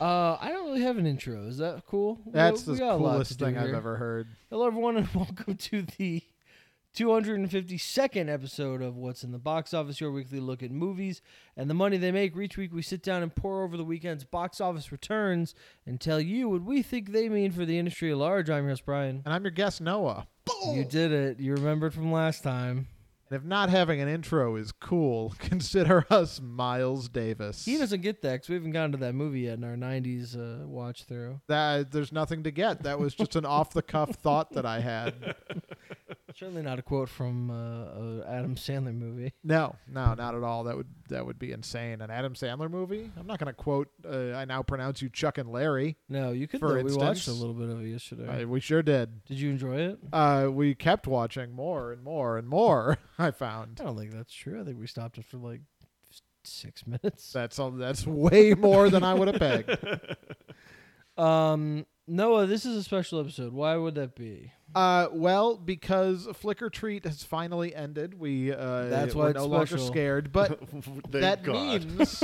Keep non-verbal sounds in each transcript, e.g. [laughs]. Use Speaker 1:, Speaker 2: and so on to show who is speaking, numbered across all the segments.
Speaker 1: Uh, I don't really have an intro. Is that cool? We
Speaker 2: That's
Speaker 1: got- we
Speaker 2: the
Speaker 1: got a lot
Speaker 2: coolest
Speaker 1: to do
Speaker 2: thing I've
Speaker 1: here.
Speaker 2: ever heard.
Speaker 1: Hello, everyone, and [laughs] welcome to the 252nd episode of What's in the Box Office, your weekly look at movies and the money they make. Each week, we sit down and pour over the weekend's box office returns and tell you what we think they mean for the industry at large. I'm your host, Brian.
Speaker 2: And I'm your guest, Noah.
Speaker 1: You did it. You remembered from last time.
Speaker 2: And if not having an intro is cool, [laughs] consider us Miles Davis.
Speaker 1: He doesn't get that because we haven't gotten to that movie yet in our 90s uh, watch
Speaker 2: [laughs]
Speaker 1: through.
Speaker 2: that there's nothing to get. That was just an off
Speaker 1: [laughs]
Speaker 2: the cuff thought that I had.
Speaker 1: Certainly not a quote from uh, a Adam Sandler movie.
Speaker 2: No, no, not at all. That would that would be insane. An Adam Sandler movie? I'm not going to quote. Uh, I now pronounce you Chuck and Larry.
Speaker 1: No, you could.
Speaker 2: For
Speaker 1: though. we watched a
Speaker 2: instance-
Speaker 1: little bit of it yesterday.
Speaker 2: Uh, we sure did.
Speaker 1: Did you enjoy it?
Speaker 2: Uh, we kept watching more and more and more. [laughs] I found
Speaker 1: I don't think that's true. I think we stopped it for like s- six [laughs] minutes.
Speaker 2: that's all. That's way more than I
Speaker 1: [laughs]
Speaker 2: would have pegged.
Speaker 1: Um, Noah, this is a special episode. Why would that be?
Speaker 2: Uh, well, because Flicker Treat has finally ended. We uh,
Speaker 1: That's why
Speaker 2: we're
Speaker 1: it's
Speaker 2: no longer
Speaker 1: special. [laughs]
Speaker 2: scared, but
Speaker 3: [laughs] Thank
Speaker 2: that
Speaker 3: God.
Speaker 2: means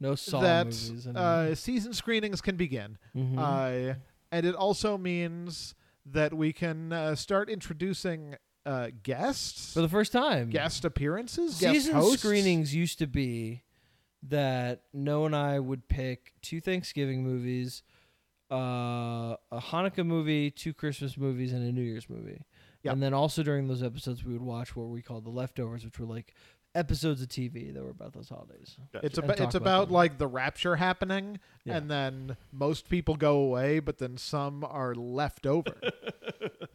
Speaker 1: No [laughs] Saw movies.
Speaker 2: that
Speaker 1: and-
Speaker 2: uh, season screenings can begin.
Speaker 1: Mhm.
Speaker 2: Uh, and it also means that we can uh, start introducing uh, guests,
Speaker 1: for the first time.
Speaker 2: guest appearances, guest
Speaker 1: Season
Speaker 2: hosts.
Speaker 1: screenings used to be that Noah and I would pick two Thanksgiving movies, uh, a Hanukkah movie, two Christmas movies, and a New Year's movie.
Speaker 2: Yep.
Speaker 1: And then also during those episodes, we would watch what we called the leftovers, which were like episodes of TV that were about those
Speaker 2: [laughs]
Speaker 1: holidays.
Speaker 2: It's
Speaker 1: And
Speaker 2: about
Speaker 1: talk about
Speaker 2: it's about
Speaker 1: them.
Speaker 2: like the rapture happening,
Speaker 1: Yeah.
Speaker 2: and then most people go away, but then some are
Speaker 1: [laughs]
Speaker 2: left over.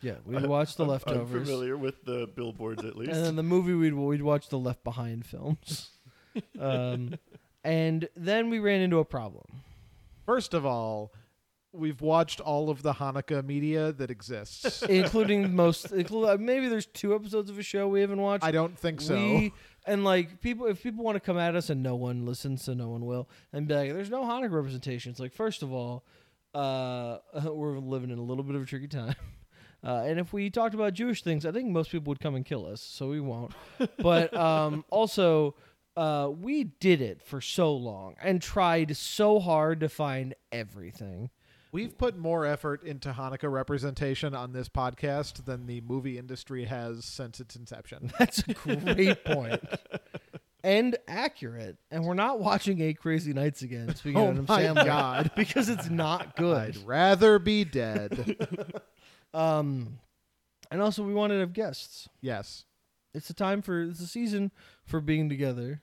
Speaker 1: Yeah, we would watch the
Speaker 3: I'm
Speaker 1: leftovers.
Speaker 3: familiar with the billboards at least.
Speaker 1: and then the movie we'd we'd watch the Left Behind
Speaker 2: [laughs]
Speaker 1: films, um, and then we ran into a problem.
Speaker 2: First of all, we've watched all of the Hanukkah media that
Speaker 1: [laughs]
Speaker 2: exists.
Speaker 1: including most. Inclu- uh, maybe there's two episodes of a show we haven't watched.
Speaker 2: I don't think so.
Speaker 1: We, and like people, if people want to come at us and no one listens, so no one will, and be like, "There's no Hanukkah representations." Like, first of all, uh, [laughs] we're living in a little bit of a tricky time. [laughs] Uh, and if we talked about Jewish things, I think most people would come and kill us, so we [laughs] won't. But um, also, uh, we did it for so long and tried so hard to find everything.
Speaker 2: We've put more effort into Hanukkah representation on this podcast than the movie industry has since its inception.
Speaker 1: That's [laughs] a great point. And accurate. And we're not watching Eight Crazy Nights again. Speaking
Speaker 2: Oh
Speaker 1: of Adam
Speaker 2: my
Speaker 1: Sandler,
Speaker 2: God.
Speaker 1: [laughs] Because it's
Speaker 3: [laughs]
Speaker 1: not
Speaker 2: I'd
Speaker 1: good.
Speaker 2: rather be dead.
Speaker 1: Um, and also, we wanted to have guests.
Speaker 2: yes.
Speaker 1: It's a time for, it's a season for being together.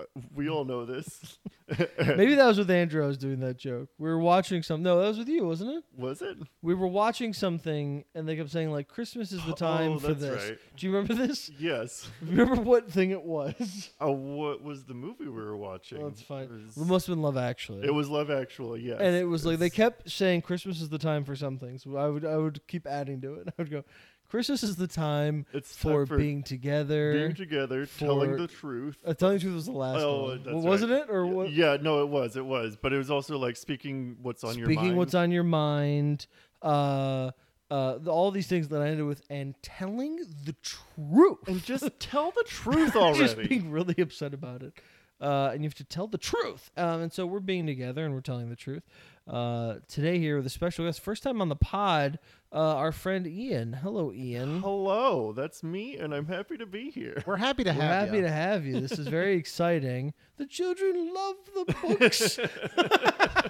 Speaker 3: Uh, we all know this.
Speaker 1: [laughs] Maybe that was with Andrew. I was doing that joke. We were watching some. No, that was with you, wasn't it?
Speaker 3: [laughs] Was it?
Speaker 1: We were watching something, and they kept saying like, "Christmas is the time
Speaker 3: oh,
Speaker 1: for
Speaker 3: that's
Speaker 1: this."
Speaker 3: right.
Speaker 1: Do you remember
Speaker 3: [laughs]
Speaker 1: this? [laughs]
Speaker 3: Yes.
Speaker 1: Remember what thing it was?
Speaker 3: Oh, what was the movie we were watching?
Speaker 1: [laughs] Well, it's fine.
Speaker 3: It was,
Speaker 1: It must have been Love Actually.
Speaker 3: it was Love Actually. Yes.
Speaker 1: and it was like they
Speaker 3: It's-
Speaker 1: kept saying Christmas is the time for something. So I would I would keep adding to it. [laughs] I would go, Christmas is the time
Speaker 3: It's time
Speaker 1: for,
Speaker 3: for
Speaker 1: being together.
Speaker 3: being together, telling
Speaker 1: for-
Speaker 3: the truth.
Speaker 1: uh, telling you was the last one.
Speaker 3: Oh, that's
Speaker 1: Well, wasn't
Speaker 3: right.
Speaker 1: it or
Speaker 3: Y-
Speaker 1: what?
Speaker 3: Yeah, no, it was, it was, but it was also like speaking what's on your mind.
Speaker 1: Speaking what's on your mind. Uh, uh, the, all these things that I ended with and telling the truth.
Speaker 3: and
Speaker 1: [laughs]
Speaker 3: just tell the truth
Speaker 1: just
Speaker 3: already.
Speaker 1: being really upset about it. Uh, and you have to tell the truth. Um, and so we're being together and we're telling the truth. Uh, today here with a special guest, first time on the pod, uh, our friend Ian. Hello, Ian.
Speaker 3: Hello, that's me, and I'm happy to
Speaker 1: [laughs]
Speaker 3: be here.
Speaker 2: We're happy to
Speaker 1: We're
Speaker 2: have
Speaker 1: happy
Speaker 2: you.
Speaker 1: to have you. This is very exciting. The children love the books.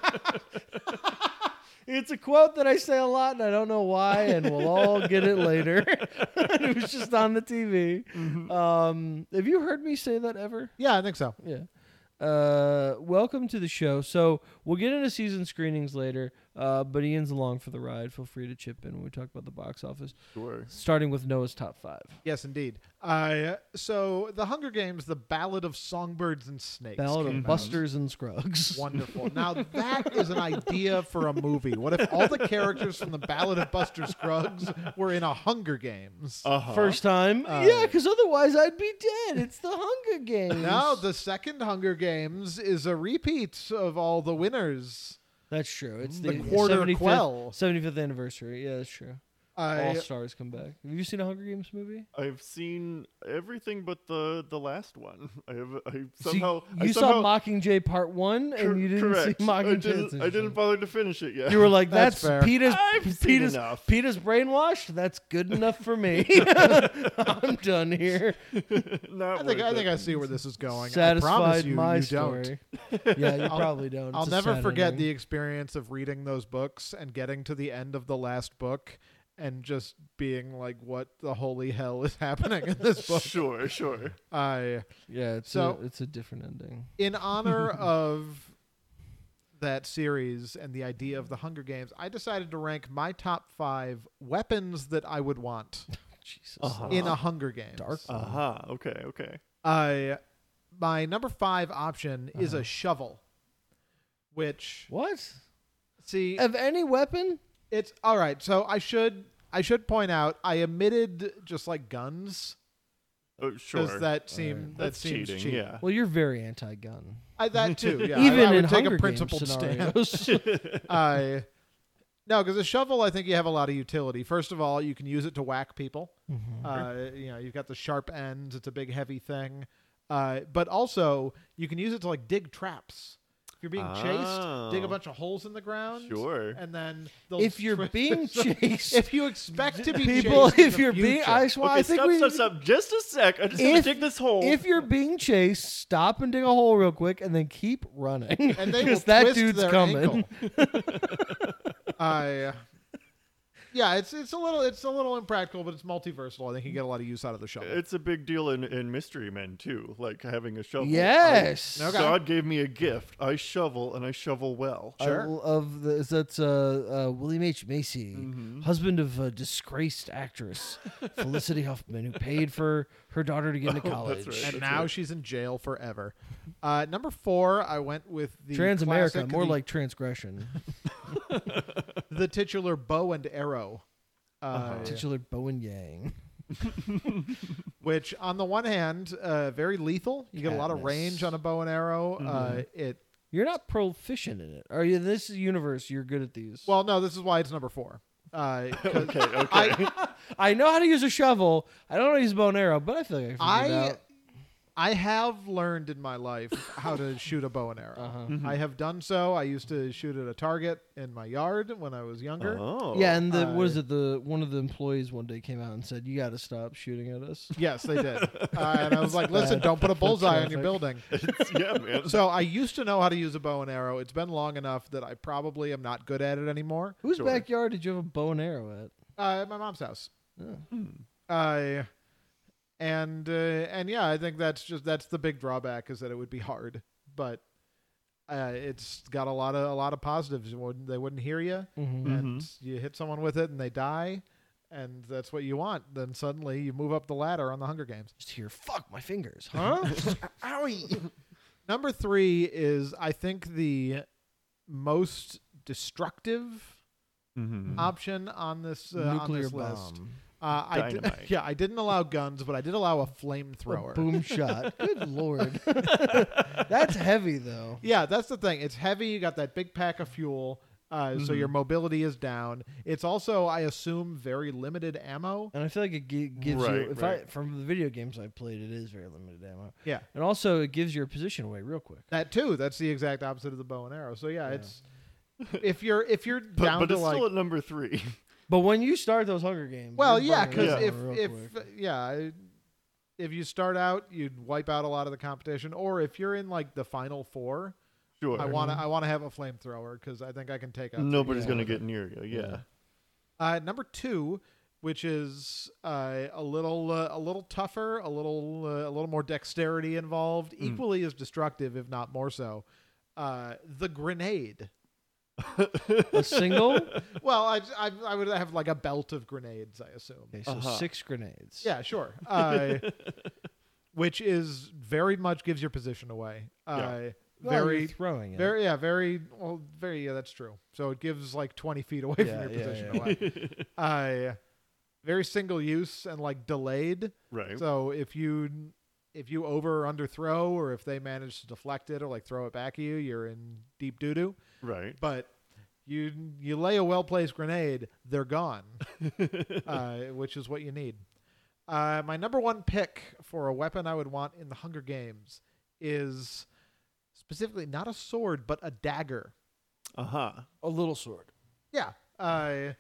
Speaker 1: it's a quote that I say a lot, and I don't know why, and we'll all get it later. [laughs] it was just on the TV. Um, have you heard me say that ever?
Speaker 2: yeah, I think so.
Speaker 1: Yeah. Uh, welcome to the show. So we'll get into season screenings later. Uh, but Ian's along for the ride. Feel free to chip in when we talk about the box office,
Speaker 3: Sure.
Speaker 1: starting with Noah's top five.
Speaker 2: Yes, indeed. Uh, so, The Hunger Games: The Ballad of Songbirds and Snakes.
Speaker 1: Ballad
Speaker 2: came
Speaker 1: of
Speaker 2: out.
Speaker 1: Busters and Scruggs.
Speaker 2: Wonderful. Now that is an idea for a movie. What if all the characters from the Ballad of Buster Scruggs were in a Hunger Games?
Speaker 3: Uh-huh.
Speaker 1: First time, Yeah,
Speaker 2: Uh,
Speaker 1: 'cause yeah, because otherwise I'd be dead. It's the Hunger Games.
Speaker 2: [laughs] now the second Hunger Games is a repeat of all the winners.
Speaker 1: that's true. It's the,
Speaker 2: The quarter
Speaker 1: 75th,
Speaker 2: quell.
Speaker 1: 75th anniversary. Yeah, that's true. All
Speaker 2: I,
Speaker 1: stars come back. Have you seen a Hunger Games movie?
Speaker 3: I've seen everything but the the last one. [laughs] I have I
Speaker 1: So
Speaker 3: somehow
Speaker 1: you, you
Speaker 3: I
Speaker 1: saw
Speaker 3: somehow,
Speaker 1: Mockingjay Part One,
Speaker 3: Cor-
Speaker 1: and you didn't
Speaker 3: correct.
Speaker 1: see
Speaker 3: I
Speaker 1: Mockingjay.
Speaker 3: didn't, I
Speaker 1: Season
Speaker 3: didn't
Speaker 1: Two.
Speaker 3: bother to finish it yet. [laughs]
Speaker 1: You were like,
Speaker 2: That's
Speaker 1: "That's,
Speaker 2: fair.
Speaker 1: Peter's
Speaker 3: I've seen
Speaker 1: Peter's
Speaker 3: enough. [laughs]
Speaker 1: Peter's brainwashed. That's good enough for
Speaker 2: [laughs]
Speaker 1: me. [laughs] I'm done here.
Speaker 2: I
Speaker 3: Not
Speaker 2: think
Speaker 3: worth
Speaker 2: I think
Speaker 3: it.
Speaker 2: I see where this is going. I promise
Speaker 1: Satisfied
Speaker 2: you,
Speaker 1: my
Speaker 2: you don't.
Speaker 1: story. Yeah, you
Speaker 2: [laughs] I'll-
Speaker 1: probably don't.
Speaker 2: I'll
Speaker 1: It's a
Speaker 2: never
Speaker 1: sad
Speaker 2: forget
Speaker 1: ending.
Speaker 2: the experience of reading those books and getting to the end of the last book and just being like, "What the holy hell is [laughs] happening in this book?"
Speaker 3: Sure, sure.
Speaker 2: I,
Speaker 1: yeah. It's
Speaker 2: So-
Speaker 1: a, it's a different ending.
Speaker 2: in
Speaker 1: [laughs]
Speaker 2: honor of that series and the idea of the Hunger Games, I decided to rank my top five weapons that I would want
Speaker 1: Jesus,
Speaker 3: Uh-huh.
Speaker 2: in a Hunger Games.
Speaker 1: dark.
Speaker 3: Aha. Okay. Okay.
Speaker 2: I, my number five option is a
Speaker 1: Uh-huh.
Speaker 2: shovel, which
Speaker 1: What?
Speaker 2: see
Speaker 1: Of any weapon?
Speaker 2: It's all right. So I should I should point out I omitted just like guns
Speaker 3: Oh,
Speaker 2: because
Speaker 3: sure.
Speaker 2: that seem that
Speaker 3: That's
Speaker 2: seems
Speaker 3: cheating.
Speaker 2: cheap.
Speaker 3: Yeah.
Speaker 1: Well, you're very anti-gun.
Speaker 2: I, that
Speaker 1: [laughs]
Speaker 2: too. Yeah,
Speaker 1: Even
Speaker 2: I, I
Speaker 1: in
Speaker 2: would take
Speaker 1: Hunger
Speaker 2: a principled
Speaker 1: Games
Speaker 2: stand.
Speaker 1: scenarios. [laughs]
Speaker 2: I no, because a shovel I think you have a lot of utility. First of all, you can use it to whack people.
Speaker 1: Mm-hmm.
Speaker 2: Uh, you know, you've got the sharp ends. It's a big heavy thing. Uh, but also you can use it to like dig traps. If you're being
Speaker 3: Oh.
Speaker 2: chased, dig a bunch of holes in the ground.
Speaker 3: Sure.
Speaker 2: And then they'll
Speaker 1: if
Speaker 2: [laughs]
Speaker 1: you're
Speaker 2: twist-
Speaker 1: being chased,
Speaker 2: if you expect to be
Speaker 1: people,
Speaker 2: chased in
Speaker 1: if
Speaker 2: the
Speaker 1: you're being,
Speaker 2: future-
Speaker 1: I, swear,
Speaker 3: okay.
Speaker 1: I think
Speaker 3: stop.
Speaker 1: we,
Speaker 3: Stop. Stop. Just a sec. I just have
Speaker 1: If-
Speaker 3: to dig this hole.
Speaker 1: if you're being chased, stop and dig a hole real quick, and then keep running. [laughs]
Speaker 2: and they will
Speaker 1: because that
Speaker 2: twist
Speaker 1: dude's
Speaker 2: their
Speaker 1: coming. [laughs]
Speaker 2: ankle. I, uh, yeah, it's it's a little it's a little impractical, but it's multiversatile. I think you get a lot of use out of the shovel.
Speaker 3: it's a big deal in, in Mystery Men too, like having a shovel.
Speaker 1: Yes.
Speaker 3: I-
Speaker 2: Okay.
Speaker 3: God gave me a gift. I shovel and I shovel well.
Speaker 1: I
Speaker 2: Sure.
Speaker 1: l- of the is that's uh, uh, William H Macy,
Speaker 2: Mm-hmm.
Speaker 1: husband of a disgraced
Speaker 2: [laughs]
Speaker 1: actress Felicity Huffman, who paid for her daughter to get into
Speaker 3: Oh, that's
Speaker 1: college.
Speaker 3: right.
Speaker 2: and now
Speaker 3: it.
Speaker 2: she's in jail forever. Uh, number four, I went with the
Speaker 1: Trans America,
Speaker 2: classic,
Speaker 1: more
Speaker 2: the-
Speaker 1: like
Speaker 2: [laughs]
Speaker 1: transgression.
Speaker 2: the titular bow and arrow. Uh,
Speaker 1: Titular Bowen Yang.
Speaker 2: Which, on the one hand, uh, very lethal. You get a lot of
Speaker 1: Katniss.
Speaker 2: range on a bow and arrow. Uh,
Speaker 1: Mm-hmm.
Speaker 2: it
Speaker 1: You're not proficient in it. Are you? In this universe, you're good at these.
Speaker 2: well, no, this is why it's number four. Uh, 'cause
Speaker 3: [laughs] Okay. Okay.
Speaker 2: I,
Speaker 1: I know how to use a shovel. I don't know how to use a bow and arrow, but I feel like I figured it
Speaker 2: I
Speaker 1: out.
Speaker 2: I have learned in my life how to [laughs] shoot a bow and arrow. I have done so. I used to shoot at a target in my yard when I was younger.
Speaker 3: oh.
Speaker 1: yeah, and the, what
Speaker 2: I-
Speaker 1: is it? The one of the employees one day came out and said, "You got to stop shooting at us."
Speaker 2: [laughs] Yes, they did. Uh, and I was like, listen,
Speaker 1: bad
Speaker 2: don't put a bullseye on
Speaker 1: traffic.
Speaker 2: your building.
Speaker 3: [laughs] [laughs] yeah, man.
Speaker 2: So I used to know how to use a bow and arrow. It's been long enough that I probably am not good at it anymore.
Speaker 1: Whose
Speaker 3: Sure.
Speaker 1: backyard did you have a bow and arrow at?
Speaker 2: Uh, at my mom's house.
Speaker 1: Hmm.
Speaker 2: I and uh, and yeah, I think that's just that's the big drawback is that it would be hard, but uh, it's got a lot of a lot of positives. You wouldn't- They wouldn't hear you, and
Speaker 1: Mm-hmm.
Speaker 2: you hit someone with it and they die, and that's what you want. Then suddenly you move up the ladder on the Hunger Games.
Speaker 1: Just hear, "Fuck my fingers," huh?
Speaker 2: [laughs] Owie. Number three is I think the most destructive Mm-hmm.
Speaker 3: Mhm.
Speaker 2: option on this uh, on
Speaker 1: Nuclear
Speaker 2: this list.
Speaker 1: bomb.
Speaker 2: Uh, I di-
Speaker 3: Dynamite.
Speaker 2: [laughs] yeah, I didn't allow guns, but I did allow a
Speaker 1: A
Speaker 2: flamethrower.
Speaker 1: boom shot.
Speaker 2: [laughs]
Speaker 1: Good lord. [laughs] That's heavy though.
Speaker 2: Yeah, that's the thing. It's heavy. You got that big pack of fuel, uh,
Speaker 3: Mm-hmm.
Speaker 2: so your mobility is down. It's also, I assume, very limited ammo.
Speaker 1: And I feel like it gi- gives
Speaker 3: Right,
Speaker 1: you if I
Speaker 3: right.
Speaker 1: from the video games I've played, it is very limited ammo.
Speaker 2: Yeah,
Speaker 1: And also it gives your position away real quick.
Speaker 2: that too. That's the exact opposite of the bow and arrow. So yeah,
Speaker 1: Yeah.
Speaker 2: it's if you're if you're
Speaker 3: [laughs] But,
Speaker 2: down
Speaker 3: but
Speaker 2: to
Speaker 3: it's
Speaker 2: like
Speaker 3: still at number three. [laughs]
Speaker 1: But when you start those Hunger Games,
Speaker 2: [laughs] well,
Speaker 1: you're
Speaker 2: yeah,
Speaker 1: burning
Speaker 2: because
Speaker 1: ammo
Speaker 2: if
Speaker 1: real
Speaker 2: if
Speaker 1: quick.
Speaker 2: yeah. I- If you start out, you'd wipe out a lot of the competition. Or if you're in like the final four,
Speaker 3: Sure. Mm-hmm.
Speaker 2: I wanna I wanna have a flamethrower because I think I can take out. three
Speaker 3: Nobody's
Speaker 1: Yeah.
Speaker 3: gonna get near you. Yeah.
Speaker 1: Yeah.
Speaker 2: Uh, number two, which is uh, a little uh, a little tougher, a little uh, a little more dexterity
Speaker 1: Hmm.
Speaker 2: involved, equally as destructive, if not more so. Uh, the grenade. [laughs]
Speaker 1: A single?
Speaker 2: Well, I, I I would have like a belt of grenades, I assume.
Speaker 1: Okay, so
Speaker 3: Uh-huh.
Speaker 1: six grenades.
Speaker 2: Yeah,
Speaker 1: [laughs]
Speaker 2: sure. Uh, which is very much gives your position away. Uh,
Speaker 1: Well, you're
Speaker 2: Very,
Speaker 1: throwing it.
Speaker 2: very, yeah, very, well, very, yeah, that's true. So it gives like 20 feet away
Speaker 1: Yeah,
Speaker 2: from your
Speaker 1: yeah,
Speaker 2: position
Speaker 1: yeah.
Speaker 2: away. Uh, very single use and like delayed.
Speaker 3: [laughs] right.
Speaker 2: So if you if you over or under throw or if they manage to deflect it or like throw it back at you, you're in deep doo doo.
Speaker 3: Right.
Speaker 2: But you you lay a well placed grenade, they're gone, uh, which is what you need. Uh, my number one pick for a weapon I would want in the Hunger Games is specifically not a sword but a dagger.
Speaker 3: Uh huh.
Speaker 1: a little sword.
Speaker 2: Yeah, uh,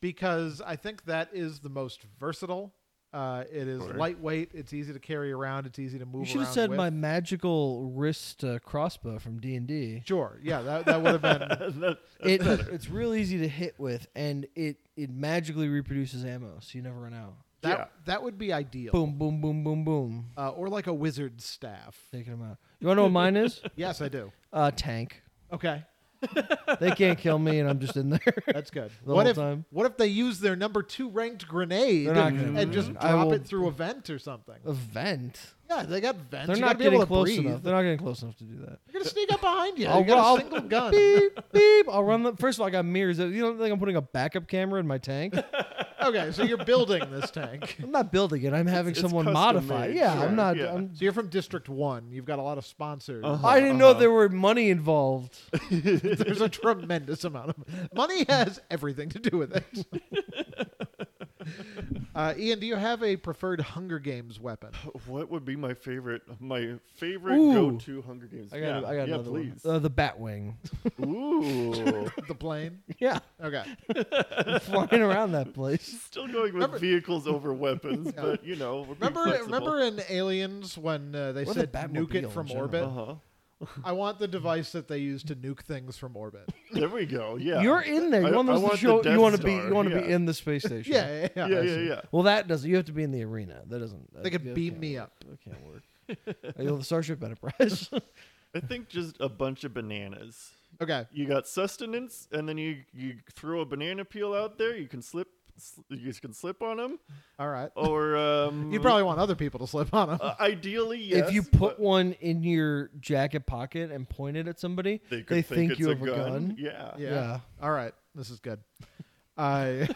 Speaker 2: because I think that is the most versatile. Uh, it is
Speaker 3: Sure.
Speaker 2: lightweight. It's easy to carry around. It's easy to move.
Speaker 1: You should have
Speaker 2: around
Speaker 1: said
Speaker 2: with.
Speaker 1: my magical wrist uh, crossbow from D and
Speaker 2: [laughs]
Speaker 1: D.
Speaker 2: Sure. Yeah, that, that
Speaker 1: [laughs]
Speaker 2: would have been.
Speaker 1: It it's real easy to hit with, and it it magically reproduces ammo, so you never run out.
Speaker 2: That,
Speaker 3: Yeah.
Speaker 2: that would be ideal.
Speaker 1: Boom, boom, boom, boom, boom.
Speaker 2: Uh, or like a wizard staff.
Speaker 1: Taking them out. You want to know what mine
Speaker 2: [laughs]
Speaker 1: is?
Speaker 2: Yes, I do.
Speaker 1: Uh, tank.
Speaker 2: Okay,
Speaker 1: They can't kill me, and I'm just in there. [laughs]
Speaker 2: that's good.
Speaker 1: The
Speaker 2: what
Speaker 1: whole
Speaker 2: if
Speaker 1: time.
Speaker 2: what if they use their number two ranked grenade
Speaker 1: They're not gonna
Speaker 2: and
Speaker 1: do
Speaker 2: just
Speaker 1: that.
Speaker 2: drop
Speaker 1: I will-
Speaker 2: it through a vent or something?
Speaker 1: A vent.
Speaker 2: Yeah, they got vents.
Speaker 1: They're
Speaker 2: you
Speaker 1: not
Speaker 2: gotta be able
Speaker 1: getting
Speaker 2: to
Speaker 1: close
Speaker 2: breathe.
Speaker 1: enough. They're not getting close enough to do
Speaker 3: [laughs]
Speaker 1: that.
Speaker 2: You're gonna sneak up behind you.
Speaker 1: I'll-
Speaker 2: You got
Speaker 1: I'll-
Speaker 2: a single gun.
Speaker 1: Beep, beep. I'll run the. First of all, I got mirrors. You don't think I'm putting a backup camera in my tank?
Speaker 2: okay, so you're building
Speaker 1: [laughs]
Speaker 2: this tank.
Speaker 1: I'm not building it. I'm having
Speaker 3: It's- it's
Speaker 1: someone
Speaker 3: custom
Speaker 1: modify. it.
Speaker 3: made,
Speaker 1: Yeah,
Speaker 3: sure,
Speaker 1: I'm not.
Speaker 3: yeah.
Speaker 1: I'm,
Speaker 2: So you're from District One. You've got a lot of sponsors.
Speaker 3: Uh-huh.
Speaker 1: I didn't know
Speaker 3: Uh-huh.
Speaker 1: there were money involved.
Speaker 2: [laughs]
Speaker 3: [laughs]
Speaker 2: There's a tremendous amount of money has everything to do with it.
Speaker 3: [laughs]
Speaker 2: uh, Ian, do you have a preferred Hunger Games weapon?
Speaker 3: what would be my favorite? My favorite
Speaker 1: Ooh.
Speaker 3: go-to Hunger Games.
Speaker 1: I got.
Speaker 3: yeah,
Speaker 1: I got
Speaker 3: yeah,
Speaker 1: another
Speaker 3: please.
Speaker 1: one. Uh, the Batwing.
Speaker 3: [laughs] Ooh.
Speaker 2: The plane.
Speaker 1: yeah,
Speaker 3: [laughs]
Speaker 2: Okay.
Speaker 1: flying around that place.
Speaker 3: Still going with
Speaker 2: Remember-
Speaker 3: vehicles over weapons, but you know. We're being
Speaker 2: Remember, remember in Aliens when uh, they
Speaker 1: Or the
Speaker 2: said nuke
Speaker 1: Batmobile
Speaker 2: it from
Speaker 1: in general.
Speaker 2: orbit?
Speaker 3: Uh [laughs] huh.
Speaker 2: I want the device that they use to nuke things from
Speaker 3: [laughs]
Speaker 2: orbit.
Speaker 3: There we go. Yeah.
Speaker 1: You're in there.
Speaker 3: I-
Speaker 1: You want
Speaker 3: I
Speaker 1: those to
Speaker 3: want the
Speaker 1: show. You
Speaker 3: Death
Speaker 1: want to be.
Speaker 3: Star,
Speaker 1: You want to be
Speaker 3: yeah.
Speaker 1: in the
Speaker 3: [laughs]
Speaker 1: space station.
Speaker 2: Yeah, yeah, yeah.
Speaker 3: Yeah,
Speaker 1: I
Speaker 3: yeah,
Speaker 1: see.
Speaker 3: yeah.
Speaker 1: Well, that doesn't. You have to be in the arena. That doesn't.
Speaker 2: They could
Speaker 1: that
Speaker 2: beam
Speaker 1: can't
Speaker 2: me
Speaker 1: work.
Speaker 2: up.
Speaker 1: That can't work. Uh, you know, the Starship
Speaker 3: [laughs]
Speaker 1: Enterprise.
Speaker 3: I think just a bunch of bananas.
Speaker 2: Okay.
Speaker 3: You got sustenance, and then you you throw a banana peel out there. You can slip. sl- You can slip on them,
Speaker 2: All right.
Speaker 3: or um,
Speaker 2: You probably want other people to slip on them.
Speaker 3: uh, ideally yes.
Speaker 1: if you put one in your jacket pocket and point it at somebody,
Speaker 3: they, could
Speaker 1: they think,
Speaker 3: it's
Speaker 1: you
Speaker 3: a
Speaker 1: have a gun.
Speaker 3: [laughs] Yeah.
Speaker 2: Yeah. All right. This is good. I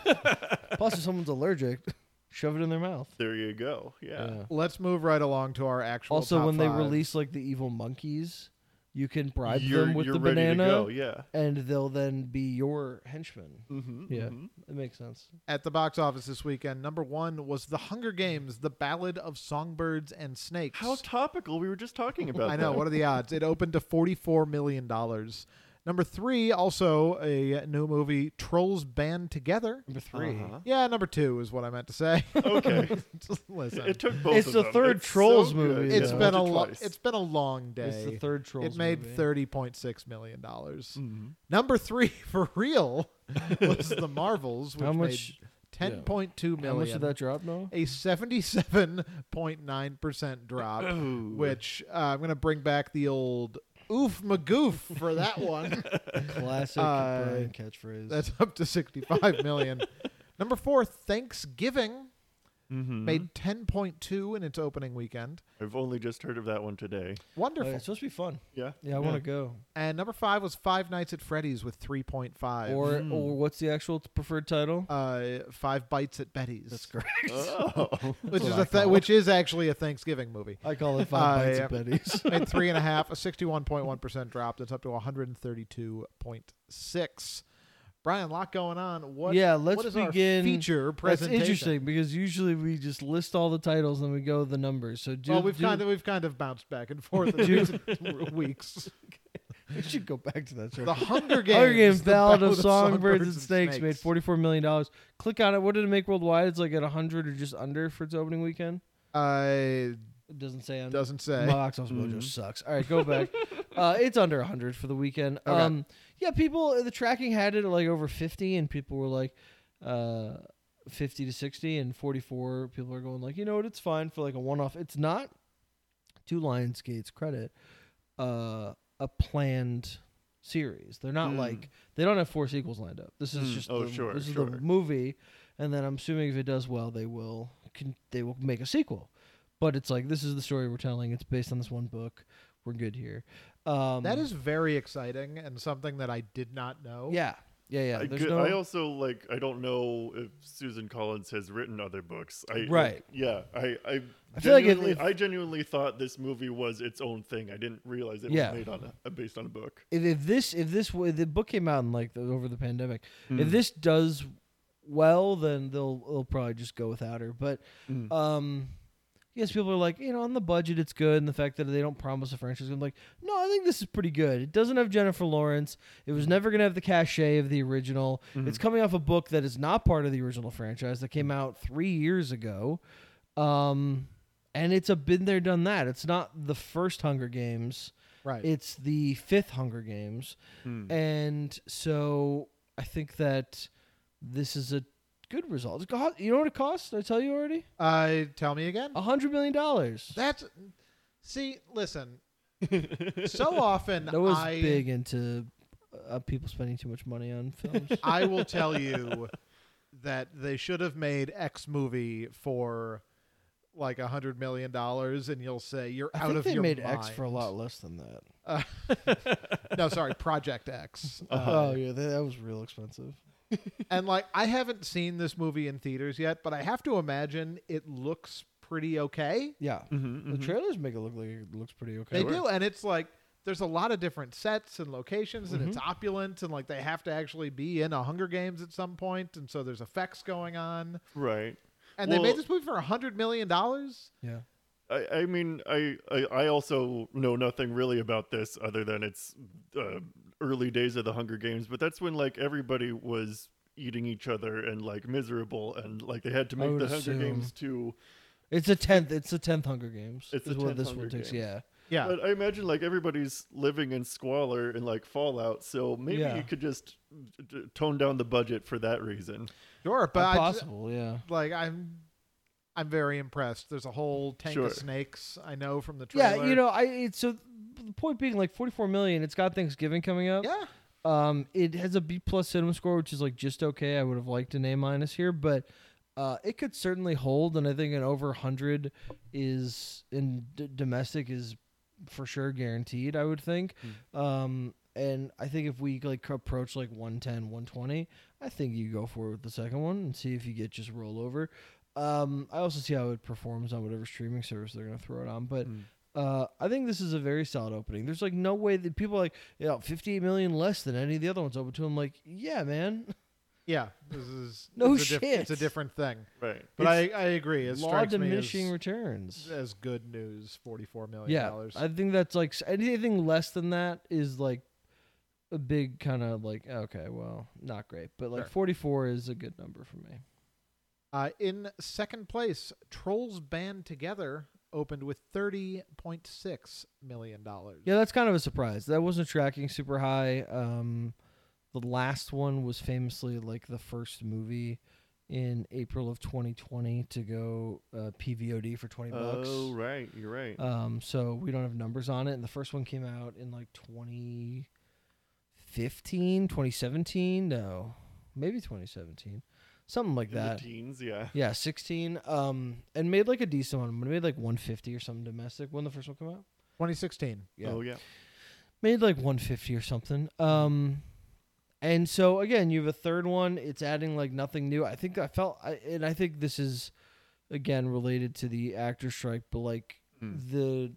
Speaker 2: [laughs]
Speaker 1: Plus, if someone's allergic, [laughs] shove it in their mouth.
Speaker 3: There you go. Yeah.
Speaker 1: Yeah.
Speaker 2: let's move right along to our actual.
Speaker 1: Also,
Speaker 2: top
Speaker 1: when they
Speaker 2: five.
Speaker 1: release like the evil monkeys, you can bribe
Speaker 3: You're,
Speaker 1: them with
Speaker 3: you're
Speaker 1: the
Speaker 3: ready
Speaker 1: banana,
Speaker 3: to go. Yeah.
Speaker 1: and they'll then be your henchmen.
Speaker 3: hmm
Speaker 1: Yeah,
Speaker 3: hmm
Speaker 1: it makes sense.
Speaker 2: at the box office this weekend, number one was The Hunger Games: The Ballad of Songbirds and Snakes.
Speaker 3: How topical. We were
Speaker 1: [laughs]
Speaker 3: just talking about.
Speaker 2: I know.
Speaker 3: that.
Speaker 2: What are the odds? It opened to forty-four million dollars. Number three, also a new movie, Trolls Band Together.
Speaker 1: Number 3
Speaker 3: Uh-huh.
Speaker 2: Yeah, number two is what I meant to say. [laughs]
Speaker 3: [laughs] Okay.
Speaker 2: Just Listen,
Speaker 3: It took both.
Speaker 1: It's
Speaker 3: of
Speaker 1: the
Speaker 3: them.
Speaker 1: third
Speaker 3: It's
Speaker 1: Trolls
Speaker 3: so
Speaker 1: movie,
Speaker 3: Good.
Speaker 1: It's
Speaker 2: it's
Speaker 1: yeah.
Speaker 2: been a
Speaker 3: lot.
Speaker 2: long. It's been a long day.
Speaker 1: It's the third troll.
Speaker 2: it made
Speaker 1: movie.
Speaker 2: thirty point six million dollars. Number three [laughs] for real was the Marvels, which
Speaker 1: How much?
Speaker 2: made
Speaker 1: yeah.
Speaker 2: ten point two million.
Speaker 1: How much did that drop?
Speaker 2: [laughs]
Speaker 1: No.
Speaker 2: a seventy-seven point nine percent
Speaker 3: Mm-hmm.
Speaker 2: drop, which uh, I'm gonna bring back the old oof magoof
Speaker 1: [laughs]
Speaker 2: for that one.
Speaker 1: Classic
Speaker 2: Uh,
Speaker 1: Brian catchphrase.
Speaker 2: That's up to sixty-five million. Number four, Thanksgiving
Speaker 1: Mm-hmm.
Speaker 3: hmm
Speaker 2: made ten point two in its opening weekend.
Speaker 3: I've only just heard of that one
Speaker 1: Oh,
Speaker 3: today.
Speaker 1: yeah,
Speaker 2: Wonderful.
Speaker 1: it's supposed to be fun.
Speaker 3: Yeah.
Speaker 1: [laughs] Yeah, I want to go.
Speaker 2: And number five was Five Nights at Freddy's with three point five.
Speaker 1: Or or what's the actual preferred title?
Speaker 2: uh, five bites at Betty's.
Speaker 1: That's correct.
Speaker 3: Oh.
Speaker 2: Which
Speaker 1: That's
Speaker 2: is
Speaker 1: what I
Speaker 2: a th-
Speaker 1: call
Speaker 2: which is actually a Thanksgiving movie.
Speaker 1: I call it Five Bites
Speaker 2: I-
Speaker 1: of
Speaker 2: [laughs]
Speaker 1: Betty's.
Speaker 2: Made three and a half, a sixty-one point one percent drop. That's up to one hundred and thirty-two point six. Brian, a lot going on. What?
Speaker 1: yeah, let's
Speaker 2: what is
Speaker 1: begin.
Speaker 2: our feature
Speaker 1: That's
Speaker 2: presentation.
Speaker 1: interesting because usually we just list all the titles and we go with the numbers. So do
Speaker 2: well, we've
Speaker 1: do-
Speaker 2: kind of we've kind of bounced back and forth in recent weeks.
Speaker 1: [laughs] we should go back to that.
Speaker 2: The Hunger Games,
Speaker 1: Hunger Games
Speaker 2: the
Speaker 1: Ballad of Songbirds and Snakes, made $44 million. Click on it. What did it make worldwide? It's like at 100 or just under for its opening weekend.
Speaker 2: I
Speaker 1: It doesn't say on
Speaker 2: doesn't say.
Speaker 1: My box office
Speaker 3: Mm-hmm.
Speaker 1: mojo sucks. All right, go
Speaker 3: [laughs]
Speaker 1: back. uh, it's under 100 for the weekend. Um, yeah, people, the tracking had it at like over 50, and people were like uh, 50 to 60, and 44 people are going like, you know what, it's fine for like a one-off. It's not, to Lionsgate's credit, uh, a planned series. They're not
Speaker 3: Mm.
Speaker 1: like they don't have four sequels lined up. This is
Speaker 3: Mm.
Speaker 1: just
Speaker 3: Oh,
Speaker 1: the,
Speaker 3: sure,
Speaker 1: this is
Speaker 3: sure.
Speaker 1: the movie, and then I'm assuming if it does well, they will can, they will make a sequel. But it's like this is the story we're telling. It's based on this one book. We're good here. Um,
Speaker 2: That is very exciting and something that I did not know.
Speaker 1: yeah yeah yeah.
Speaker 3: I,
Speaker 1: There's
Speaker 3: could-
Speaker 1: no,
Speaker 3: I also like I don't know if Susan Collins has written other books. I like,
Speaker 1: Right.
Speaker 3: yeah. I I,
Speaker 1: I feel like if-
Speaker 3: genuinely
Speaker 1: if-
Speaker 3: I genuinely thought this movie was its own thing. I didn't realize it
Speaker 1: Yeah.
Speaker 3: was made on a, based on a book.
Speaker 1: if, if this if this w- if the book came out in like the, over the pandemic, if this does well, then they'll they'll probably just go without her. But
Speaker 3: Mm.
Speaker 1: um, yes, people are like, you know, on the budget, it's good, and the fact that they don't promise a franchise, I'm like, no, I think this is pretty good. It doesn't have Jennifer Lawrence. It was never gonna have the cachet of the original. It's coming off a book that is not part of the original franchise that came out three years ago. Um. And it's a been there, done that. It's not the first Hunger Games.
Speaker 2: Right. Hmm.
Speaker 1: It's the fifth Hunger Games.
Speaker 3: Mm.
Speaker 1: And so I think that this is a good result. It's got- You know what it costs? Did I tell you already?
Speaker 2: uh, tell me again.
Speaker 1: A $100 million. That
Speaker 2: That's see,
Speaker 1: [laughs]
Speaker 2: listen. so often
Speaker 1: was
Speaker 2: I
Speaker 1: big into uh, people spending too much money on films.
Speaker 2: [laughs] I will tell you that they should have made X movie for like a hundred million dollars, and you'll say you're
Speaker 1: I
Speaker 2: out
Speaker 1: think
Speaker 2: of
Speaker 1: they
Speaker 2: your
Speaker 1: made
Speaker 2: mind.
Speaker 1: X for a lot less than that.
Speaker 2: [laughs] No, sorry,
Speaker 1: [laughs]
Speaker 2: Project X. Uh,
Speaker 1: oh, yeah. That, that was real expensive.
Speaker 2: and like I haven't seen this movie in theaters yet, but I have to imagine it looks pretty okay.
Speaker 1: Yeah.
Speaker 3: Mhm,
Speaker 1: The trailers make it look like it looks pretty okay.
Speaker 2: Mm-hmm. They do, and it's like there's a lot of different sets and locations, and
Speaker 1: Mm-hmm.
Speaker 2: it's opulent, and like they have to actually be in a Hunger Games at some point, and so there's effects going on.
Speaker 3: mm-hmm. right.
Speaker 2: And they
Speaker 3: Well-
Speaker 2: made this movie for a hundred million dollars.
Speaker 1: Yeah.
Speaker 3: I, I mean, I, I I also know nothing really about this other than it's uh, early days of the Hunger Games, but that's when like everybody was eating each other and like miserable and like they had to
Speaker 1: I
Speaker 3: make
Speaker 1: would
Speaker 3: the Hunger
Speaker 1: assume.
Speaker 3: Games too.
Speaker 1: It's a tenth. It's the tenth Hunger Games.
Speaker 3: It's
Speaker 1: is
Speaker 3: the
Speaker 1: what
Speaker 3: 10th
Speaker 1: this
Speaker 3: Hunger
Speaker 1: one takes.
Speaker 3: Games.
Speaker 1: Yeah.
Speaker 2: Yeah,
Speaker 3: But I imagine like everybody's living in squalor and like fallout, so maybe
Speaker 1: Yeah.
Speaker 3: you could just d- d- tone down the budget for that reason.
Speaker 2: sure, but I just-
Speaker 1: possible. Yeah.
Speaker 2: like I'm, I'm very impressed. There's a whole tank
Speaker 3: Sure.
Speaker 2: of snakes I know from the
Speaker 1: Yeah,
Speaker 2: trailer.
Speaker 1: you know, I it's so the point being like 44 million. It's got Thanksgiving coming up.
Speaker 2: yeah,
Speaker 1: Um, it has a B plus cinema score, which is like just okay. I would have liked an A minus here, but uh, it could certainly hold. And I think an over 100 is in d- domestic is for sure guaranteed. I would think.
Speaker 2: Hmm.
Speaker 1: Um, and I think if we like approach like 110, 120, I think you go for it with the second one and see if you get just rollover. Um, I also see how it performs on whatever streaming service they're gonna throw it on, but uh, I think this is a very solid opening. There's like no way that people are like you know, 58 million less than any of the other ones open to. I'm like, yeah, man,
Speaker 2: yeah. This is
Speaker 1: No
Speaker 2: it's a diff- it's a
Speaker 1: shit.
Speaker 2: different thing.
Speaker 3: Right.
Speaker 2: But I, I agree. [laughs] It
Speaker 1: law
Speaker 2: strikes me
Speaker 1: diminishing
Speaker 2: as,
Speaker 1: returns.
Speaker 2: as good news. Forty-four million
Speaker 1: Yeah,
Speaker 2: dollars.
Speaker 1: I think that's like s- anything less than that is like a big kind of like okay, well, not great, but like
Speaker 2: Sure.
Speaker 1: 44 is a good number for me.
Speaker 2: Uh, in second place, Trolls Band Together opened with $30.6 million.
Speaker 1: Yeah, that's kind of a surprise. That wasn't tracking super high. Um, the last one was famously like the first movie in April of 2020 to go uh, PVOD for 20 bucks.
Speaker 3: Oh, right. You're right.
Speaker 1: Um, so we don't have numbers on it. And the first one came out in like 2015, 2017. No, maybe 2017, something like
Speaker 3: In the
Speaker 1: that.
Speaker 3: teens, yeah.
Speaker 1: Yeah, 16. Um, and made like a decent one. It made like 150 or something domestic when the first one came out.
Speaker 2: 2016.
Speaker 1: Yeah
Speaker 3: Oh, yeah.
Speaker 1: made like 150 or something um and so again you have a third one it's adding like nothing new i think i felt I, and i think this is again related to the actor strike but like
Speaker 3: Hmm.
Speaker 1: the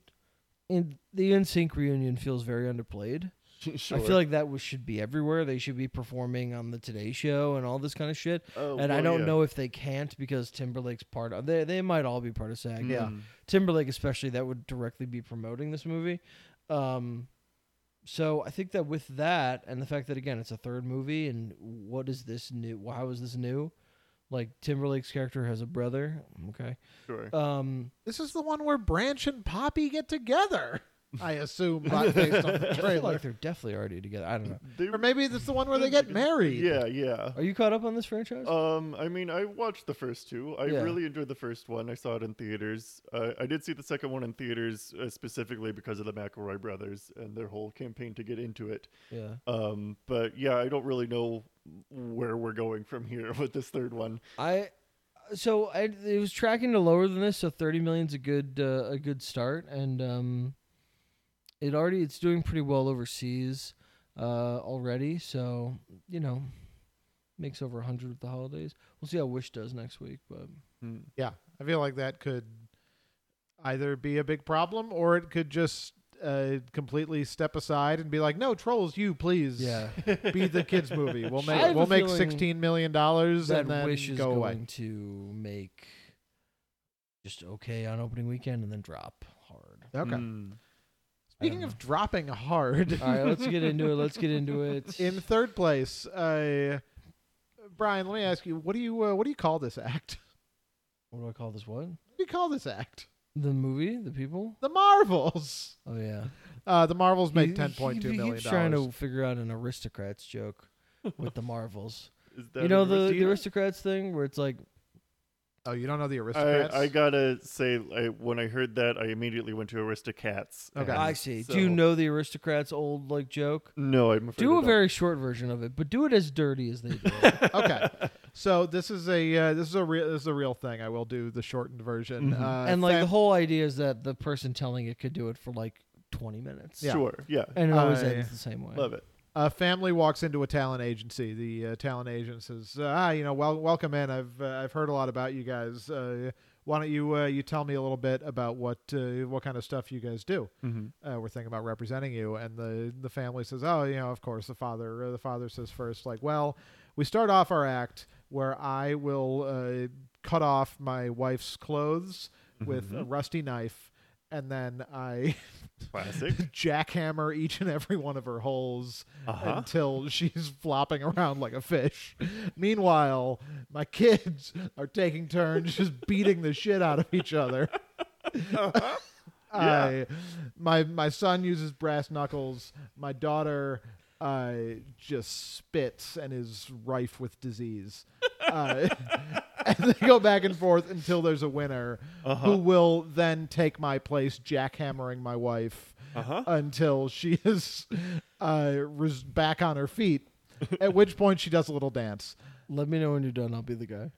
Speaker 1: in the NSYNC reunion feels very underplayed.
Speaker 3: sure.
Speaker 1: [laughs] I feel like that was, should be everywhere. They should be performing on the Today Show and all this kind of shit.
Speaker 3: Oh,
Speaker 1: and I
Speaker 3: well,
Speaker 1: don't
Speaker 3: yeah.
Speaker 1: know if they can't because Timberlake's part of they they might all be part of
Speaker 3: Hmm.
Speaker 1: SAG.
Speaker 2: Yeah.
Speaker 3: Mm,
Speaker 1: Timberlake especially that would directly be promoting this movie. Um, so I think that with that and the fact that again it's a third movie and what is this new? How is this new? Like Timberlake's character has a brother. Okay.
Speaker 3: Sure.
Speaker 1: Um,
Speaker 2: This is the one where Branch and Poppy get together. I assume, but based on
Speaker 1: [laughs]
Speaker 2: the [laughs]
Speaker 1: I feel
Speaker 2: trailer.
Speaker 1: like they're definitely already together. I don't know.
Speaker 3: They,
Speaker 2: Or maybe that's the one where they get married.
Speaker 3: yeah, yeah.
Speaker 1: Are you caught up on this franchise?
Speaker 3: Um, I mean, I watched the first two. I
Speaker 1: Yeah.
Speaker 3: really enjoyed the first one. I saw it in theaters. Uh, I did see the second one in theaters uh, specifically because of the McElroy brothers and their whole campaign to get into it.
Speaker 1: yeah.
Speaker 3: Um, but yeah, I don't really know where we're going from here [laughs] with this third one.
Speaker 1: I so I, it was tracking to lower than this, so thirty million's a good uh, a good start, and um, it already it's doing pretty well overseas uh, already. So you know, makes over hundred with the holidays. We'll see how Wish does next week, but
Speaker 3: Hmm.
Speaker 2: Yeah, I feel like that could either be a big problem or it could just uh, completely step aside and be like, "No, trolls, you please
Speaker 1: yeah,
Speaker 2: [laughs] be the kids movie. We'll
Speaker 1: [laughs] I have
Speaker 2: make
Speaker 1: a
Speaker 2: we'll make
Speaker 1: feeling
Speaker 2: sixteen million dollars
Speaker 1: that
Speaker 2: and then
Speaker 1: Wish is
Speaker 2: go
Speaker 1: going
Speaker 2: away."
Speaker 1: to make just okay on opening weekend and then drop hard.
Speaker 2: Okay.
Speaker 3: Hmm.
Speaker 2: Speaking
Speaker 1: know.
Speaker 2: of dropping
Speaker 1: [laughs]
Speaker 2: hard,
Speaker 1: All right, let's get into it. Let's get into [laughs] it.
Speaker 2: [laughs] in third place, uh, Brian, let me ask you, what do you uh, what do you call this act? [laughs]
Speaker 1: what do I call this? What
Speaker 2: What do you call this act?
Speaker 1: the movie? The people?
Speaker 2: The Marvels.
Speaker 1: Oh yeah.
Speaker 2: Uh, the Marvels
Speaker 1: He-
Speaker 2: make
Speaker 1: he-
Speaker 2: ten point two
Speaker 1: he
Speaker 2: million
Speaker 1: keeps trying to
Speaker 2: dollars.
Speaker 1: figure out an aristocrats joke with the Marvels.
Speaker 3: Is [laughs] that
Speaker 1: you know the, the
Speaker 3: Aristino?
Speaker 1: aristocrats thing where it's like
Speaker 2: Oh, you don't know the aristocrats?
Speaker 3: I, I gotta say, I, when I heard that, I immediately went to Aristocats.
Speaker 2: Okay.
Speaker 3: and
Speaker 1: I see. Do you
Speaker 3: so-
Speaker 1: know the aristocrats old like joke?
Speaker 3: No, I'm afraid. I
Speaker 1: Do a
Speaker 3: don't.
Speaker 1: very short version of it, but do it as dirty as they
Speaker 2: [laughs]
Speaker 1: do. it.
Speaker 2: okay. So this is a uh, this is a real this is a real thing. I will do the shortened version.
Speaker 3: Mhm.
Speaker 2: Uh,
Speaker 1: Mm-hmm. and like the
Speaker 2: fam-
Speaker 1: whole idea is that the person telling it could do it for like twenty minutes.
Speaker 2: Yeah.
Speaker 3: Sure. Yeah.
Speaker 1: And it always
Speaker 2: I
Speaker 1: ends the same way.
Speaker 3: Love it.
Speaker 2: a family walks into a talent agency. The uh, talent agent says, "Ah, you know, well, welcome in. I've uh, I've heard a lot about you guys. Uh, why don't you uh, you tell me a little bit about what uh, what kind of stuff you guys do?
Speaker 3: Mhm.
Speaker 2: Uh, we're thinking about representing you." And the the family says, "Oh, you know, of course." The father uh, the father says first, like, "Well, we start off our act where I will uh, cut off my wife's clothes with a rusty knife, and then I."
Speaker 3: Classic. [laughs]
Speaker 2: [laughs] jackhammer each and every one of her holes
Speaker 3: Uh-huh.
Speaker 2: until she's flopping around like a fish. Meanwhile, my kids are taking turns just beating the shit out of each other. I, my my son uses brass knuckles. My daughter uh, just spits and is rife with disease. Uh, [laughs] and they go back and forth until there's a winner who will then take my place, jackhammering my wife
Speaker 3: Uh-huh.
Speaker 2: until she [laughs] is uh, res- back on her feet. At which point she does a little dance.
Speaker 1: Let me know when you're done. I'll be the guy.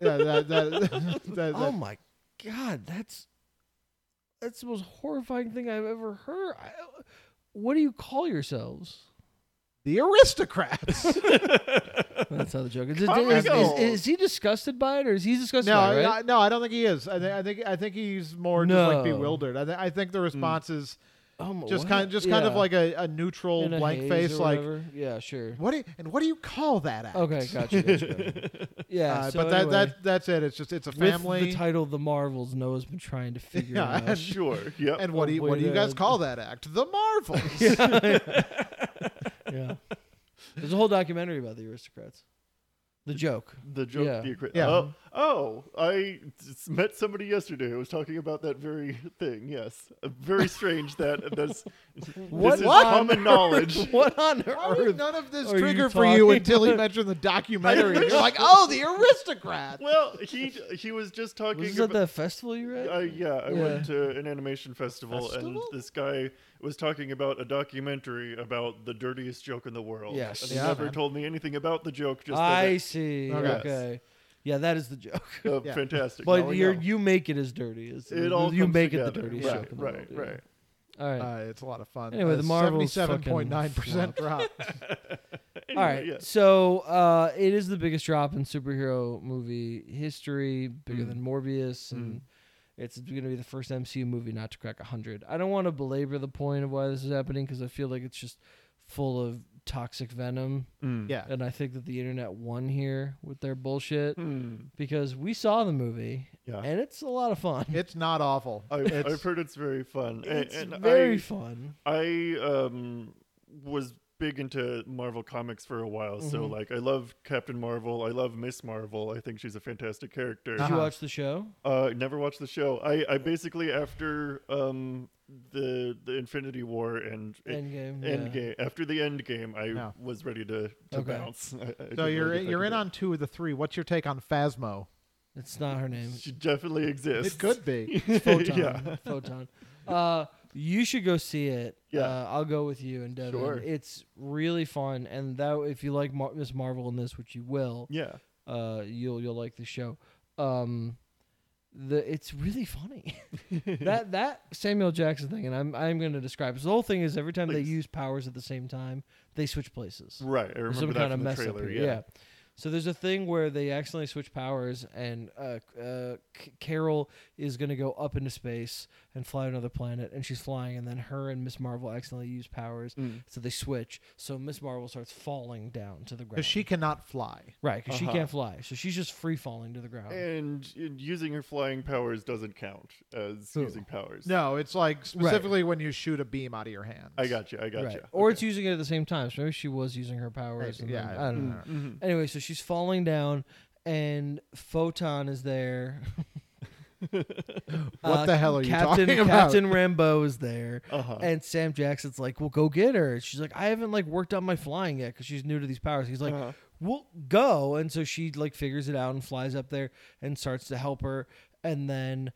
Speaker 2: Yeah, that, that, [laughs] that, that-
Speaker 1: Oh my god, that's that's the most horrifying thing I've ever heard. I, what do you call yourselves?
Speaker 2: the aristocrats. [laughs]
Speaker 1: That's how the joke is. Is,
Speaker 3: Comic
Speaker 1: is- is-
Speaker 3: gold.
Speaker 1: is he disgusted by it, or is he disgusted
Speaker 2: no,
Speaker 1: by it?
Speaker 2: I-
Speaker 1: Right?
Speaker 2: no, I don't think he is. I, thi- I think I think he's more just like
Speaker 1: No.
Speaker 2: bewildered. I, th- I think the response is
Speaker 1: Oh my-
Speaker 2: just
Speaker 1: what?
Speaker 2: kind just kind of
Speaker 1: Yeah.
Speaker 2: like a, a neutral
Speaker 1: In a
Speaker 2: blank
Speaker 1: haze
Speaker 2: face,
Speaker 1: or
Speaker 2: like
Speaker 1: whatever. yeah, sure.
Speaker 2: what? Do you, and what do you call that act?
Speaker 1: Okay, gotcha. gotcha,
Speaker 2: [laughs]
Speaker 1: gotcha. yeah,
Speaker 2: Uh,
Speaker 1: so
Speaker 2: but that
Speaker 1: anyway,
Speaker 2: that that's it. It's just it's a
Speaker 1: with
Speaker 2: family.
Speaker 1: the title "The Marvels," Noah's been trying
Speaker 2: [laughs]
Speaker 1: to figure
Speaker 2: Yeah,
Speaker 1: out.
Speaker 3: Sure. Yep.
Speaker 2: and what do you,
Speaker 1: Oh,
Speaker 2: what do
Speaker 1: boy,
Speaker 2: you guys
Speaker 1: that- [laughs]
Speaker 2: call that act? The Marvels.
Speaker 1: yeah, there's a whole documentary about the aristocrats. The joke.
Speaker 3: The joke.
Speaker 1: Yeah.
Speaker 3: The equi-
Speaker 2: Yeah.
Speaker 3: Oh, oh, I s- met somebody yesterday who was talking about that very thing. Yes, Uh, very
Speaker 1: [laughs]
Speaker 3: strange that that's
Speaker 1: What
Speaker 3: this is
Speaker 1: on
Speaker 3: common
Speaker 1: [laughs]
Speaker 3: knowledge.
Speaker 1: What on
Speaker 2: Why was
Speaker 1: earth?
Speaker 2: none of this
Speaker 1: are you
Speaker 2: trigger for you
Speaker 1: talking
Speaker 2: until
Speaker 1: [laughs]
Speaker 2: he
Speaker 1: about?
Speaker 2: mentioned the documentary? You're like, oh, the aristocrat.
Speaker 3: Well, he he was just talking.
Speaker 1: Was this at
Speaker 3: about-
Speaker 1: that festival you read?
Speaker 3: Uh, yeah, I
Speaker 1: Yeah.
Speaker 3: went to an animation festival,
Speaker 2: Festival?
Speaker 3: and this guy was talking about a documentary about the dirtiest joke in the world.
Speaker 1: Yes.
Speaker 3: and he
Speaker 2: Yeah,
Speaker 3: never
Speaker 2: man.
Speaker 3: told me anything about the joke. Just that
Speaker 1: I
Speaker 3: it-
Speaker 1: see.
Speaker 2: Okay.
Speaker 1: Okay. Yeah, that is the joke.
Speaker 2: [laughs]
Speaker 3: uh,
Speaker 2: Yeah.
Speaker 3: fantastic. Now
Speaker 1: But
Speaker 3: we
Speaker 1: you
Speaker 3: know.
Speaker 1: you make it as dirty as
Speaker 3: it all
Speaker 1: you
Speaker 3: comes
Speaker 1: make it the
Speaker 3: together.
Speaker 1: dirtiest
Speaker 3: right,
Speaker 1: joke in the
Speaker 3: right,
Speaker 1: world.
Speaker 3: right.
Speaker 1: All right.
Speaker 2: Uh, it's a lot of fun.
Speaker 1: Anyway, the Marvels
Speaker 2: seventy-seven point nine
Speaker 1: fucking [laughs]
Speaker 2: percent drop.
Speaker 1: All
Speaker 3: Anyway,
Speaker 1: right.
Speaker 3: yeah.
Speaker 1: So uh, it is the biggest drop in superhero movie history, bigger
Speaker 3: Mm.
Speaker 1: than Morbius, and it's going to be the first MCU movie not to crack 100. I don't want to belabor the point of why this is happening because I feel like it's just full of toxic venom,
Speaker 3: Mm.
Speaker 2: Yeah,
Speaker 1: and I think that the internet won here with their bullshit
Speaker 3: Mm.
Speaker 1: because we saw the movie
Speaker 3: Yeah.
Speaker 1: and it's a lot of fun.
Speaker 2: it's not awful.
Speaker 3: I,
Speaker 2: It's-
Speaker 3: I've heard it's very fun. A-
Speaker 1: It's
Speaker 3: and
Speaker 1: very
Speaker 3: I,
Speaker 1: fun.
Speaker 3: I um was big into Marvel comics for a while, so like I love Captain Marvel. I love Miss Marvel. I think she's a fantastic character.
Speaker 1: Did you
Speaker 2: Uh-huh.
Speaker 1: watch the show?
Speaker 3: Uh, never watched the show. I, I basically after um the the Infinity War and
Speaker 1: Endgame.
Speaker 3: Endgame
Speaker 1: yeah.
Speaker 3: after the end game, I
Speaker 2: Yeah.
Speaker 3: was ready to, to
Speaker 1: Okay.
Speaker 3: bounce. [laughs] I, I didn't
Speaker 2: So
Speaker 3: really
Speaker 2: you're
Speaker 3: get back
Speaker 2: you're in
Speaker 3: into
Speaker 2: on two of the three. What's your take on Phasmo?
Speaker 1: It's not her
Speaker 3: it.
Speaker 1: name.
Speaker 3: She definitely exists.
Speaker 2: It
Speaker 1: [laughs]
Speaker 2: could be.
Speaker 1: It's Photon.
Speaker 3: [laughs] yeah.
Speaker 1: Photon. Uh, you should go see it.
Speaker 3: Yeah.
Speaker 1: Uh, I'll go with you and Devin.
Speaker 3: Sure.
Speaker 1: It's really fun, and that if you like Mar- Miss Marvel in this, which you will,
Speaker 3: Yeah.
Speaker 1: uh, you'll you'll like the show. Um, the it's really funny. [laughs] that that Samuel Jackson thing, and I'm I'm going to describe. So the whole thing is every time
Speaker 3: Please.
Speaker 1: they use powers at the same time, they switch places.
Speaker 3: Right. I remember
Speaker 1: There's some
Speaker 3: that
Speaker 1: kind
Speaker 3: from
Speaker 1: of
Speaker 3: the
Speaker 1: mess
Speaker 3: trailer.
Speaker 1: up here.
Speaker 3: yeah.
Speaker 1: Yeah. So there's a thing where they accidentally switch powers, and uh, uh, C- Carol is gonna go up into space and fly to another planet, and she's flying, and then her and Miss Marvel accidentally use powers,
Speaker 3: Mm.
Speaker 1: so they switch. So Miss Marvel starts falling down to the ground.
Speaker 2: Because she cannot fly.
Speaker 1: right, 'cause
Speaker 3: Uh-huh. Eh,
Speaker 1: she can't fly, so she's just free falling to the ground.
Speaker 3: And, and using her flying powers doesn't count as
Speaker 1: Who?
Speaker 3: using powers.
Speaker 2: No, it's like specifically when you shoot a beam out of your hand.
Speaker 3: I got you. I got
Speaker 1: right,
Speaker 3: you.
Speaker 1: or it's using it at the same time. So maybe she was using her powers.
Speaker 2: Maybe,
Speaker 1: and then-
Speaker 2: yeah,
Speaker 1: I don't
Speaker 2: mm.
Speaker 1: know. Anyway, so she's falling down, and Photon is there. [laughs] Uh,
Speaker 2: What the hell are you
Speaker 1: Captain,
Speaker 2: talking about?
Speaker 1: Captain Rambo is there,
Speaker 3: Uh huh.
Speaker 1: and Sam Jackson's like, "Well, go get her." And she's like, "I haven't like worked on my flying yet because she's new to these powers." He's like,
Speaker 3: Uh-huh.
Speaker 1: "Well, go," and so she like figures it out and flies up there and starts to help her, and then.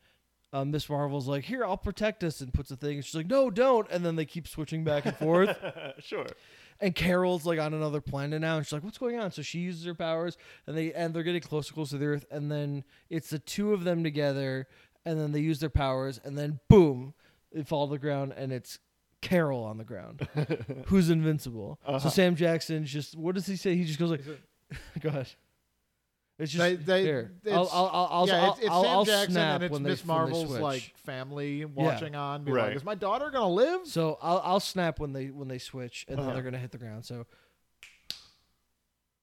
Speaker 1: Uh, Miss Marvel's like, here, I'll protect us, and puts a thing. And she's like, no, don't. And then they keep switching back and forth.
Speaker 3: [laughs] sure.
Speaker 1: And Carol's like on another planet now, and she's like, "What's going on?" So she uses her powers, and they and they're getting closer, closer to the Earth, and then it's the two of them together, and then they use their powers, and then boom, they fall to the ground, and it's Carol on the
Speaker 2: [laughs]
Speaker 1: ground, who's invincible.
Speaker 2: Uh-huh.
Speaker 1: So Sam Jackson's just what does he say? He just goes like, [laughs] "Go ahead." It's just
Speaker 2: They- they-
Speaker 1: there.
Speaker 2: it's-
Speaker 1: I'll, I'll, I'll, I'll,
Speaker 2: yeah, it's, it's
Speaker 1: I'll,
Speaker 2: Sam
Speaker 1: I'll
Speaker 2: Jackson
Speaker 1: snap
Speaker 2: and it's
Speaker 1: when they-
Speaker 2: Miss
Speaker 1: when they
Speaker 2: Marvel's
Speaker 1: switch.
Speaker 2: like family watching on. Be
Speaker 3: Right.
Speaker 2: Like, is my daughter gonna live?
Speaker 1: So I'll, I'll snap when they when they switch, and
Speaker 3: Uh-huh.
Speaker 1: then they're gonna hit the ground. So,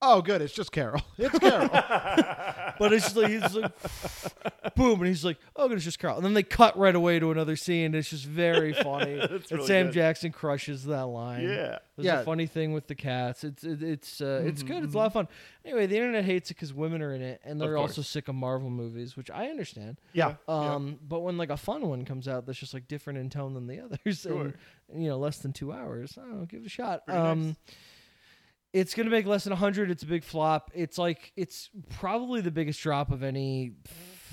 Speaker 2: Oh, good. It's just Carol. [laughs] It's Carol.
Speaker 1: [laughs] but it's just like he's just like. boom, and he's like, [laughs] "Oh, it's just Carl." And then they cut right away to another scene. and It's just
Speaker 3: [laughs]
Speaker 1: very funny.
Speaker 3: That's
Speaker 1: and
Speaker 3: really
Speaker 1: Sam
Speaker 3: good.
Speaker 1: Jackson crushes that line.
Speaker 3: Yeah.
Speaker 1: there's
Speaker 2: Yeah.
Speaker 1: a funny thing with the cats. It's it, it's uh, it's good. It's a lot of fun. Anyway, the internet hates it because women are in it, and they're also
Speaker 3: Mm-hmm. course.
Speaker 1: sick of Marvel movies, which I understand.
Speaker 2: yeah.
Speaker 3: Yeah.
Speaker 1: Um, but when like a fun one comes out that's just like different in tone than the [laughs] others,
Speaker 3: Sure.
Speaker 1: and you know less than two hours, I don't know, give it a shot.
Speaker 3: Pretty
Speaker 1: um,
Speaker 3: nice.
Speaker 1: it's gonna make less than hundred. It's a big flop. It's like it's probably the biggest drop of any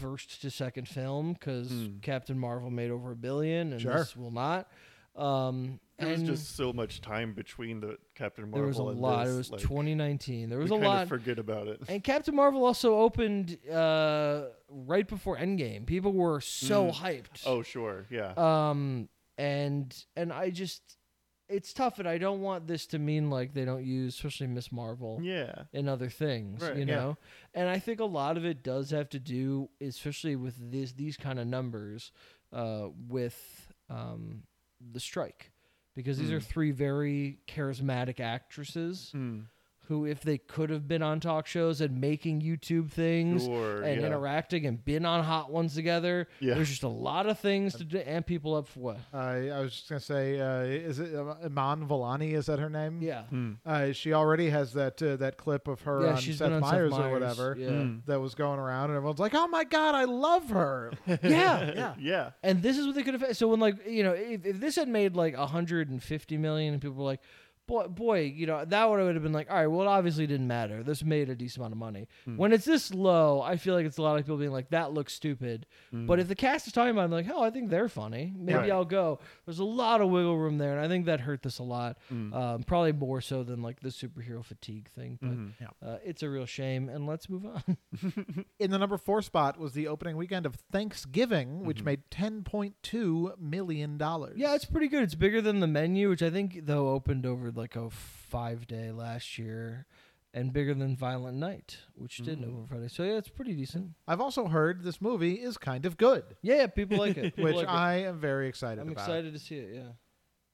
Speaker 1: first to second film because
Speaker 3: Mm.
Speaker 1: Captain Marvel made over a billion, and
Speaker 2: Sure.
Speaker 1: this will not. Um,
Speaker 3: There was
Speaker 1: and
Speaker 3: just so much time between the Captain Marvel.
Speaker 1: there was a
Speaker 3: and
Speaker 1: lot.
Speaker 3: This.
Speaker 1: It was
Speaker 3: like,
Speaker 1: 2019. There was
Speaker 3: we
Speaker 1: a
Speaker 3: kind
Speaker 1: lot.
Speaker 3: Of forget about it.
Speaker 1: And Captain Marvel also opened uh, right before Endgame. People were so
Speaker 3: Mm.
Speaker 1: hyped.
Speaker 3: [laughs] Oh sure. Yeah.
Speaker 1: Um, and and I just, it's tough, and I don't want this to mean like they don't use, especially Miss Marvel
Speaker 3: yeah.
Speaker 1: and other things,
Speaker 3: Right,
Speaker 1: you
Speaker 2: yeah.
Speaker 1: know. And I think a lot of it does have to do, especially with these these kind of numbers, uh, with um, the strike, because these are
Speaker 3: Mm.
Speaker 1: three very charismatic actresses
Speaker 3: Mm.
Speaker 1: who, if they could have been on talk shows and making YouTube things.
Speaker 3: Mm. Sure.
Speaker 1: And
Speaker 3: yeah.
Speaker 1: interacting and been on hot ones together.
Speaker 3: Yeah.
Speaker 1: There's just a lot of things to do and people up for what?
Speaker 2: [laughs] I I was just gonna say, uh, is it uh, Iman Vellani? Is that her name?
Speaker 1: Yeah.
Speaker 3: Mm.
Speaker 2: Uh, she already has that uh, that clip of her
Speaker 1: yeah,
Speaker 2: on
Speaker 1: she's
Speaker 2: Seth
Speaker 1: been on
Speaker 2: Meyers
Speaker 1: Seth
Speaker 2: or
Speaker 1: Meyers.
Speaker 2: whatever Hmm.
Speaker 1: Yeah.
Speaker 3: Mm.
Speaker 2: that was going around, and everyone's like, "Oh my god, I
Speaker 1: [laughs]
Speaker 2: love her." [laughs]
Speaker 1: Yeah.
Speaker 2: Yeah.
Speaker 3: Yeah.
Speaker 1: And this is what they could have. So when like you know, if, if this had made like 150 million, and people were like, boy, boy, you know, that would have been like, all right, well, it obviously didn't matter. This made a decent amount of money. When it's this low, I feel like it's a lot of people being like, that looks stupid. But if the cast is talking about, it, I'm like, oh, I think they're funny. Maybe
Speaker 3: Right.
Speaker 1: I'll go. There's a lot of wiggle room there, and I think that hurt this a lot. Um, probably more so than like the superhero fatigue thing. But
Speaker 3: Mhm.
Speaker 1: uh, it's a real shame. And let's move on. [laughs]
Speaker 2: In the number four spot was the opening weekend of Thanksgiving, which made ten point two million dollars.
Speaker 1: Mm-hmm. Yeah, it's pretty good. It's bigger than the menu, which I think though opened over like a five day last year, and bigger than Violent Night, which didn't open Friday. So yeah, it's pretty decent.
Speaker 2: I've also heard this movie is kind of good,
Speaker 1: Yeah, yeah people like it. [laughs] People
Speaker 2: which
Speaker 1: like it.
Speaker 2: I am very excited
Speaker 1: I'm
Speaker 2: about.
Speaker 1: excited to see it. Yeah.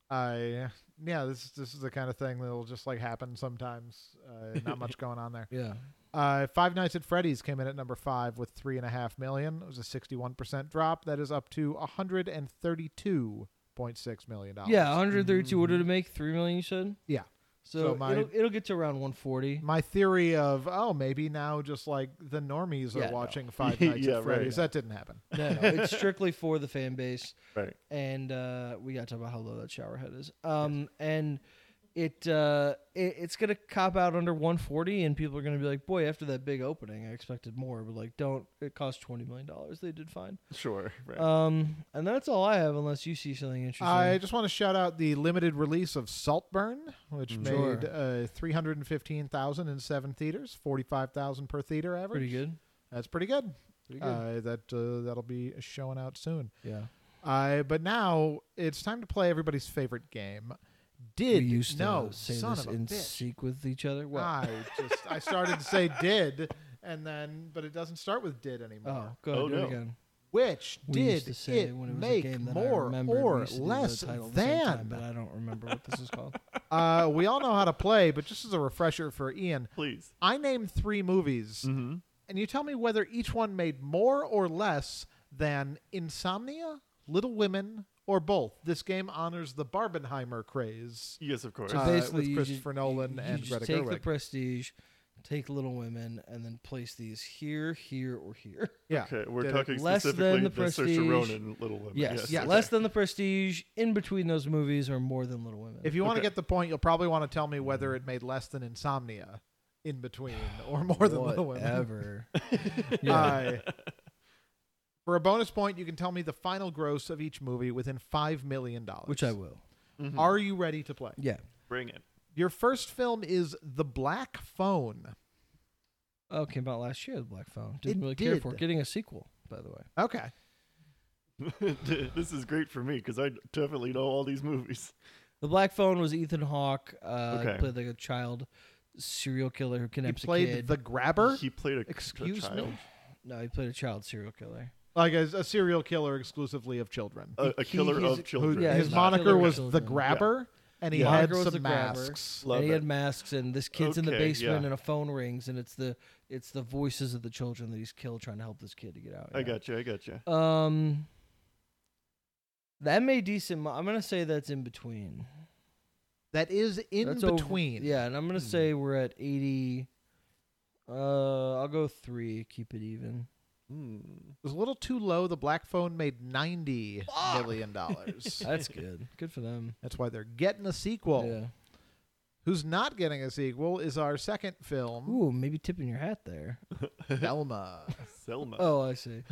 Speaker 2: I yeah, this this is the kind of thing that'll just like happen sometimes. Uh, not
Speaker 1: [laughs]
Speaker 2: much going on there.
Speaker 1: Yeah.
Speaker 2: Uh, Five Nights at Freddy's came in at number five with three and a half million. It was a sixty-one percent drop. That is up to one hundred and thirty-two point six million dollars.
Speaker 1: Mm-hmm. Yeah, 132. What did it make? Three million, you said.
Speaker 2: Yeah.
Speaker 1: So,
Speaker 2: So my-
Speaker 1: it'll, it'll get to around
Speaker 2: [laughs]
Speaker 1: 140.
Speaker 2: My theory of oh maybe now just like the normies are
Speaker 1: Yeah, no. [laughs]
Speaker 2: watching Five Nights
Speaker 3: Yeah,
Speaker 2: at
Speaker 3: right.
Speaker 2: Freddy's. That didn't happen.
Speaker 1: No, no, it's strictly for the fan base.
Speaker 3: Right.
Speaker 1: And uh, we got to talk about how low that shower head is. Um, and it, uh, it it's gonna cop out under 140, and people are gonna be like, "Boy, after that big opening, I expected more." But like, don't. It cost 20 million dollars. They did fine.
Speaker 3: Sure. Right.
Speaker 1: Um, and that's all I have, unless you see something interesting.
Speaker 2: I just want to shout out the limited release of Saltburn, which
Speaker 1: Mm. Sure.
Speaker 2: made uh, three hundred and fifteen thousand in seven theaters, forty five thousand per theater average.
Speaker 1: pretty good.
Speaker 2: That's pretty good.
Speaker 1: Pretty good.
Speaker 2: Uh, that uh, that'll be showing out soon.
Speaker 1: yeah.
Speaker 2: Uh, but now it's time to play everybody's favorite game. Did
Speaker 1: we used to
Speaker 2: no
Speaker 1: say
Speaker 2: son
Speaker 1: this
Speaker 2: of a
Speaker 1: in
Speaker 2: bitch. Ah.
Speaker 1: sync with each other. What?
Speaker 2: I just I started to say did, and then but it doesn't start with did anymore.
Speaker 1: oh, go ahead,
Speaker 3: Oh,
Speaker 1: do
Speaker 3: no.
Speaker 1: it again.
Speaker 2: Which
Speaker 1: We used
Speaker 2: did
Speaker 1: to say
Speaker 2: it
Speaker 1: when it was
Speaker 2: make
Speaker 1: a game that I
Speaker 2: more
Speaker 1: remembered, we
Speaker 2: or
Speaker 1: used to do the
Speaker 2: less
Speaker 1: title at the same time, but
Speaker 2: than?
Speaker 1: I don't remember what this is called.
Speaker 2: Uh, we all know how to play, but just as a refresher for Ian,
Speaker 3: Please.
Speaker 2: I name three movies,
Speaker 3: Mm-hmm.
Speaker 2: and you tell me whether each one made more or less than Insomnia, Little Women, or both. This game honors the Barbenheimer craze.
Speaker 3: Yes, of course.
Speaker 1: So
Speaker 2: Uh,
Speaker 1: basically,
Speaker 2: with
Speaker 1: you
Speaker 2: Christopher
Speaker 1: just- you-
Speaker 2: Nolan
Speaker 1: you
Speaker 2: and
Speaker 1: just
Speaker 2: Greta
Speaker 1: take the
Speaker 2: Gerwig.
Speaker 1: Prestige, take Little Women, and then place these here, here, or here.
Speaker 2: Yeah.
Speaker 3: okay, we're
Speaker 2: Did it
Speaker 3: talking
Speaker 1: less than
Speaker 3: specifically
Speaker 1: the
Speaker 3: the, Saoirse
Speaker 1: Prestige?
Speaker 3: Ronan Little Women.
Speaker 1: Yes,
Speaker 2: [laughs]
Speaker 3: Yes.
Speaker 2: yes.
Speaker 3: okay.
Speaker 1: less than the Prestige. In between those movies, or more than Little Women.
Speaker 2: If you want to
Speaker 3: Okay.
Speaker 2: get
Speaker 3: Mm-hmm.
Speaker 2: the point, you'll probably want to tell me whether it made less than Insomnia in between or more than Little Women. [laughs]
Speaker 1: Whatever. yeah. [laughs]
Speaker 2: Uh, for a bonus point, you can tell me the final gross of each movie within $5 million.
Speaker 1: which I hmm. will.
Speaker 3: Mhm.
Speaker 2: Are you ready to play?
Speaker 1: Yeah.
Speaker 3: Bring it.
Speaker 2: Your first film is The Black Phone.
Speaker 1: Oh, came out last year. The Black Phone. Didn't
Speaker 2: It
Speaker 1: really care for
Speaker 2: did.
Speaker 1: it. Getting a sequel, by the way.
Speaker 2: Okay.
Speaker 3: [laughs] this is great for me because I definitely know all these movies.
Speaker 1: The Black Phone was Ethan Hawke. Uh,
Speaker 3: Okay.
Speaker 1: Played like a child serial killer who
Speaker 2: He
Speaker 1: kidnaps a
Speaker 2: played
Speaker 1: kid.
Speaker 2: The Grabber.
Speaker 3: He played a a
Speaker 2: Excuse
Speaker 3: child.
Speaker 2: me?
Speaker 1: no, he played a child serial killer.
Speaker 2: Like a, a serial killer exclusively of children.
Speaker 3: A, a
Speaker 1: He-
Speaker 3: killer
Speaker 1: he's-
Speaker 3: of children.
Speaker 2: Who-
Speaker 1: yeah,
Speaker 2: his
Speaker 1: he's a
Speaker 2: moniker
Speaker 1: killer
Speaker 2: was
Speaker 1: children.
Speaker 2: The
Speaker 1: Yeah.
Speaker 2: Grabber, and he
Speaker 1: Yeah.
Speaker 2: had
Speaker 1: Moniker was
Speaker 2: some
Speaker 1: The Grabber.
Speaker 2: masks.
Speaker 3: Love
Speaker 1: and he
Speaker 3: it.
Speaker 1: had masks, and this kid's in the
Speaker 3: Okay,
Speaker 1: basement,
Speaker 3: yeah.
Speaker 1: and a phone rings, and it's the it's the voices of the children that he's killed trying to help this kid to get out.
Speaker 3: I got you. I got you.
Speaker 1: you. know? Um, that may decent. mo- I'm gonna say that's in between.
Speaker 2: That is in
Speaker 1: That's over-
Speaker 2: between.
Speaker 1: yeah, and I'm gonna
Speaker 3: Hmm.
Speaker 1: say we're at 80. Uh, I'll go three. Keep it
Speaker 3: [laughs]
Speaker 1: even.
Speaker 3: Mm.
Speaker 2: It was a little too low. The Black Phone made ninety million
Speaker 1: Fuck. [laughs]
Speaker 2: dollars.
Speaker 1: That's good. good for them.
Speaker 2: That's why they're getting a sequel.
Speaker 1: yeah.
Speaker 2: Who's not getting a sequel is our second film,
Speaker 1: Ooh, maybe tipping your hat there.
Speaker 3: Uh,
Speaker 1: [laughs]
Speaker 2: Velma.
Speaker 3: Selma.
Speaker 1: Oh, I
Speaker 3: [laughs]
Speaker 1: see.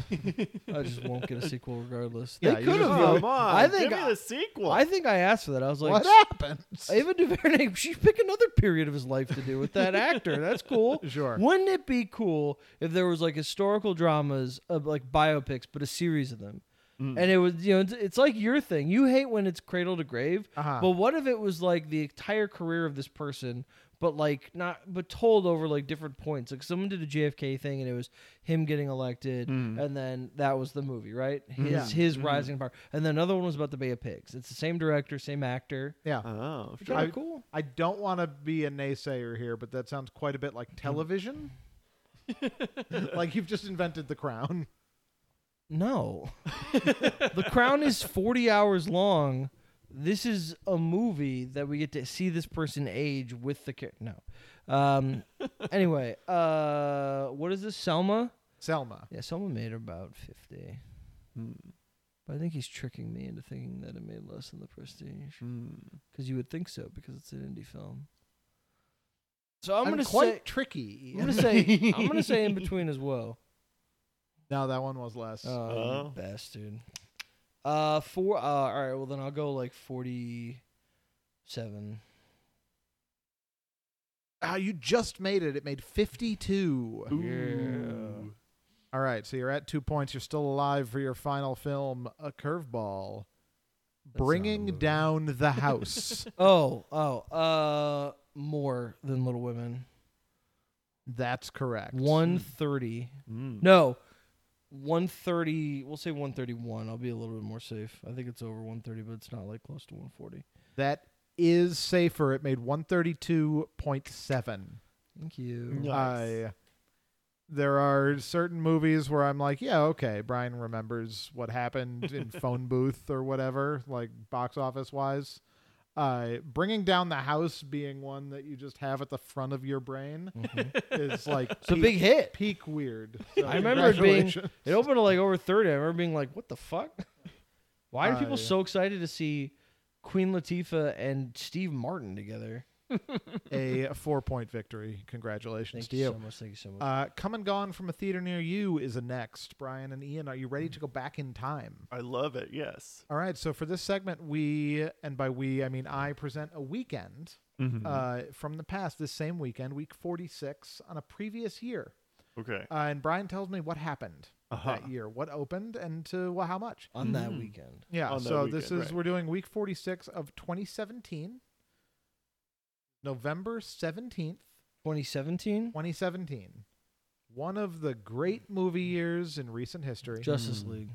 Speaker 1: I just won't get a sequel regardless.
Speaker 2: Yeah,
Speaker 1: they
Speaker 2: you
Speaker 1: could
Speaker 2: just-
Speaker 1: have.
Speaker 2: Oh,
Speaker 1: though.
Speaker 3: Come on.
Speaker 1: I think
Speaker 3: give me
Speaker 1: I,
Speaker 3: the sequel.
Speaker 1: I think I asked for that. I was like,
Speaker 2: what
Speaker 1: [laughs]
Speaker 2: happened?
Speaker 1: Ava DuVernay, [laughs] she pick another period of his life to do with
Speaker 2: [laughs]
Speaker 1: that actor. That's cool.
Speaker 2: Sure.
Speaker 1: Wouldn't it be cool if there was like historical dramas of like biopics, but a series of them?
Speaker 3: Mm.
Speaker 1: And it was, you know, it's, it's like your thing. You hate when it's cradle to grave,
Speaker 2: Uh-huh.
Speaker 1: but what if it was like the entire career of this person, but like not, but told over like different points? Like someone did a JFK thing, and it was him getting elected, and then that was the movie, right? His
Speaker 2: Mm. Yeah. Mm-hmm.
Speaker 1: his rising power, and then another one was about the Bay of Pigs. It's the same director, same actor.
Speaker 2: yeah.
Speaker 3: oh,
Speaker 1: It's
Speaker 3: sure.
Speaker 1: kinda cool.
Speaker 2: I don't want to be a naysayer here, but that sounds quite a bit
Speaker 1: Mm. [laughs]
Speaker 2: like television. like you've just invented the crown. [laughs]
Speaker 1: No. [laughs] the Crown is 40 hours long. This is a movie that we get to see this person age with the character. No. Um, [laughs] anyway, uh, what is this? Selma?
Speaker 2: Selma.
Speaker 1: Yeah, Selma made about 50.
Speaker 3: Hmm.
Speaker 1: But I think he's tricking me into thinking that it made less than the prestige.
Speaker 3: Mm.
Speaker 1: Because you would think so, because it's an indie film. So I'm,
Speaker 2: I'm
Speaker 1: gonna
Speaker 2: quite
Speaker 1: say
Speaker 2: tricky.
Speaker 1: I'm gonna say I'm gonna say in between as well.
Speaker 2: no, that one was less.
Speaker 1: Oh, you
Speaker 3: Oh.
Speaker 1: bastard. Uh, four. Uh, all right. Well, then I'll go like forty-seven.
Speaker 2: Ah, you just made it. It made fifty-two.
Speaker 3: Ooh.
Speaker 2: All right, so you're at two points. You're still alive for your final film, A Curveball.
Speaker 1: That's not a
Speaker 2: Bringing
Speaker 1: movie.
Speaker 2: Down the
Speaker 1: [laughs]
Speaker 2: House.
Speaker 1: Oh, oh. Uh, more than Little Women.
Speaker 2: That's correct.
Speaker 1: One thirty.
Speaker 3: Mm.
Speaker 1: No, one thirty. We'll say one thirty-one. I'll be a little bit more safe. I think it's over one thirty, but it's not like close to one forty.
Speaker 2: That is safer. It made 132.7.
Speaker 1: Thank you.
Speaker 3: Yeah. Nice.
Speaker 2: I there are certain movies where I'm like, yeah, okay, Brian
Speaker 1: [laughs]
Speaker 2: remembers what happened in phone booth or whatever, like box office wise. Uh, bringing down the house being one that you just have at the front of your brain [laughs] is like
Speaker 1: It's a big hit.
Speaker 2: peak weird. So
Speaker 1: Mm-hmm. I remember it being.
Speaker 2: congratulations.
Speaker 1: It opened to like over thirty. I remember being like, "What the fuck? [laughs] Why are
Speaker 2: Uh,
Speaker 1: people
Speaker 2: yeah.
Speaker 1: so excited to see Queen Latifah and Steve Martin together?"
Speaker 2: a four point victory. Congratulations
Speaker 1: Thank
Speaker 2: to
Speaker 1: you
Speaker 2: you.
Speaker 1: so much. Thank you so much.
Speaker 2: Uh, Come and Gone from a Theater Near You is a next. Brian and Ian, are you ready
Speaker 3: Mm.
Speaker 2: to go back in time?
Speaker 3: I love it. Yes.
Speaker 2: All right, so for this segment, we, and by we, I mean I, present a weekend
Speaker 1: Mm-hmm.
Speaker 2: uh,
Speaker 3: Mm-hmm.
Speaker 2: from the past, this same weekend, week 46, on a previous year.
Speaker 3: Okay.
Speaker 2: Uh, and Brian tells me what happened
Speaker 1: Uh,
Speaker 3: Uh-huh.
Speaker 2: that year, what opened, and to well, how much.
Speaker 1: on that weekend,
Speaker 2: Yeah,
Speaker 3: On that
Speaker 2: so this is,
Speaker 3: weekend, right.
Speaker 2: we're doing week 46 of 2017, November 17th,
Speaker 1: 2017,
Speaker 2: 2017. One of the great movie years in recent history.
Speaker 1: Justice League.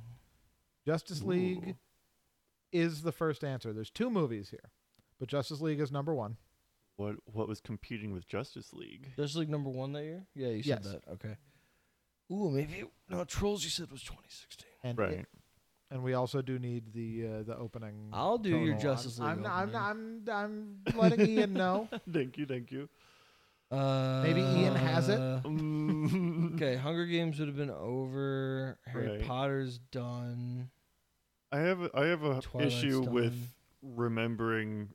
Speaker 2: Justice League
Speaker 3: Ooh.
Speaker 2: is the first answer. There's two movies here, but Justice League is number one.
Speaker 3: What what was competing with Justice League? [laughs]
Speaker 1: Justice League number one that year. Yeah, you said
Speaker 2: Yes.
Speaker 1: that. Okay. Ooh, maybe it, no trolls. You said was 2016.
Speaker 2: And
Speaker 3: Right.
Speaker 2: it- and we also do need the uh, the opening.
Speaker 1: I'll do your
Speaker 2: tonal.
Speaker 1: Justice League.
Speaker 2: I'm, I'm,
Speaker 1: opening.
Speaker 2: I'm, I'm, I'm letting
Speaker 1: [laughs]
Speaker 2: Ian know.
Speaker 3: thank you. Thank you.
Speaker 1: Uh,
Speaker 2: Maybe Ian has it?
Speaker 3: Mm.
Speaker 1: Okay, Hunger Games would have been over. Harry
Speaker 3: Right.
Speaker 1: Potter's done.
Speaker 3: I have a, I have a
Speaker 1: Twilight's
Speaker 3: issue with
Speaker 1: done.
Speaker 3: remembering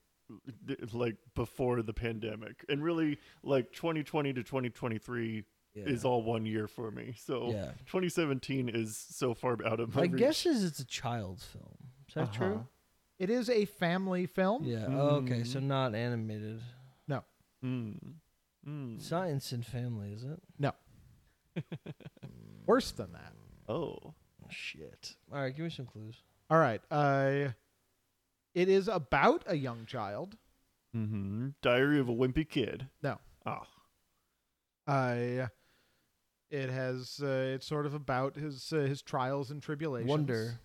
Speaker 3: th- like before the pandemic and really like 2020 to 2023
Speaker 1: Yeah.
Speaker 3: is all one year for me so [laughs]
Speaker 1: Yeah.
Speaker 3: 2017 is so far out of my
Speaker 1: My
Speaker 3: reach.
Speaker 1: guess is it's a child's film. Is that
Speaker 2: Uh-huh.
Speaker 1: true?
Speaker 2: It is a family film.
Speaker 1: Yeah.
Speaker 2: Mm.
Speaker 1: Okay, so not animated.
Speaker 3: Mm. Mm.
Speaker 1: Science and Family, is it?
Speaker 2: Worse than that.
Speaker 3: oh
Speaker 1: Shit. All right, give me some clues.
Speaker 2: All right. Uh, it is about a young child.
Speaker 3: hmm diary of a wimpy kid
Speaker 2: No.
Speaker 3: ah
Speaker 2: Uh, it has. Uh, it's sort of about his uh, his trials and
Speaker 1: [laughs]
Speaker 2: tribulations.
Speaker 1: Wonder.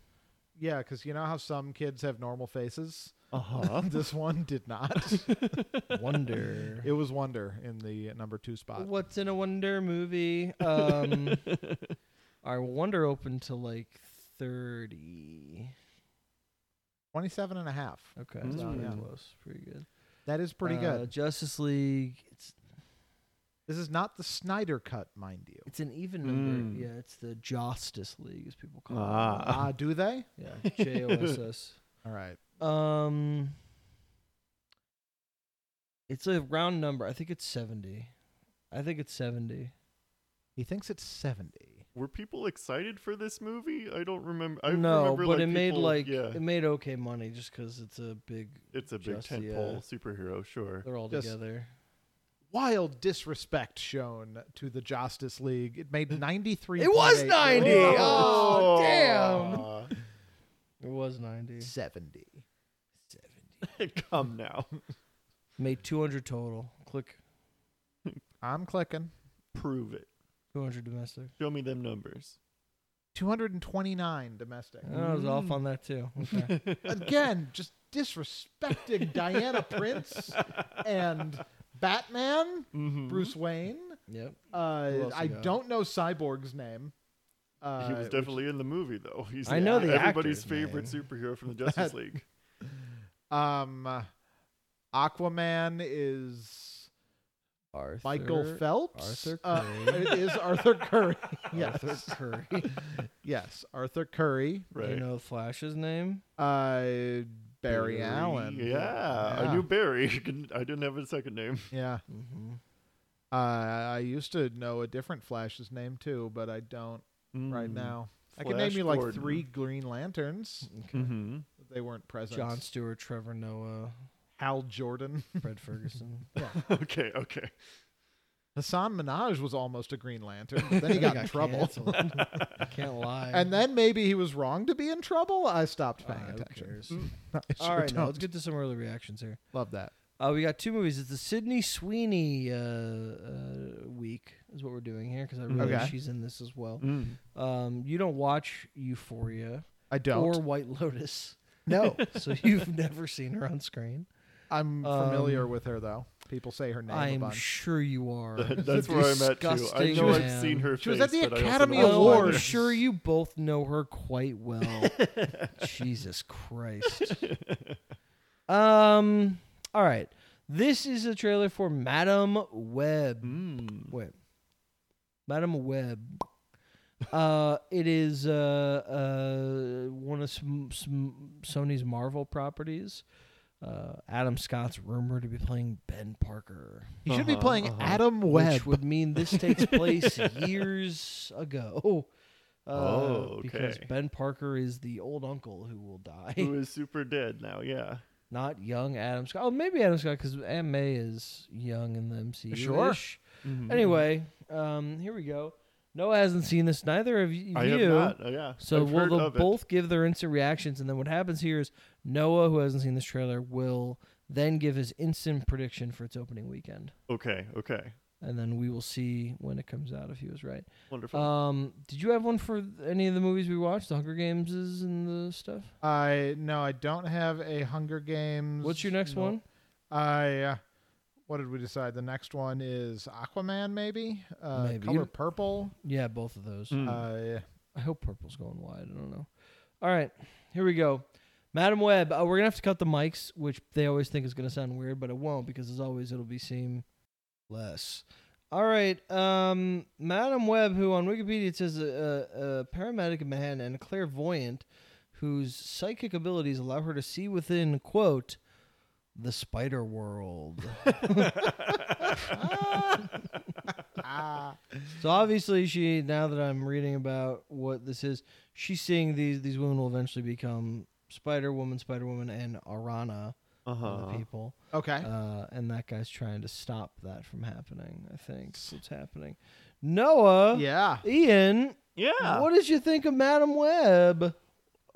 Speaker 2: Yeah, because you know how some kids have normal faces.
Speaker 3: uh-huh
Speaker 2: This one did [laughs] not.
Speaker 1: Wonder.
Speaker 2: it was Wonder in the number two spot.
Speaker 1: What's in a Wonder movie?
Speaker 3: [laughs]
Speaker 1: Um, all right, Wonder opened to like 30.
Speaker 2: 27 and a half.
Speaker 1: Okay, that's
Speaker 3: Mm.
Speaker 1: pretty
Speaker 2: Yeah.
Speaker 1: close. Pretty good.
Speaker 2: That is pretty
Speaker 1: Uh,
Speaker 2: good.
Speaker 1: Justice League. It's
Speaker 2: This is not the Snyder cut, mind [laughs] you.
Speaker 1: it's an even number.
Speaker 3: Mm.
Speaker 1: Yeah, it's the Justice League, as people call
Speaker 3: Ah.
Speaker 2: Ah, do they?
Speaker 1: it. Yeah, J O S S.
Speaker 2: [laughs] All right.
Speaker 1: Um, it's a round number. I think it's seventy. I think it's seventy.
Speaker 2: He thinks it's 70.
Speaker 3: [laughs] were people excited for this movie i don't remember i
Speaker 1: no,
Speaker 3: remember,
Speaker 1: but
Speaker 3: like,
Speaker 1: it made
Speaker 3: people-
Speaker 1: like
Speaker 3: yeah
Speaker 1: it made okay money just because it's a big.
Speaker 3: it's a big
Speaker 1: just,
Speaker 3: tentpole
Speaker 1: yeah.
Speaker 3: superhero sure
Speaker 1: They're all
Speaker 2: Just-
Speaker 1: together.
Speaker 2: Wild disrespect shown to the Justice League. It made 93.
Speaker 1: It was 90.
Speaker 2: million.
Speaker 1: Oh,
Speaker 3: Whoa.
Speaker 1: It was
Speaker 2: Oh!
Speaker 1: ninety.
Speaker 2: 70.
Speaker 1: Seventy.
Speaker 3: [laughs] come now
Speaker 1: Made two hundred total. Click
Speaker 2: I'm clicking.
Speaker 3: prove it
Speaker 1: two hundred domestic.
Speaker 3: show me them numbers
Speaker 2: 229 domestic. [laughs]
Speaker 1: I was off
Speaker 3: Mm.
Speaker 1: on that too. Okay.
Speaker 2: Again, just disrespecting Diana [laughs] Prince and Batman,
Speaker 3: Mhm.
Speaker 2: Bruce Wayne.
Speaker 1: [laughs] yep. Who
Speaker 2: Uh,
Speaker 1: else
Speaker 2: I
Speaker 1: you got?
Speaker 2: don't know Cyborg's name. Uh,
Speaker 3: he was
Speaker 2: which-
Speaker 3: definitely in the movie though. He's
Speaker 1: I know the
Speaker 3: everybody's
Speaker 1: actor's
Speaker 3: favorite
Speaker 1: name.
Speaker 3: superhero from the Justice League.
Speaker 2: um, Aquaman is
Speaker 1: Arthur.
Speaker 2: Michael Phelps.
Speaker 1: Arthur
Speaker 2: Uh,
Speaker 1: Curry.
Speaker 2: it is Arthur Curry. yes,
Speaker 1: [laughs] Arthur Curry.
Speaker 2: [laughs] yes, Arthur Curry.
Speaker 1: Do
Speaker 3: Right.
Speaker 1: you know Flash's name?
Speaker 2: Uh, Barry, Allen.
Speaker 3: Yeah, I knew Barry. [laughs] I didn't have a second name.
Speaker 2: Yeah,
Speaker 1: Mm-hmm.
Speaker 2: uh, I used to know a different Flash's name too, but I don't right
Speaker 1: Hmm.
Speaker 3: Mm.
Speaker 2: now. I can
Speaker 3: Flash
Speaker 2: name you like
Speaker 3: Gordon.
Speaker 2: three Green Lanterns.
Speaker 3: Mhm.
Speaker 2: but They weren't present.
Speaker 1: John Stewart, Trevor Noah,
Speaker 2: Hal Jordan.
Speaker 1: Fred [laughs] Ferguson.
Speaker 3: [laughs] Okay, okay.
Speaker 2: Hassan Minaj was almost a Green Lantern. But
Speaker 1: [laughs]
Speaker 2: then he got in trouble.
Speaker 1: canceled. I can't lie.
Speaker 2: [laughs] And then maybe he was wrong to be in trouble. I stopped
Speaker 1: Ah,
Speaker 2: paying
Speaker 1: who
Speaker 2: attention.
Speaker 1: cares?
Speaker 2: [laughs] I
Speaker 1: All
Speaker 2: sure
Speaker 1: right, now
Speaker 2: don't.
Speaker 1: let's get to some early reactions here.
Speaker 2: Love that.
Speaker 1: Uh, we got two movies. It's the Sydney Sweeney uh, uh, week is what we're doing here because I realize
Speaker 2: Okay.
Speaker 1: she's in this as well.
Speaker 3: Mm.
Speaker 1: Um, you don't watch Euphoria
Speaker 2: I don't.
Speaker 1: or White Lotus,
Speaker 2: [laughs] no,
Speaker 1: so you've [laughs] never seen her on screen.
Speaker 2: I'm
Speaker 1: [laughs] Um,
Speaker 2: familiar with her though. People say her name a
Speaker 1: I'm
Speaker 2: bunch.
Speaker 1: sure you are.
Speaker 3: That- [laughs] that's where I'm at too. I
Speaker 1: Disgusting
Speaker 3: know I've
Speaker 1: man.
Speaker 3: seen her.
Speaker 2: She was at
Speaker 3: face,
Speaker 2: the
Speaker 3: but I also
Speaker 2: Academy
Speaker 3: don't
Speaker 1: Oh,
Speaker 3: remember.
Speaker 1: I'm
Speaker 2: Awards.
Speaker 1: sure you both
Speaker 3: [laughs]
Speaker 1: know her quite well. Jesus Christ. Um. All right. This is a trailer for Madam Web.
Speaker 3: [laughs] Mm.
Speaker 1: Wait. Madam Web. Uh, it is uh, uh, one of some, some Sony's Marvel properties. Uh, Adam Scott's rumored to be playing Ben Parker,
Speaker 2: He should be
Speaker 3: Uh-huh,
Speaker 2: playing
Speaker 3: uh-huh.
Speaker 2: Adam Webb.
Speaker 1: which would mean this takes
Speaker 3: [laughs]
Speaker 1: place years ago. Uh,
Speaker 3: Oh,
Speaker 1: Because
Speaker 3: okay.
Speaker 1: Ben Parker is the old uncle who will die. [laughs]
Speaker 3: Who is super dead now? Yeah.
Speaker 1: not young Adam Scott. Oh, maybe Adam Scott because Aunt May is young in the MCU.
Speaker 2: Sure.
Speaker 3: Mm-hmm.
Speaker 1: Anyway, um, here we go. Noah hasn't seen this. Neither of y-
Speaker 3: I
Speaker 1: you.
Speaker 3: have not. Oh, yeah.
Speaker 1: So
Speaker 3: I've
Speaker 1: we'll
Speaker 3: heard
Speaker 1: they'll
Speaker 3: of it.
Speaker 1: both give their instant reactions, and then what happens here is Noah, who hasn't seen this trailer, will then give his instant prediction for its opening weekend,
Speaker 3: Okay. Okay.
Speaker 1: and then we will see when it comes out if he was right.
Speaker 3: Wonderful.
Speaker 1: Um, did you have one for th- any of the movies we watched, the Hunger Games and the stuff?
Speaker 2: I no, I don't have a Hunger Games.
Speaker 1: What's your next
Speaker 2: no.
Speaker 1: one?
Speaker 2: I. Uh, what did we decide? The next one is Aquaman, maybe. Uh,
Speaker 1: Maybe.
Speaker 2: Color purple.
Speaker 1: Yeah, both of those.
Speaker 3: Mm.
Speaker 2: Uh,
Speaker 1: I hope purple's going wide. I don't know. All right, here we go. Madam Web, uh, we're gonna have to cut the mics, which they always think is gonna sound weird, but it won't because as always it'll be seem less. All right, um, Madam Web, who on Wikipedia it says a, a, a paramedic man and a clairvoyant whose psychic abilities allow her to see within quote the spider world.
Speaker 2: ah,
Speaker 1: So obviously, she now that I'm reading about what this is, she's seeing these these women will eventually become Spider Woman, Spider Woman, and Arana are
Speaker 3: Uh-huh.
Speaker 1: the people,
Speaker 2: okay.
Speaker 1: uh, and that guy's trying to stop that from happening. I think is what's happening. Noah,
Speaker 2: yeah.
Speaker 1: Ian,
Speaker 3: Yeah.
Speaker 1: what did you think of Madam Web?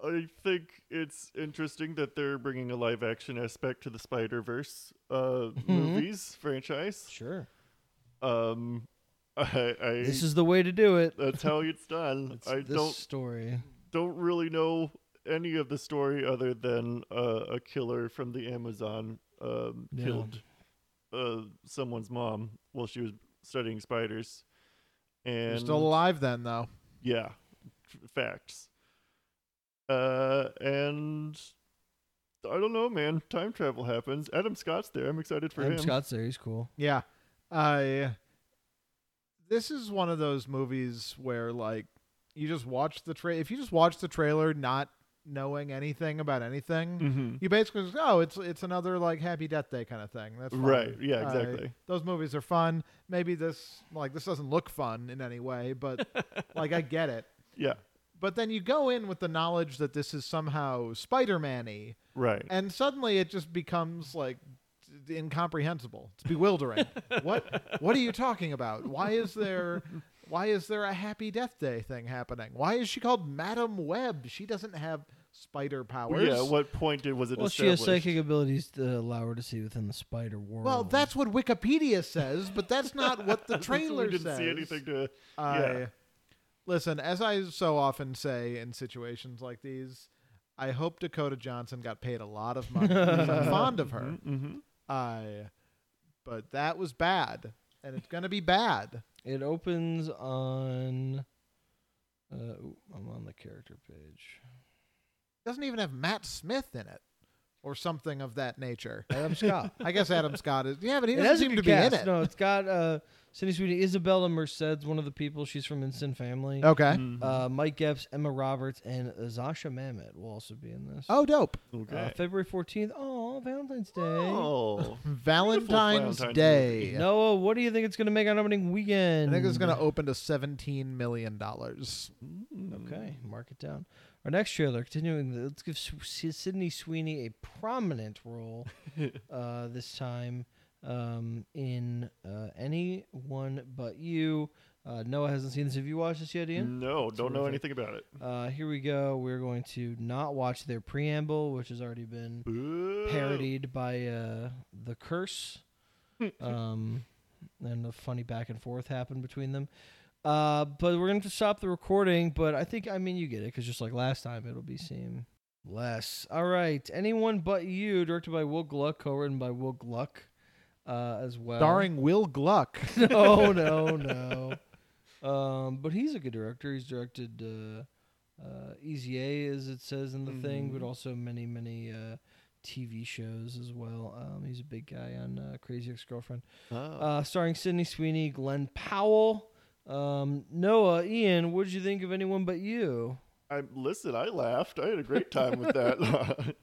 Speaker 3: I think it's interesting that they're bringing a live action aspect to the Spider Verse uh,
Speaker 1: Mm-hmm.
Speaker 3: movies franchise.
Speaker 1: Sure,
Speaker 3: Um, I, I
Speaker 1: this is the way to do it.
Speaker 3: that's how it's done.
Speaker 1: [laughs] It's
Speaker 3: Uh, I
Speaker 1: this
Speaker 3: don't
Speaker 1: story.
Speaker 3: don't really know any of the story other than uh, a killer from the Amazon um,
Speaker 1: Yeah.
Speaker 3: killed uh, someone's mom while she was studying spiders.
Speaker 2: You're
Speaker 3: And
Speaker 2: still alive then, though.
Speaker 3: yeah, f- facts. Uh, and I don't know, man. Time travel happens. Adam Scott's there. I'm excited for
Speaker 1: Adam
Speaker 3: him.
Speaker 1: Scott's there. He's cool.
Speaker 2: Yeah. I this is one of those movies where like you just watch the tra- if you just watch the trailer not knowing anything about anything,
Speaker 3: Mhm.
Speaker 2: you basically just, oh, it's it's another like happy death day kind of thing. That's fine.
Speaker 3: Right. Yeah.
Speaker 2: I-
Speaker 3: Exactly.
Speaker 2: those movies are fun. Maybe this like this doesn't look fun in any way,
Speaker 3: [laughs]
Speaker 2: but like I get it.
Speaker 3: yeah.
Speaker 2: But then you go in with the knowledge that this is somehow Spider-Man-y
Speaker 3: Right.
Speaker 2: and suddenly it just becomes like incomprehensible it's
Speaker 3: [laughs]
Speaker 2: bewildering what what are you talking about why is there why is there a happy death day thing happening why is she called madam web she doesn't have spider powers
Speaker 3: yeah. What point did was it?
Speaker 1: Well, she has
Speaker 3: established?
Speaker 1: psychic abilities to allow her to see within the spider world.
Speaker 2: well that's what wikipedia says but that's not what
Speaker 3: [laughs]
Speaker 2: the
Speaker 3: We
Speaker 2: trailer
Speaker 3: didn't
Speaker 2: says
Speaker 3: see anything to.
Speaker 2: I-
Speaker 3: yeah.
Speaker 2: listen as i so often say in situations like these i hope dakota johnson got paid a lot of money 'cause
Speaker 3: [laughs]
Speaker 2: i'm fond of her
Speaker 3: Mm-hmm.
Speaker 2: I, but that was bad, and it's gonna be bad.
Speaker 1: It opens on. Uh, ooh, I'm on the character page.
Speaker 2: It doesn't even have Matt Smith in it, or something of that nature.
Speaker 1: Adam [laughs] Scott.
Speaker 2: I guess Adam Scott is. Yeah, but he
Speaker 1: It
Speaker 2: doesn't
Speaker 1: has a
Speaker 2: seem
Speaker 1: good
Speaker 2: to
Speaker 1: cast.
Speaker 2: be in it.
Speaker 1: No, it's got uh, Cindy Sweeney, Isabella Merced's one of the people. She's from Instant Family.
Speaker 2: Okay.
Speaker 3: mm-hmm.
Speaker 1: Uh, Mike Epps, Emma Roberts, and uh, Zasha Mamet will also be in this.
Speaker 2: Oh, dope.
Speaker 1: Uh,
Speaker 3: okay.
Speaker 1: February 14th. Oh, Valentine's Day.
Speaker 3: Oh.
Speaker 2: Valentine's,
Speaker 3: Valentine's
Speaker 2: Day.
Speaker 1: Noah, what do you think it's going to make on opening
Speaker 2: I
Speaker 1: weekend?
Speaker 2: think it's gonna open to seventeen million dollars.
Speaker 1: Okay, mark it down. Our next trailer, continuing, the, let's give Sw- Sy- Sydney Sweeney a prominent role uh, this time um, in uh, Anyone But You. Uh, Noah hasn't seen this. Have you watched this yet, Ian?
Speaker 3: No, don't know
Speaker 1: Terrific.
Speaker 3: anything about it.
Speaker 1: Uh, here we go. We're going to not watch their preamble, which has already been
Speaker 3: Boo.
Speaker 1: parodied by uh, The Curse. um, and a funny back and forth happened between them. Uh, but we're going to stop the recording. But I think, I mean, you get it because just like last time, it'll be seem less. All right. Anyone but you, directed by Will Gluck, co written by Will Gluck uh, as well.
Speaker 2: Starring Will Gluck.
Speaker 1: Oh, no, no, no. Um, but he's a good director. He's directed uh, uh, Easy A, as it says in the thing, but also many, many uh, TV shows as well. Um, he's a big guy on uh, Crazy Ex-Girlfriend,
Speaker 3: Oh.
Speaker 1: uh, starring Sidney Sweeney, Glenn Powell, um, Noah, Ian. What did you think of anyone but you?
Speaker 3: I listen. I laughed. I had a great time with that. [laughs]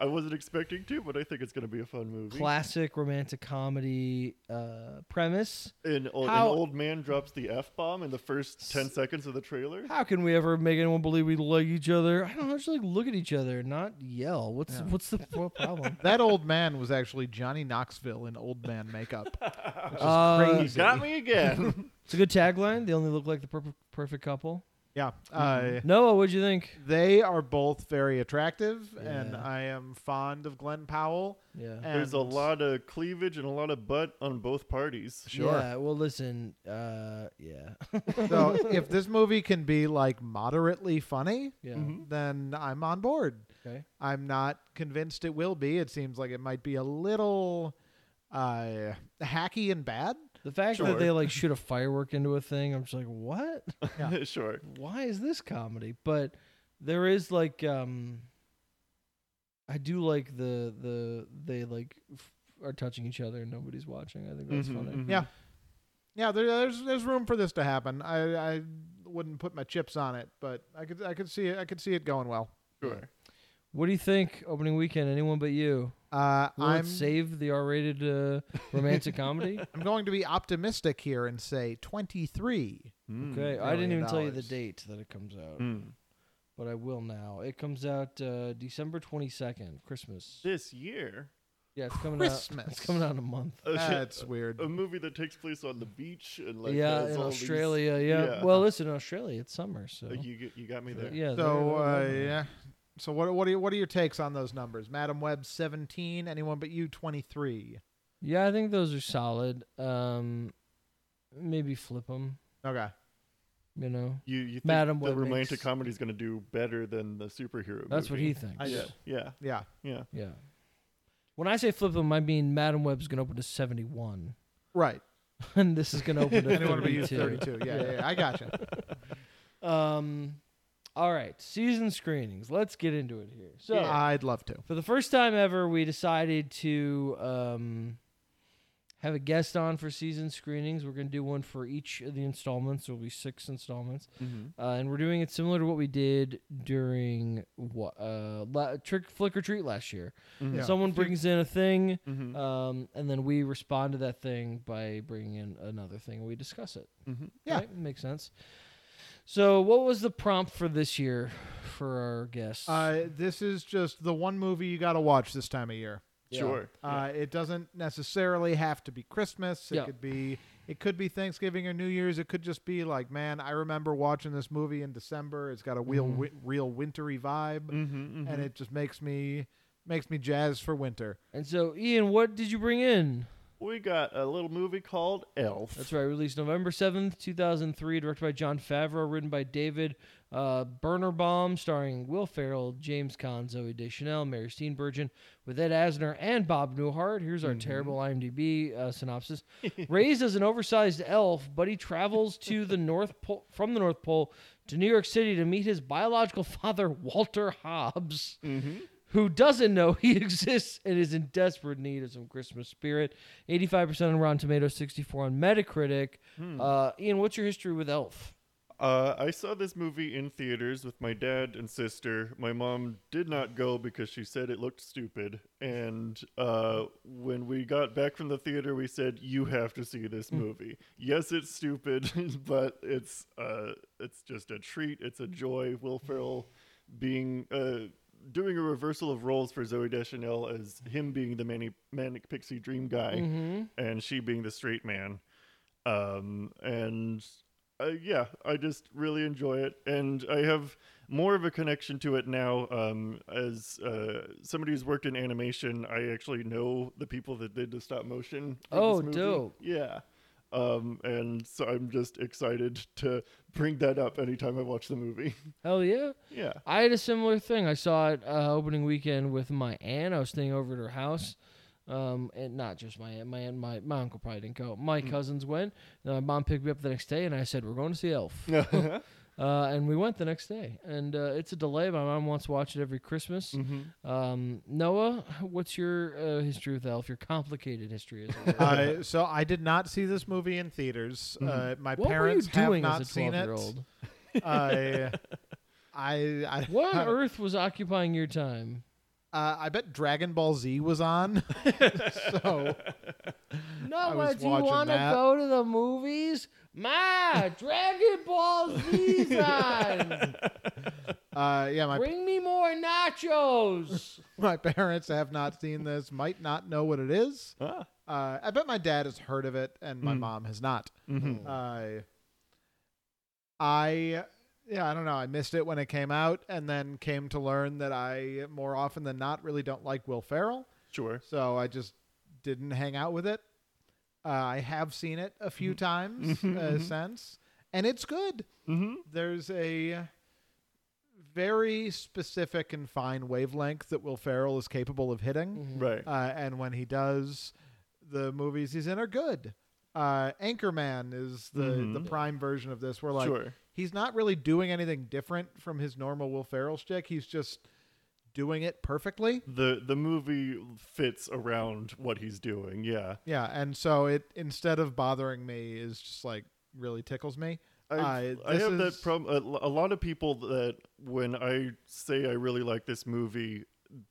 Speaker 3: I wasn't expecting to, but I think it's going to be a fun movie.
Speaker 1: Classic romantic comedy uh, premise.
Speaker 3: an, o- an
Speaker 1: How-
Speaker 3: old man drops the f bomb in the first ten seconds of the trailer.
Speaker 1: How can we ever make anyone believe we like each other? I don't know, just like look at each other, not yell. What's
Speaker 2: Yeah.
Speaker 1: what's
Speaker 2: [laughs]
Speaker 1: the what problem?
Speaker 2: That old man was actually Johnny Knoxville in old man makeup. Which is
Speaker 1: Uh,
Speaker 2: crazy.
Speaker 3: You got me again.
Speaker 1: It's a good tagline. They only look like the perfect perfect couple. Mm-hmm.
Speaker 2: Yeah. Uh,
Speaker 1: Noah, what'd you think?
Speaker 2: they are both very attractive, and
Speaker 1: Yeah.
Speaker 2: I am fond of Glenn Powell.
Speaker 1: Yeah.
Speaker 2: [laughs] And
Speaker 3: There's a lot of cleavage and a lot of butt on both parties. [laughs]
Speaker 2: Sure.
Speaker 1: Yeah, well, listen. Uh, yeah.
Speaker 2: So if this movie can be like moderately funny,
Speaker 1: [laughs] yeah.
Speaker 3: Mhm.
Speaker 2: then I'm on board.
Speaker 1: Okay.
Speaker 2: I'm not convinced it will be. It seems like it might be a little uh, hacky and bad.
Speaker 1: The fact
Speaker 3: Sure.
Speaker 1: that they like shoot a firework into a thing, I'm just like, what?
Speaker 2: Yeah.
Speaker 3: sure.
Speaker 1: Why is this comedy? But there is like, um, I do like the the they like f- are touching each other and nobody's watching. I think that's
Speaker 3: Mhm,
Speaker 1: funny.
Speaker 3: mhm.
Speaker 2: Yeah. Yeah, there, there's there's room for this to happen. I, I wouldn't put my chips on it, but I could I could see it I could see it going well.
Speaker 3: Sure.
Speaker 1: What do you think? Opening weekend, anyone but you.
Speaker 2: Uh,
Speaker 1: Will
Speaker 2: I'm
Speaker 1: it save the R-rated uh, romantic comedy?
Speaker 2: I'm going to be optimistic here and say 23.
Speaker 3: Mm.
Speaker 1: Okay, I didn't
Speaker 2: Million
Speaker 1: even tell you the
Speaker 2: dollars.
Speaker 1: date that it comes out,
Speaker 3: Mm.
Speaker 1: but I will now. It comes out uh, December twenty second, Christmas.
Speaker 3: This year,
Speaker 1: Yeah, it's coming
Speaker 2: Christmas.
Speaker 1: out. It's coming out in a month.
Speaker 3: a,
Speaker 2: That's weird.
Speaker 3: a movie that takes place on the beach and like
Speaker 1: yeah,
Speaker 3: has
Speaker 1: in
Speaker 3: all these-
Speaker 1: Australia. yeah.
Speaker 3: yeah.
Speaker 1: Well, listen, in Australia, it's summer, so
Speaker 3: Uh, you get- you got me there.
Speaker 1: yeah.
Speaker 2: So
Speaker 1: they're-
Speaker 2: uh,
Speaker 1: they're-
Speaker 2: yeah. So what what are your, what are your takes on those numbers? Madam Web 17, anyone but you 23.
Speaker 1: yeah, I think those are solid. Um, maybe flip them.
Speaker 2: Okay.
Speaker 1: You know,
Speaker 3: You you think
Speaker 1: Madam
Speaker 3: the
Speaker 1: Web
Speaker 3: romantic
Speaker 1: makes-
Speaker 3: comedy is going to do better than the superhero?
Speaker 1: that's what
Speaker 3: movie.
Speaker 1: he thinks.
Speaker 2: I
Speaker 3: yeah,
Speaker 2: do.
Speaker 3: yeah,
Speaker 2: Yeah.
Speaker 3: yeah.
Speaker 1: Yeah. When I say flip them, I mean Madam Web's gonna open to seventy one,
Speaker 2: Right.
Speaker 1: [laughs] and this is gonna open to
Speaker 2: [laughs] Anyone but you
Speaker 1: 32.
Speaker 2: 32. Yeah, yeah, yeah. I got you.
Speaker 1: Um, all right, season screenings. Let's get into it here. So,
Speaker 2: I'd love to.
Speaker 1: for the first time ever, we decided to um, have a guest on for season screenings. We're going to do one for each of the installments. There will be six installments,
Speaker 3: Mhm.
Speaker 1: uh, and we're doing it similar to what we did during what uh, la- trick flick or treat last year.
Speaker 3: Mhm.
Speaker 2: Yeah.
Speaker 1: Someone brings in a thing.
Speaker 3: Mhm.
Speaker 1: Um, and then we respond to that thing by bringing in another thing and we discuss it.
Speaker 3: Mhm.
Speaker 2: Yeah.
Speaker 1: Right? Makes sense. So, what was the prompt for this year for our guests?
Speaker 2: Uh, this is just the one movie you got to watch this time of year.
Speaker 1: Yeah.
Speaker 3: Sure. Yeah.
Speaker 2: Uh, It doesn't necessarily have to be Christmas. It
Speaker 1: Yeah.
Speaker 2: could be it could be Thanksgiving or New Year's. It could just be like, man, I remember watching this movie in December. It's got a real wi- real wintry vibe,
Speaker 3: Mhm, mhm.
Speaker 2: and it just makes me makes me jazz for winter.
Speaker 1: And so, Ian, what did you bring in?
Speaker 3: we got a little movie called Elf.
Speaker 1: That's right, released November 7th, 2003, directed by John Favreau, written by David uh, Burner Bomb, starring Will Ferrell, James Caan, Zoe Deschanel, Mary Steenburgen, with Ed Asner and Bob Newhart. Here's our terrible IMDb uh, synopsis. Raised as an oversized elf, Buddy travels to the North Pole from the North Pole to New York City to meet his biological [laughs] father, Walter Hobbs who doesn't know he [laughs] exists and is in desperate need of some Christmas spirit. 85% on Rotten Tomatoes, 64 on Metacritic. Uh, Ian, what's your history with Elf?
Speaker 3: Uh, I saw this movie in theaters with my dad and sister. My mom did not go because she said it looked stupid. And uh, when we got back from the theater, we said, "You have to see this movie. yes, it's stupid, [laughs] but it's uh, it's just a treat. It's a joy." Will Ferrell being uh, doing a reversal of roles for Zoe Deschanel as him being the manic, manic pixie dream guy
Speaker 1: Mm-hmm.
Speaker 3: and she being the straight man. Um, and uh, yeah, I just really enjoy it, and I have more of a connection to it now. Um, as uh, somebody who's worked in animation, I actually know the people that did the stop motion. for this
Speaker 1: Oh,
Speaker 3: movie.
Speaker 1: dope.
Speaker 3: Yeah. Um, and so I'm just excited to bring that up anytime I watch the movie. [laughs]
Speaker 1: Hell yeah.
Speaker 3: yeah.
Speaker 1: I had a similar thing. I saw it uh, opening weekend with my aunt. I was staying over at her house. Um, and not just my aunt, my aunt, my, my Uh, uncle probably didn't go. My cousins went. And my mom picked me up the next day, and I said, "We're going to see Elf." Uh, and we went the next day, and uh, it's a delay. My mom wants to watch it every Christmas.
Speaker 3: Mm-hmm.
Speaker 1: Um, Noah, what's your uh, history with Elf? Your complicated history,
Speaker 2: [laughs]
Speaker 1: as it were. [laughs]
Speaker 2: uh, so I did not see this movie in theaters. Uh, my
Speaker 1: Mm-hmm. what were you
Speaker 2: parents
Speaker 1: doing
Speaker 2: have not
Speaker 1: as a
Speaker 2: seen it.
Speaker 1: twelve-year-old?
Speaker 2: [laughs] I, I, I, [laughs]
Speaker 1: What
Speaker 2: I,
Speaker 1: on earth was occupying your time?
Speaker 2: Uh, I bet Dragon Ball Z was on. [laughs] so I
Speaker 1: Noah,
Speaker 2: was
Speaker 1: do you
Speaker 2: watching
Speaker 1: want to
Speaker 2: that.
Speaker 1: go to the movies? Ma, Dragon Ball
Speaker 2: [laughs]
Speaker 1: Z's on.
Speaker 2: uh, yeah, my
Speaker 1: Bring me more
Speaker 2: [laughs]
Speaker 1: nachos.
Speaker 2: my parents have not seen this, might not know what it is.
Speaker 3: [laughs] Ah.
Speaker 2: Uh, I bet my dad has heard of it, and my
Speaker 3: Mm.
Speaker 2: mom has not.
Speaker 3: Mhm.
Speaker 2: Uh, I yeah, I don't know. I missed it when it came out, and then came to learn that I more often than not really don't like Will Ferrell.
Speaker 3: Sure.
Speaker 2: so I just didn't hang out with it. Uh, I have seen it a few times
Speaker 3: Mhm,
Speaker 2: uh,
Speaker 3: mhm.
Speaker 2: since, and it's good.
Speaker 3: Mm-hmm.
Speaker 2: There's a very specific and fine wavelength that Will Ferrell is capable of hitting,
Speaker 3: Right.
Speaker 2: uh, and when he does, the movies he's in are good. Uh, Anchorman is the the
Speaker 3: Mhm.
Speaker 2: prime version of this. Where like
Speaker 3: sure.
Speaker 2: he's not really doing anything different from his normal Will Ferrell shtick. He's just doing it perfectly.
Speaker 3: The the movie fits around what he's doing. Yeah.
Speaker 2: Yeah, and so it instead of bothering me is just like really tickles me.
Speaker 3: I've-
Speaker 2: Uh,
Speaker 3: I
Speaker 2: this
Speaker 3: have
Speaker 2: is-
Speaker 3: that problem. A, lo- a lot of people that when I say I really like this movie,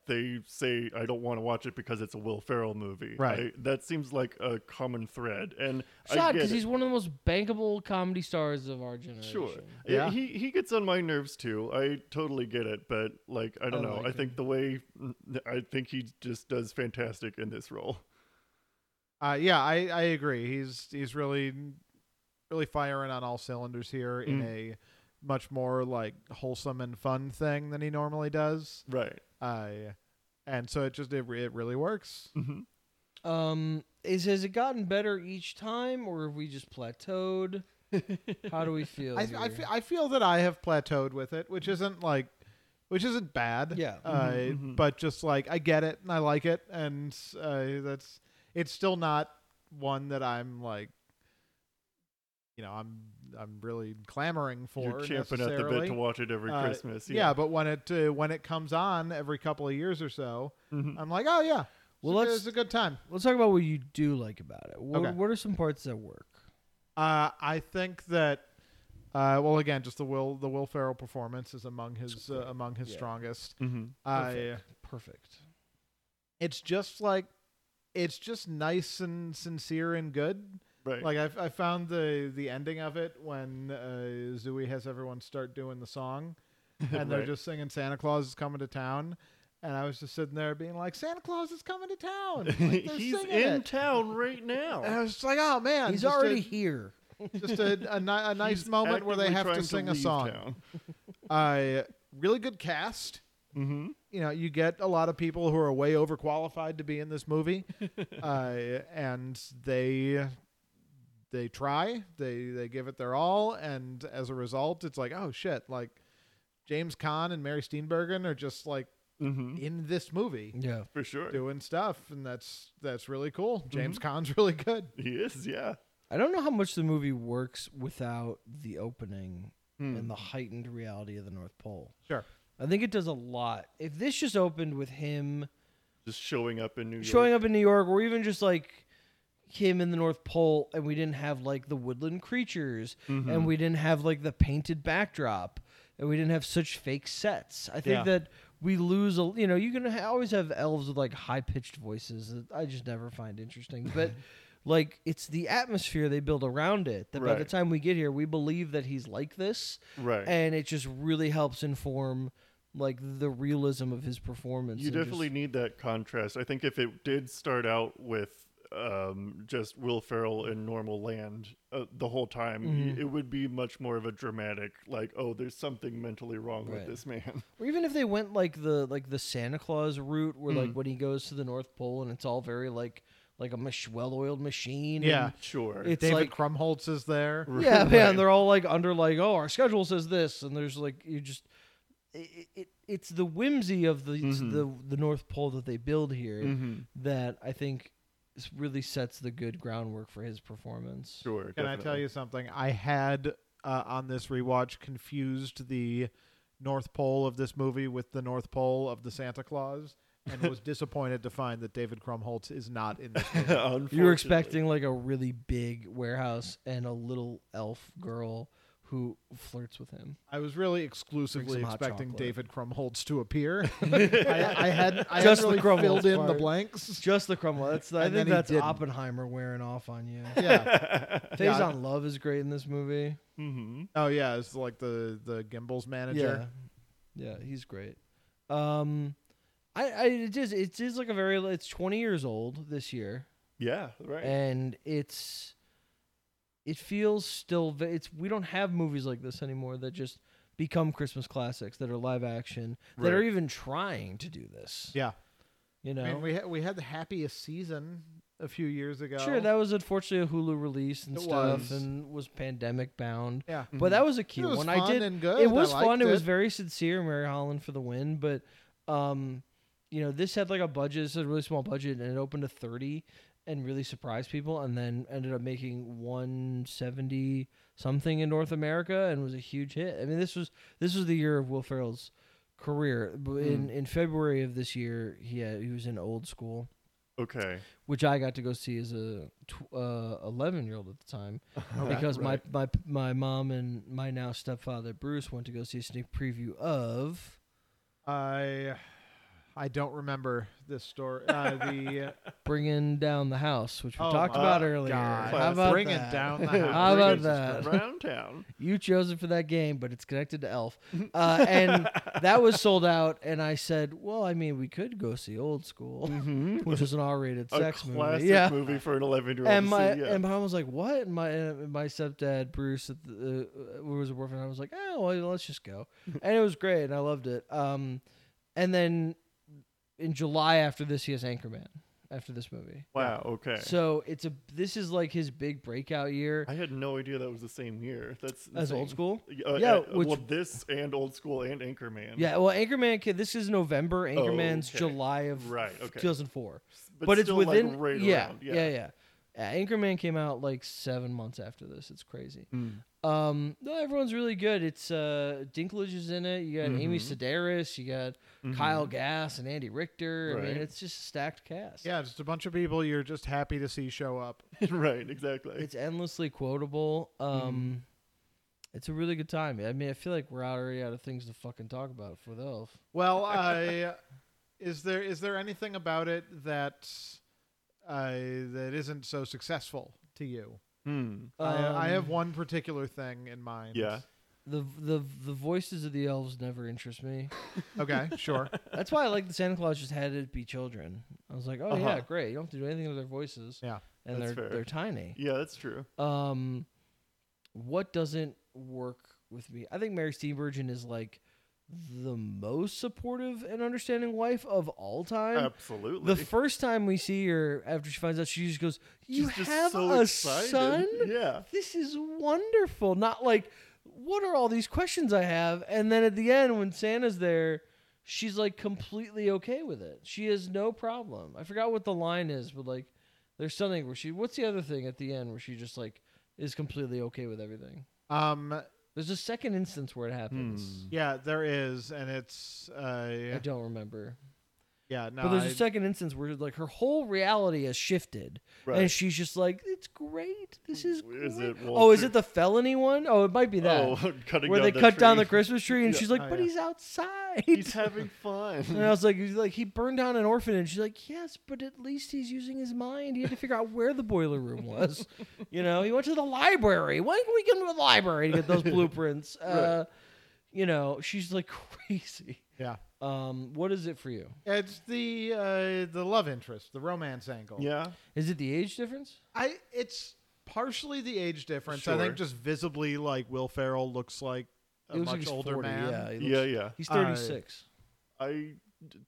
Speaker 3: they say I don't want to watch it because it's a Will Ferrell movie.
Speaker 2: Right.
Speaker 3: I- that seems like a common thread, and
Speaker 1: Sad
Speaker 3: I get
Speaker 1: because
Speaker 2: Uh,
Speaker 3: it.
Speaker 1: he's one of the most bankable comedy stars of our generation.
Speaker 3: Sure.
Speaker 2: Yeah.
Speaker 3: Yeah. He he gets on my nerves too. I totally get it, but like I don't
Speaker 1: I
Speaker 3: know.
Speaker 1: like
Speaker 3: I think
Speaker 1: him.
Speaker 3: the way I think he just does fantastic in this role.
Speaker 2: Uh, yeah, I, I agree. He's he's really really firing on all cylinders here
Speaker 3: Mm.
Speaker 2: in a much more like wholesome and fun thing than he normally does.
Speaker 3: Right.
Speaker 2: Uh, and so it just it, it really works.
Speaker 3: Mhm.
Speaker 1: Um, is has it gotten better each time, or have we just [laughs] plateaued? How do we feel?
Speaker 2: I,
Speaker 1: here?
Speaker 2: I, fe- I feel that I have plateaued with it, which isn't like which isn't bad.
Speaker 1: Yeah. Mm-hmm.
Speaker 2: Uh,
Speaker 3: Mhm, mhm.
Speaker 2: But just like I get it and I like it, and uh, that's it's still not one that I'm like, you know, I'm I'm really clamoring for.
Speaker 3: You're champing at the bit
Speaker 2: necessarily.
Speaker 3: to watch it every
Speaker 2: Uh,
Speaker 3: Christmas.
Speaker 2: Yeah, but when it uh, when it comes on every couple of years or so,
Speaker 3: Mm-hmm.
Speaker 2: I'm like, oh yeah,
Speaker 1: Well,
Speaker 2: it's a-
Speaker 1: let's-
Speaker 2: it's a good time.
Speaker 1: Let's talk about what you do like about it. What,
Speaker 2: Okay.
Speaker 1: what are some parts that work?
Speaker 2: Uh, I think that. Uh, well, again, just the Will the Will Ferrell performance is among his uh, among his
Speaker 1: Yeah.
Speaker 2: strongest.
Speaker 3: hmm
Speaker 2: I uh,
Speaker 1: Perfect.
Speaker 2: it's just like it's just nice and sincere and good.
Speaker 3: Right.
Speaker 2: Like I, I found the the ending of it when uh, Zooey has everyone start doing the
Speaker 3: [laughs]
Speaker 2: song, and they're
Speaker 3: Right.
Speaker 2: just singing Santa Claus is coming to town, and I was just sitting there being like Santa Claus is coming to town.
Speaker 3: [laughs]
Speaker 2: Like, they're
Speaker 3: he's
Speaker 2: singing
Speaker 3: in
Speaker 2: it.
Speaker 3: town right
Speaker 2: And I
Speaker 3: now.
Speaker 2: was just like, oh man,
Speaker 1: He's
Speaker 2: just
Speaker 1: already here.
Speaker 2: a, [laughs] just a, a, ni-
Speaker 3: [laughs]
Speaker 2: a nice
Speaker 3: He's
Speaker 2: moment where they
Speaker 3: actively
Speaker 2: have to
Speaker 3: trying
Speaker 2: sing a
Speaker 3: leave
Speaker 2: song.
Speaker 3: town.
Speaker 2: I really good cast.
Speaker 3: Mhm.
Speaker 2: you know, you get a lot of people who are way overqualified to be in this movie, uh, and they they try, they they give it their all, and as a result, it's like, oh shit, like James Caan and Mary Steenburgen are just like
Speaker 3: Mhm.
Speaker 2: in this movie
Speaker 1: Yeah.
Speaker 3: For sure.
Speaker 2: doing stuff, and that's that's really cool. James Caan's [laughs] really good.
Speaker 3: He is. Yeah.
Speaker 1: I don't know how much the movie works without the opening
Speaker 3: Hmm.
Speaker 1: and the heightened reality of the North Pole.
Speaker 2: Sure.
Speaker 1: I think it does a lot. If this just opened with him
Speaker 3: Just showing up in New York.
Speaker 1: showing up in New York, or even just like him in the North Pole, and we didn't have like the woodland creatures,
Speaker 3: Mm-hmm.
Speaker 1: and we didn't have like the painted backdrop, and we didn't have such fake sets. I think
Speaker 2: Yeah.
Speaker 1: that we lose a you know you can ha- always have elves with like high pitched voices that I just never find interesting,
Speaker 3: [laughs]
Speaker 1: but. Like it's the atmosphere they build around it that by the
Speaker 3: Right.
Speaker 1: time we get here, we believe that he's like this,
Speaker 3: Right.
Speaker 1: and it just really helps inform like the realism of his performance.
Speaker 3: You
Speaker 1: and just-
Speaker 3: definitely need that contrast. I think if it did start out with um, just Will Ferrell in normal land uh, the whole time, y-
Speaker 1: Mhm.
Speaker 2: Mm-hmm.
Speaker 3: it would be much more of a dramatic, like, oh, there's something mentally wrong
Speaker 1: Right.
Speaker 3: with this man. [laughs]
Speaker 1: Or even if they went like the like the Santa Claus route, where like
Speaker 3: Mm.
Speaker 1: when he goes to the North Pole and it's all very like like a mach- well-oiled machine.
Speaker 3: [laughs]
Speaker 2: Yeah.
Speaker 3: sure.
Speaker 1: It's
Speaker 2: David
Speaker 1: like-
Speaker 2: Krumholtz is there.
Speaker 1: and- [laughs] yeah, man.
Speaker 3: Right.
Speaker 1: They're all like under like oh our schedule says this, and there's like you just it, it it's the whimsy of the
Speaker 3: Mhm.
Speaker 1: the the North Pole that they build here
Speaker 3: Mhm.
Speaker 1: that I think s- really sets the good groundwork for his performance.
Speaker 3: Sure. [laughs]
Speaker 2: Can I tell you something? I had uh, on this rewatch confused the North Pole of this movie with the North Pole of the Santa Claus and [laughs] was disappointed to find that David Krumholtz is not in this movie.
Speaker 1: You were
Speaker 3: Unfortunately. [laughs]
Speaker 1: expecting like a really big warehouse and a little elf girl who flirts with him.
Speaker 2: [laughs] I was really exclusively
Speaker 1: Drink some hot
Speaker 2: expecting
Speaker 1: chocolate.
Speaker 2: David Krumholtz to [laughs] appear. I, I hadn't, I
Speaker 1: Just
Speaker 2: hadn't
Speaker 1: the Krumholtz
Speaker 2: really filled in the
Speaker 1: part.
Speaker 2: blanks.
Speaker 1: Just the crumble. That's I
Speaker 2: And then
Speaker 1: think
Speaker 2: he
Speaker 1: that's
Speaker 2: didn't.
Speaker 1: Oppenheimer wearing off on
Speaker 2: [laughs]
Speaker 1: you.
Speaker 2: Yeah.
Speaker 1: Phase
Speaker 2: Yeah.
Speaker 1: on Love is great in this movie.
Speaker 3: Mhm.
Speaker 2: Oh yeah, it's like the the Gimbals manager.
Speaker 1: Yeah, yeah, he's great. Um, I, I it just it is like a very it's twenty years old this year,
Speaker 3: Yeah, right.
Speaker 1: and it's it feels still ve- it's we don't have movies like this anymore that just become Christmas classics that are live action that are
Speaker 3: Right.
Speaker 1: even trying to do this.
Speaker 2: Yeah.
Speaker 1: You know,
Speaker 2: I mean, we had we had the happiest season a few years ago.
Speaker 1: sure that was unfortunately a Hulu release and
Speaker 2: It
Speaker 1: stuff
Speaker 2: was.
Speaker 1: and was pandemic bound,
Speaker 2: yeah.
Speaker 1: but that was a cute
Speaker 2: Mm-hmm. It was
Speaker 1: one.
Speaker 2: fun
Speaker 1: I did
Speaker 2: and good.
Speaker 1: it was
Speaker 2: I
Speaker 1: fun. It.
Speaker 2: liked
Speaker 1: was very sincere, Mary Holland for the win. But, um, you know, this had like a budget, it's a really small budget, and it opened to thirty and really surprised people, and then ended up making one seventy something in North America and was a huge hit. I mean, this was this was the year of Will Ferrell's career. B-
Speaker 2: Hmm.
Speaker 1: In in February of this year, he had, he was in Old School,
Speaker 3: okay.
Speaker 1: which I got to go see as a tw- uh, eleven year old at the time
Speaker 2: Okay.
Speaker 1: because
Speaker 3: [laughs] Right.
Speaker 1: my, my my mom and my now stepfather Bruce went to go see a sneak preview of
Speaker 2: I I don't remember this story. Uh, the
Speaker 1: Bringing Down the House, which we
Speaker 2: Oh
Speaker 1: talked
Speaker 2: my
Speaker 1: about earlier.
Speaker 2: God.
Speaker 1: How about
Speaker 2: Bringing
Speaker 1: that? [laughs]
Speaker 2: Down the
Speaker 1: How
Speaker 3: [laughs]
Speaker 2: House.
Speaker 1: about
Speaker 3: Jesus
Speaker 1: that?
Speaker 3: Around
Speaker 1: [laughs]
Speaker 3: town.
Speaker 1: You chose it for that game, but it's connected to
Speaker 3: [laughs]
Speaker 1: Elf, uh, and that was sold out. And I said, "Well, I mean, we could go see Old
Speaker 3: [laughs]
Speaker 1: School, which is an R-rated
Speaker 3: A
Speaker 1: Mm-hmm. sex
Speaker 3: classic
Speaker 1: movie, yeah."
Speaker 3: movie for an 11 year old.
Speaker 1: And my
Speaker 3: see, yeah.
Speaker 1: and my mom was like, "What?" And my and my stepdad Bruce at the, uh, was a boyfriend. I was like, "Oh, well, let's just
Speaker 3: [laughs]
Speaker 1: go," and it was great, and I loved it. Um, and then in July after this, he has Anchorman after this movie.
Speaker 3: wow, okay.
Speaker 1: So it's a this is like his big breakout year
Speaker 3: I had no idea that was the same year. That's
Speaker 1: as
Speaker 3: insane.
Speaker 1: old school.
Speaker 3: Uh,
Speaker 1: Yeah,
Speaker 3: uh,
Speaker 1: which-
Speaker 3: well, this and old school and Anchorman. Oh,
Speaker 1: Yeah, well, Anchorman. ca- This is November. Anchorman's
Speaker 3: okay.
Speaker 1: July of
Speaker 3: Right, okay.
Speaker 1: 2004.
Speaker 3: but,
Speaker 1: but it's
Speaker 3: still,
Speaker 1: within
Speaker 3: like, right
Speaker 1: yeah,
Speaker 3: around.
Speaker 1: yeah,
Speaker 3: Yeah,
Speaker 1: yeah, Uh, Anchorman came out like seven months after this. It's crazy.
Speaker 3: Hmm.
Speaker 1: Um, no, everyone's really good. It's uh, Dinklage is in it. You got Amy
Speaker 3: Mm-hmm.
Speaker 1: Sedaris. You got Kyle Gass and Andy Richter. I mean,
Speaker 3: Right.
Speaker 1: it's just a stacked cast.
Speaker 2: yeah, just a bunch of people you're just happy to see show up.
Speaker 3: [laughs] right, exactly.
Speaker 1: it's endlessly quotable.
Speaker 3: Mm-hmm.
Speaker 1: Um, it's a really good time. I mean, I feel like we're already out of things to fucking talk about for the elf. [laughs]
Speaker 2: Well, I is there is there anything about it that uh, that isn't so successful to you?
Speaker 3: Hmm.
Speaker 2: I, I
Speaker 1: Um,
Speaker 2: have one particular thing in mind.
Speaker 3: Yeah.
Speaker 1: the the the voices of the elves never interest me.
Speaker 2: Okay. Sure.
Speaker 1: That's why I like the Santa Claus just had it be children. I was like, oh yeah,
Speaker 3: Uh-huh.
Speaker 1: great. You don't have to do anything with their voices.
Speaker 2: Yeah,
Speaker 1: and
Speaker 3: that's
Speaker 1: they're
Speaker 3: fair.
Speaker 1: they're tiny.
Speaker 3: Yeah, that's true.
Speaker 1: Um, what doesn't work with me? I think Mary Steenburgen is like the most supportive and understanding wife of all time.
Speaker 3: Absolutely.
Speaker 1: the first time we see her after she finds out, she just goes, "You
Speaker 3: She's just
Speaker 1: have
Speaker 3: so
Speaker 1: a
Speaker 3: excited.
Speaker 1: son."
Speaker 3: Yeah.
Speaker 1: this is wonderful. Not like, what are all these questions I have? And then at the end, when Santa's there, she's like completely okay with it. She has no problem. I forgot what the line is, but like, there's something where she, what's the other thing at the end where she just like is completely okay with everything?
Speaker 2: Um.
Speaker 1: There's a second instance where it happens.
Speaker 2: Yeah, there is, and it's
Speaker 1: I
Speaker 2: uh.
Speaker 1: don't remember.
Speaker 2: Yeah. No.
Speaker 1: but there's
Speaker 2: I-
Speaker 1: a second instance where like her whole reality has shifted,
Speaker 3: Right.
Speaker 1: and she's just like, "It's great. This is great."
Speaker 3: Is it
Speaker 1: oh, is
Speaker 3: Walter-
Speaker 1: it the felony one? Oh, it might be that.
Speaker 3: Oh, [laughs] cutting
Speaker 1: where
Speaker 3: down
Speaker 1: they
Speaker 3: the
Speaker 1: cut down
Speaker 3: tree.
Speaker 1: the Christmas tree, and
Speaker 3: Yeah.
Speaker 1: she's like,
Speaker 2: Oh,
Speaker 1: "But
Speaker 2: yeah.
Speaker 1: he's outside."
Speaker 3: He's having fun.
Speaker 1: [laughs] and I was like, he's like, he burned down an orphanage. She's like, yes, but at least he's using his mind. He had to figure out where the boiler room was.
Speaker 3: [laughs]
Speaker 1: you know, he went to the library. Why can we get him to the library to get
Speaker 3: [laughs]
Speaker 1: those blueprints? Uh, You know, she's like crazy.
Speaker 2: yeah.
Speaker 1: Um, what is it for you?
Speaker 2: It's the uh, the love interest, the romance angle.
Speaker 3: yeah.
Speaker 1: Is it the age difference?
Speaker 2: I it's partially the age difference. I
Speaker 3: Sure.
Speaker 2: think just visibly, like Will Ferrell looks like a
Speaker 1: He looks
Speaker 2: much
Speaker 1: like he's
Speaker 2: older
Speaker 1: 40,
Speaker 2: man.
Speaker 1: Yeah, he
Speaker 3: Yeah,
Speaker 1: looks-
Speaker 3: yeah.
Speaker 1: He's
Speaker 2: Uh,
Speaker 1: 36.
Speaker 3: I d-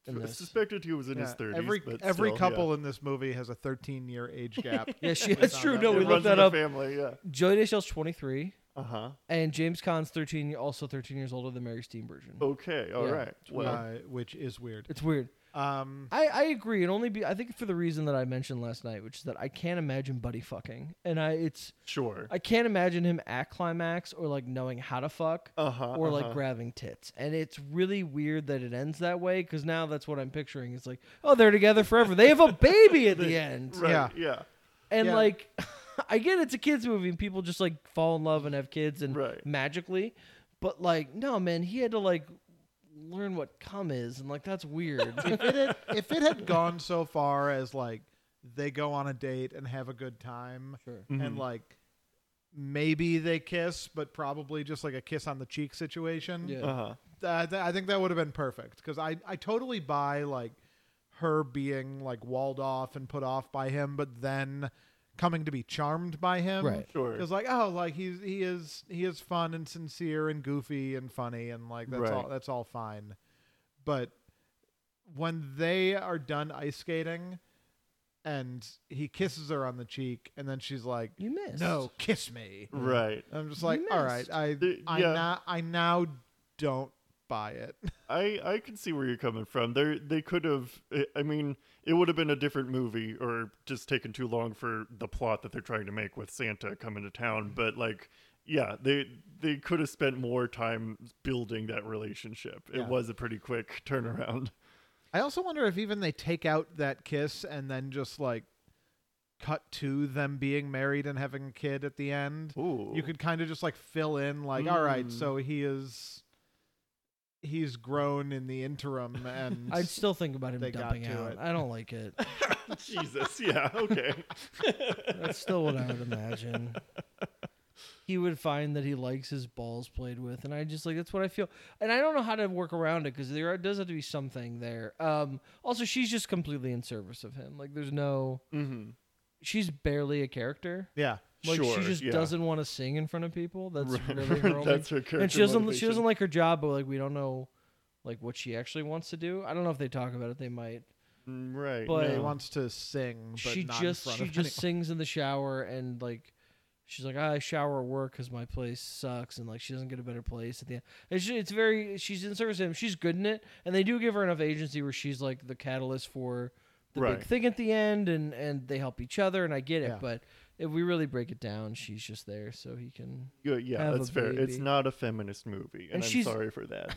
Speaker 1: In this.
Speaker 3: suspected he was in his
Speaker 2: Yeah,
Speaker 3: 30s.
Speaker 2: every
Speaker 3: but
Speaker 2: every
Speaker 3: still,
Speaker 2: couple in this movie has a 13 year
Speaker 3: [laughs]
Speaker 2: age gap.
Speaker 1: yeah, she, that's
Speaker 2: found
Speaker 1: true.
Speaker 2: out
Speaker 1: No,
Speaker 3: Yeah.
Speaker 1: we
Speaker 3: It
Speaker 1: looked
Speaker 3: runs in
Speaker 1: that
Speaker 3: the
Speaker 1: up.
Speaker 3: family, yeah.
Speaker 1: Joey Dashiell's 23,
Speaker 3: Uh huh.
Speaker 1: and James Conn's 13, also 13 years older than Mary Steenburgen.
Speaker 3: Okay, All
Speaker 1: Yeah.
Speaker 3: right. Well,
Speaker 2: uh, which is weird.
Speaker 1: It's weird.
Speaker 2: Um,
Speaker 1: I, I agree. It only be I think for the reason that I mentioned last night, which is that I can't imagine buddy fucking, and I it's
Speaker 3: Sure.
Speaker 1: I can't imagine him at climax or like knowing how to fuck
Speaker 3: Uh huh.
Speaker 1: or like grabbing tits, and it's really weird that it ends that way because now that's what I'm picturing. It's like oh they're together forever. They have a baby at
Speaker 3: [laughs]
Speaker 1: the end,
Speaker 3: Right,
Speaker 2: Yeah.
Speaker 3: Yeah.
Speaker 1: and
Speaker 2: Yeah.
Speaker 1: like [laughs] I get it's a kids movie and people just like fall in love and have kids and
Speaker 3: Right.
Speaker 1: magically, but like no man, he had to like learn what cum is and like that's weird.
Speaker 3: [laughs]
Speaker 2: if it had, if it had gone so far as like they go on a date and have a good time,
Speaker 1: sure.
Speaker 2: and
Speaker 3: Mhm.
Speaker 2: like maybe they kiss, but probably just like a kiss on the cheek situation.
Speaker 1: Yeah.
Speaker 3: Uh huh.
Speaker 2: I, th- I think that would have been perfect because I, I totally buy like her being like walled off and put off by him, but then coming to be charmed by him.
Speaker 1: Right.
Speaker 3: Sure.
Speaker 2: It's like oh, like he's he is he is fun and sincere and goofy and funny and like that's
Speaker 3: Right.
Speaker 2: all that's all fine, but when they are done ice skating, and he kisses her on the cheek, and then she's like,
Speaker 1: You missed.
Speaker 2: "No, kiss me."
Speaker 3: Right.
Speaker 2: I'm just like,
Speaker 1: You
Speaker 2: all right, I
Speaker 3: The-
Speaker 2: I
Speaker 3: yeah.
Speaker 2: now I now don't buy it. [laughs]
Speaker 3: I I can see where you're coming from. They they could have. I- I mean, it would have been a different movie, or just taken too long for the plot that they're trying to make with Santa coming to town. But like, yeah, they they could have spent more time building that relationship. It
Speaker 2: Yeah.
Speaker 3: was a pretty quick turnaround.
Speaker 2: I also wonder if even they take out that kiss and then just like cut to them being married and having a kid at the end.
Speaker 3: Ooh,
Speaker 2: You could [laughs] kind of just like fill in like, all right,
Speaker 3: Mm.
Speaker 2: so he is he's grown in the
Speaker 3: [laughs]
Speaker 2: interim and
Speaker 1: I'd still think about him
Speaker 2: They got
Speaker 1: dumping
Speaker 2: to
Speaker 1: out.
Speaker 2: it.
Speaker 1: I don't like it.
Speaker 3: [laughs] Jesus, yeah, okay,
Speaker 1: That's still what I would
Speaker 3: [laughs]
Speaker 1: imagine. He would find that he likes his balls played with, and I just like that's what I feel. And I don't know how to work around it because there does have to be something there. Um, also, she's just completely in service of him. Like, there's no,
Speaker 3: mm-hmm.
Speaker 1: she's barely a character.
Speaker 2: yeah.
Speaker 1: Like,
Speaker 3: Sure,
Speaker 1: she just
Speaker 3: yeah. [laughs]
Speaker 1: doesn't want to sing in front of people. That's really her only
Speaker 3: that's her character.
Speaker 1: and she doesn't she
Speaker 3: motivation.
Speaker 1: doesn't like her job, but like we don't know like what she actually wants to do. I don't know if they talk about it. They might.
Speaker 3: Mm, right.
Speaker 1: but-
Speaker 2: He
Speaker 1: No.
Speaker 2: wants to sing, but
Speaker 1: she
Speaker 2: not
Speaker 1: just
Speaker 2: in front
Speaker 1: she
Speaker 2: of [laughs]
Speaker 1: just sings in the shower and like she's like I shower at work because my place sucks and like she doesn't get a better place at the end. It's ju- it's very she's in service to him. She's good in it, and they do give her enough agency where she's like the catalyst for the
Speaker 3: Right.
Speaker 1: big thing at the end, and and they help each other. And I get it,
Speaker 2: Yeah.
Speaker 1: but if we really break it down, she's just there so he can.
Speaker 3: Yeah, yeah,
Speaker 1: have a
Speaker 3: that's fair. It's
Speaker 1: baby.
Speaker 3: not a feminist movie, and,
Speaker 1: And
Speaker 3: I'm
Speaker 1: she's-
Speaker 3: sorry for that.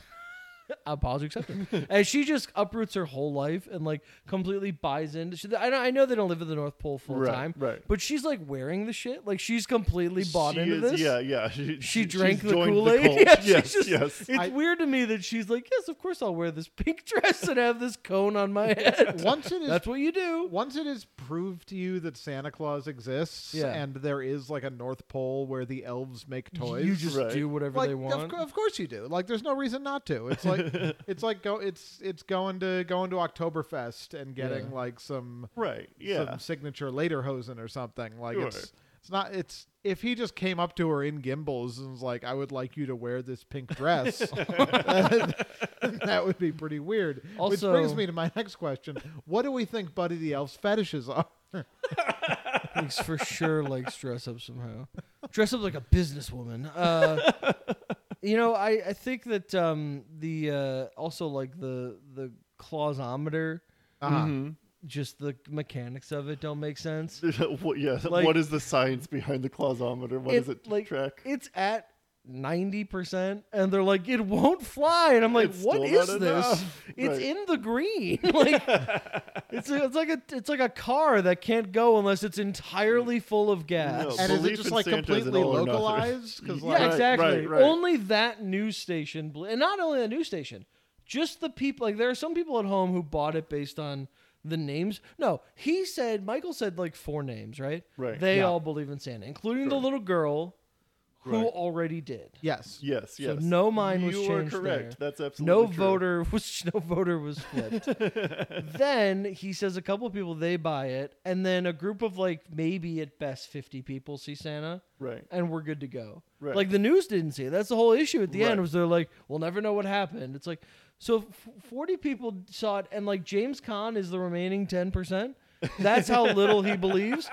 Speaker 1: Apology
Speaker 2: [laughs]
Speaker 1: accepted. and she just uproots her whole life and like completely buys into. She, I know I know they don't live at the North Pole [laughs] full
Speaker 3: right,
Speaker 1: time.
Speaker 3: right.
Speaker 1: But she's like wearing the shit. Like she's completely bought
Speaker 3: She
Speaker 1: into
Speaker 3: is-
Speaker 1: this.
Speaker 3: Yeah, yeah.
Speaker 1: She
Speaker 3: She, she's
Speaker 1: drank the
Speaker 3: joined
Speaker 1: Kool Aid. [laughs] Yeah,
Speaker 3: cult.
Speaker 1: she's
Speaker 3: yes,
Speaker 1: just-
Speaker 3: yes.
Speaker 1: It's
Speaker 2: I-
Speaker 1: weird to me that she's like, yes, of course I'll wear this pink [laughs] dress and have this cone on my head.
Speaker 2: Once it is
Speaker 1: That's what you do.
Speaker 2: once it is proved to you that Santa Claus exists
Speaker 1: Yeah.
Speaker 2: and there is like a North Pole where the elves make toys,
Speaker 1: You just
Speaker 3: Right.
Speaker 1: do whatever
Speaker 2: like
Speaker 1: they
Speaker 2: Of,
Speaker 1: want. [laughs]
Speaker 2: cou- of course you do. Like there's no reason not to. It's like it's like go it's it's going to going to Oktoberfest and getting
Speaker 1: Yeah.
Speaker 2: like some
Speaker 3: Right. Yeah.
Speaker 2: some signature lederhosen or something. Like
Speaker 3: Sure.
Speaker 2: it's it's not it's if he just came up to her in Gimbals and was like, I would like you to wear this pink dress [laughs] that would be pretty weird. Which
Speaker 1: Also-
Speaker 2: brings me to my next question. What do we think Buddy the Elf's fetishes are?
Speaker 1: He's for sure likes dress up somehow. Dress up like a businesswoman. Uh,
Speaker 3: [laughs]
Speaker 1: you know, I, I think that um, the uh, also like the the clausometer,
Speaker 2: Uh-huh.
Speaker 1: Mm-hmm.
Speaker 3: Mhm.
Speaker 1: just the mechanics of it don't make sense.
Speaker 3: [laughs]
Speaker 1: [laughs]
Speaker 3: What- yeah.
Speaker 1: Like-
Speaker 3: what is the science behind the clausometer? What does
Speaker 1: It-
Speaker 3: it
Speaker 1: like-
Speaker 3: track?
Speaker 1: it's at 90% and they're like it won't fly and i'm like
Speaker 3: It's
Speaker 1: what
Speaker 3: still
Speaker 1: is
Speaker 3: not
Speaker 1: this
Speaker 3: enough.
Speaker 1: it's
Speaker 3: Right.
Speaker 1: in the green [laughs] like it's, a, it's like a it's like a car that can't go unless it's entirely full of gas
Speaker 3: No,
Speaker 2: And is it
Speaker 3: Belief
Speaker 2: just
Speaker 3: in
Speaker 2: like
Speaker 3: Santa is an
Speaker 2: completely
Speaker 3: all or nothing.
Speaker 2: localized? Because
Speaker 3: [laughs] Yeah,
Speaker 1: yeah
Speaker 2: like,
Speaker 3: right,
Speaker 1: exactly
Speaker 3: right, right.
Speaker 1: only that news station ble- and not only that news station just the people like there are some people at home who bought it based on the names no he said michael said like four names right
Speaker 3: Right.
Speaker 1: they
Speaker 2: Yeah.
Speaker 1: all believe in santa including the
Speaker 3: Sure.
Speaker 1: little girl who
Speaker 3: Right.
Speaker 1: already did
Speaker 2: yes,
Speaker 3: Yes.
Speaker 1: So
Speaker 3: Yes.
Speaker 1: no mind was
Speaker 3: you
Speaker 1: changed
Speaker 3: are correct.
Speaker 1: there.
Speaker 3: That's absolutely
Speaker 1: No
Speaker 3: true.
Speaker 1: voter [laughs] was no voter was
Speaker 3: [laughs]
Speaker 1: flipped. then he says a couple of people they buy it, and then a group of like maybe at best fifty people see Santa,
Speaker 3: Right.
Speaker 1: and we're good to go.
Speaker 3: Right.
Speaker 1: Like the news didn't see it. That's the whole issue at the
Speaker 3: Right.
Speaker 1: end was they're like, we'll never know what happened. It's like so f- forty people saw it, and like James Caan is the remaining ten percent. That's how little he
Speaker 3: [laughs]
Speaker 1: believes.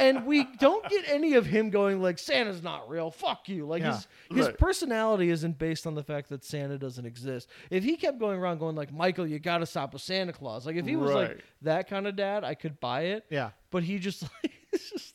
Speaker 1: And we don't get any of him going like Santa's not real. Fuck you. Like
Speaker 2: Yeah.
Speaker 1: his his
Speaker 3: Right.
Speaker 1: personality isn't based on the fact that Santa doesn't exist. If he kept going around going like Michael, you got to stop with Santa Claus. Like if he was like
Speaker 3: Right.
Speaker 1: that kind of dad, I could buy it.
Speaker 2: Yeah.
Speaker 1: But he just [laughs] like it's just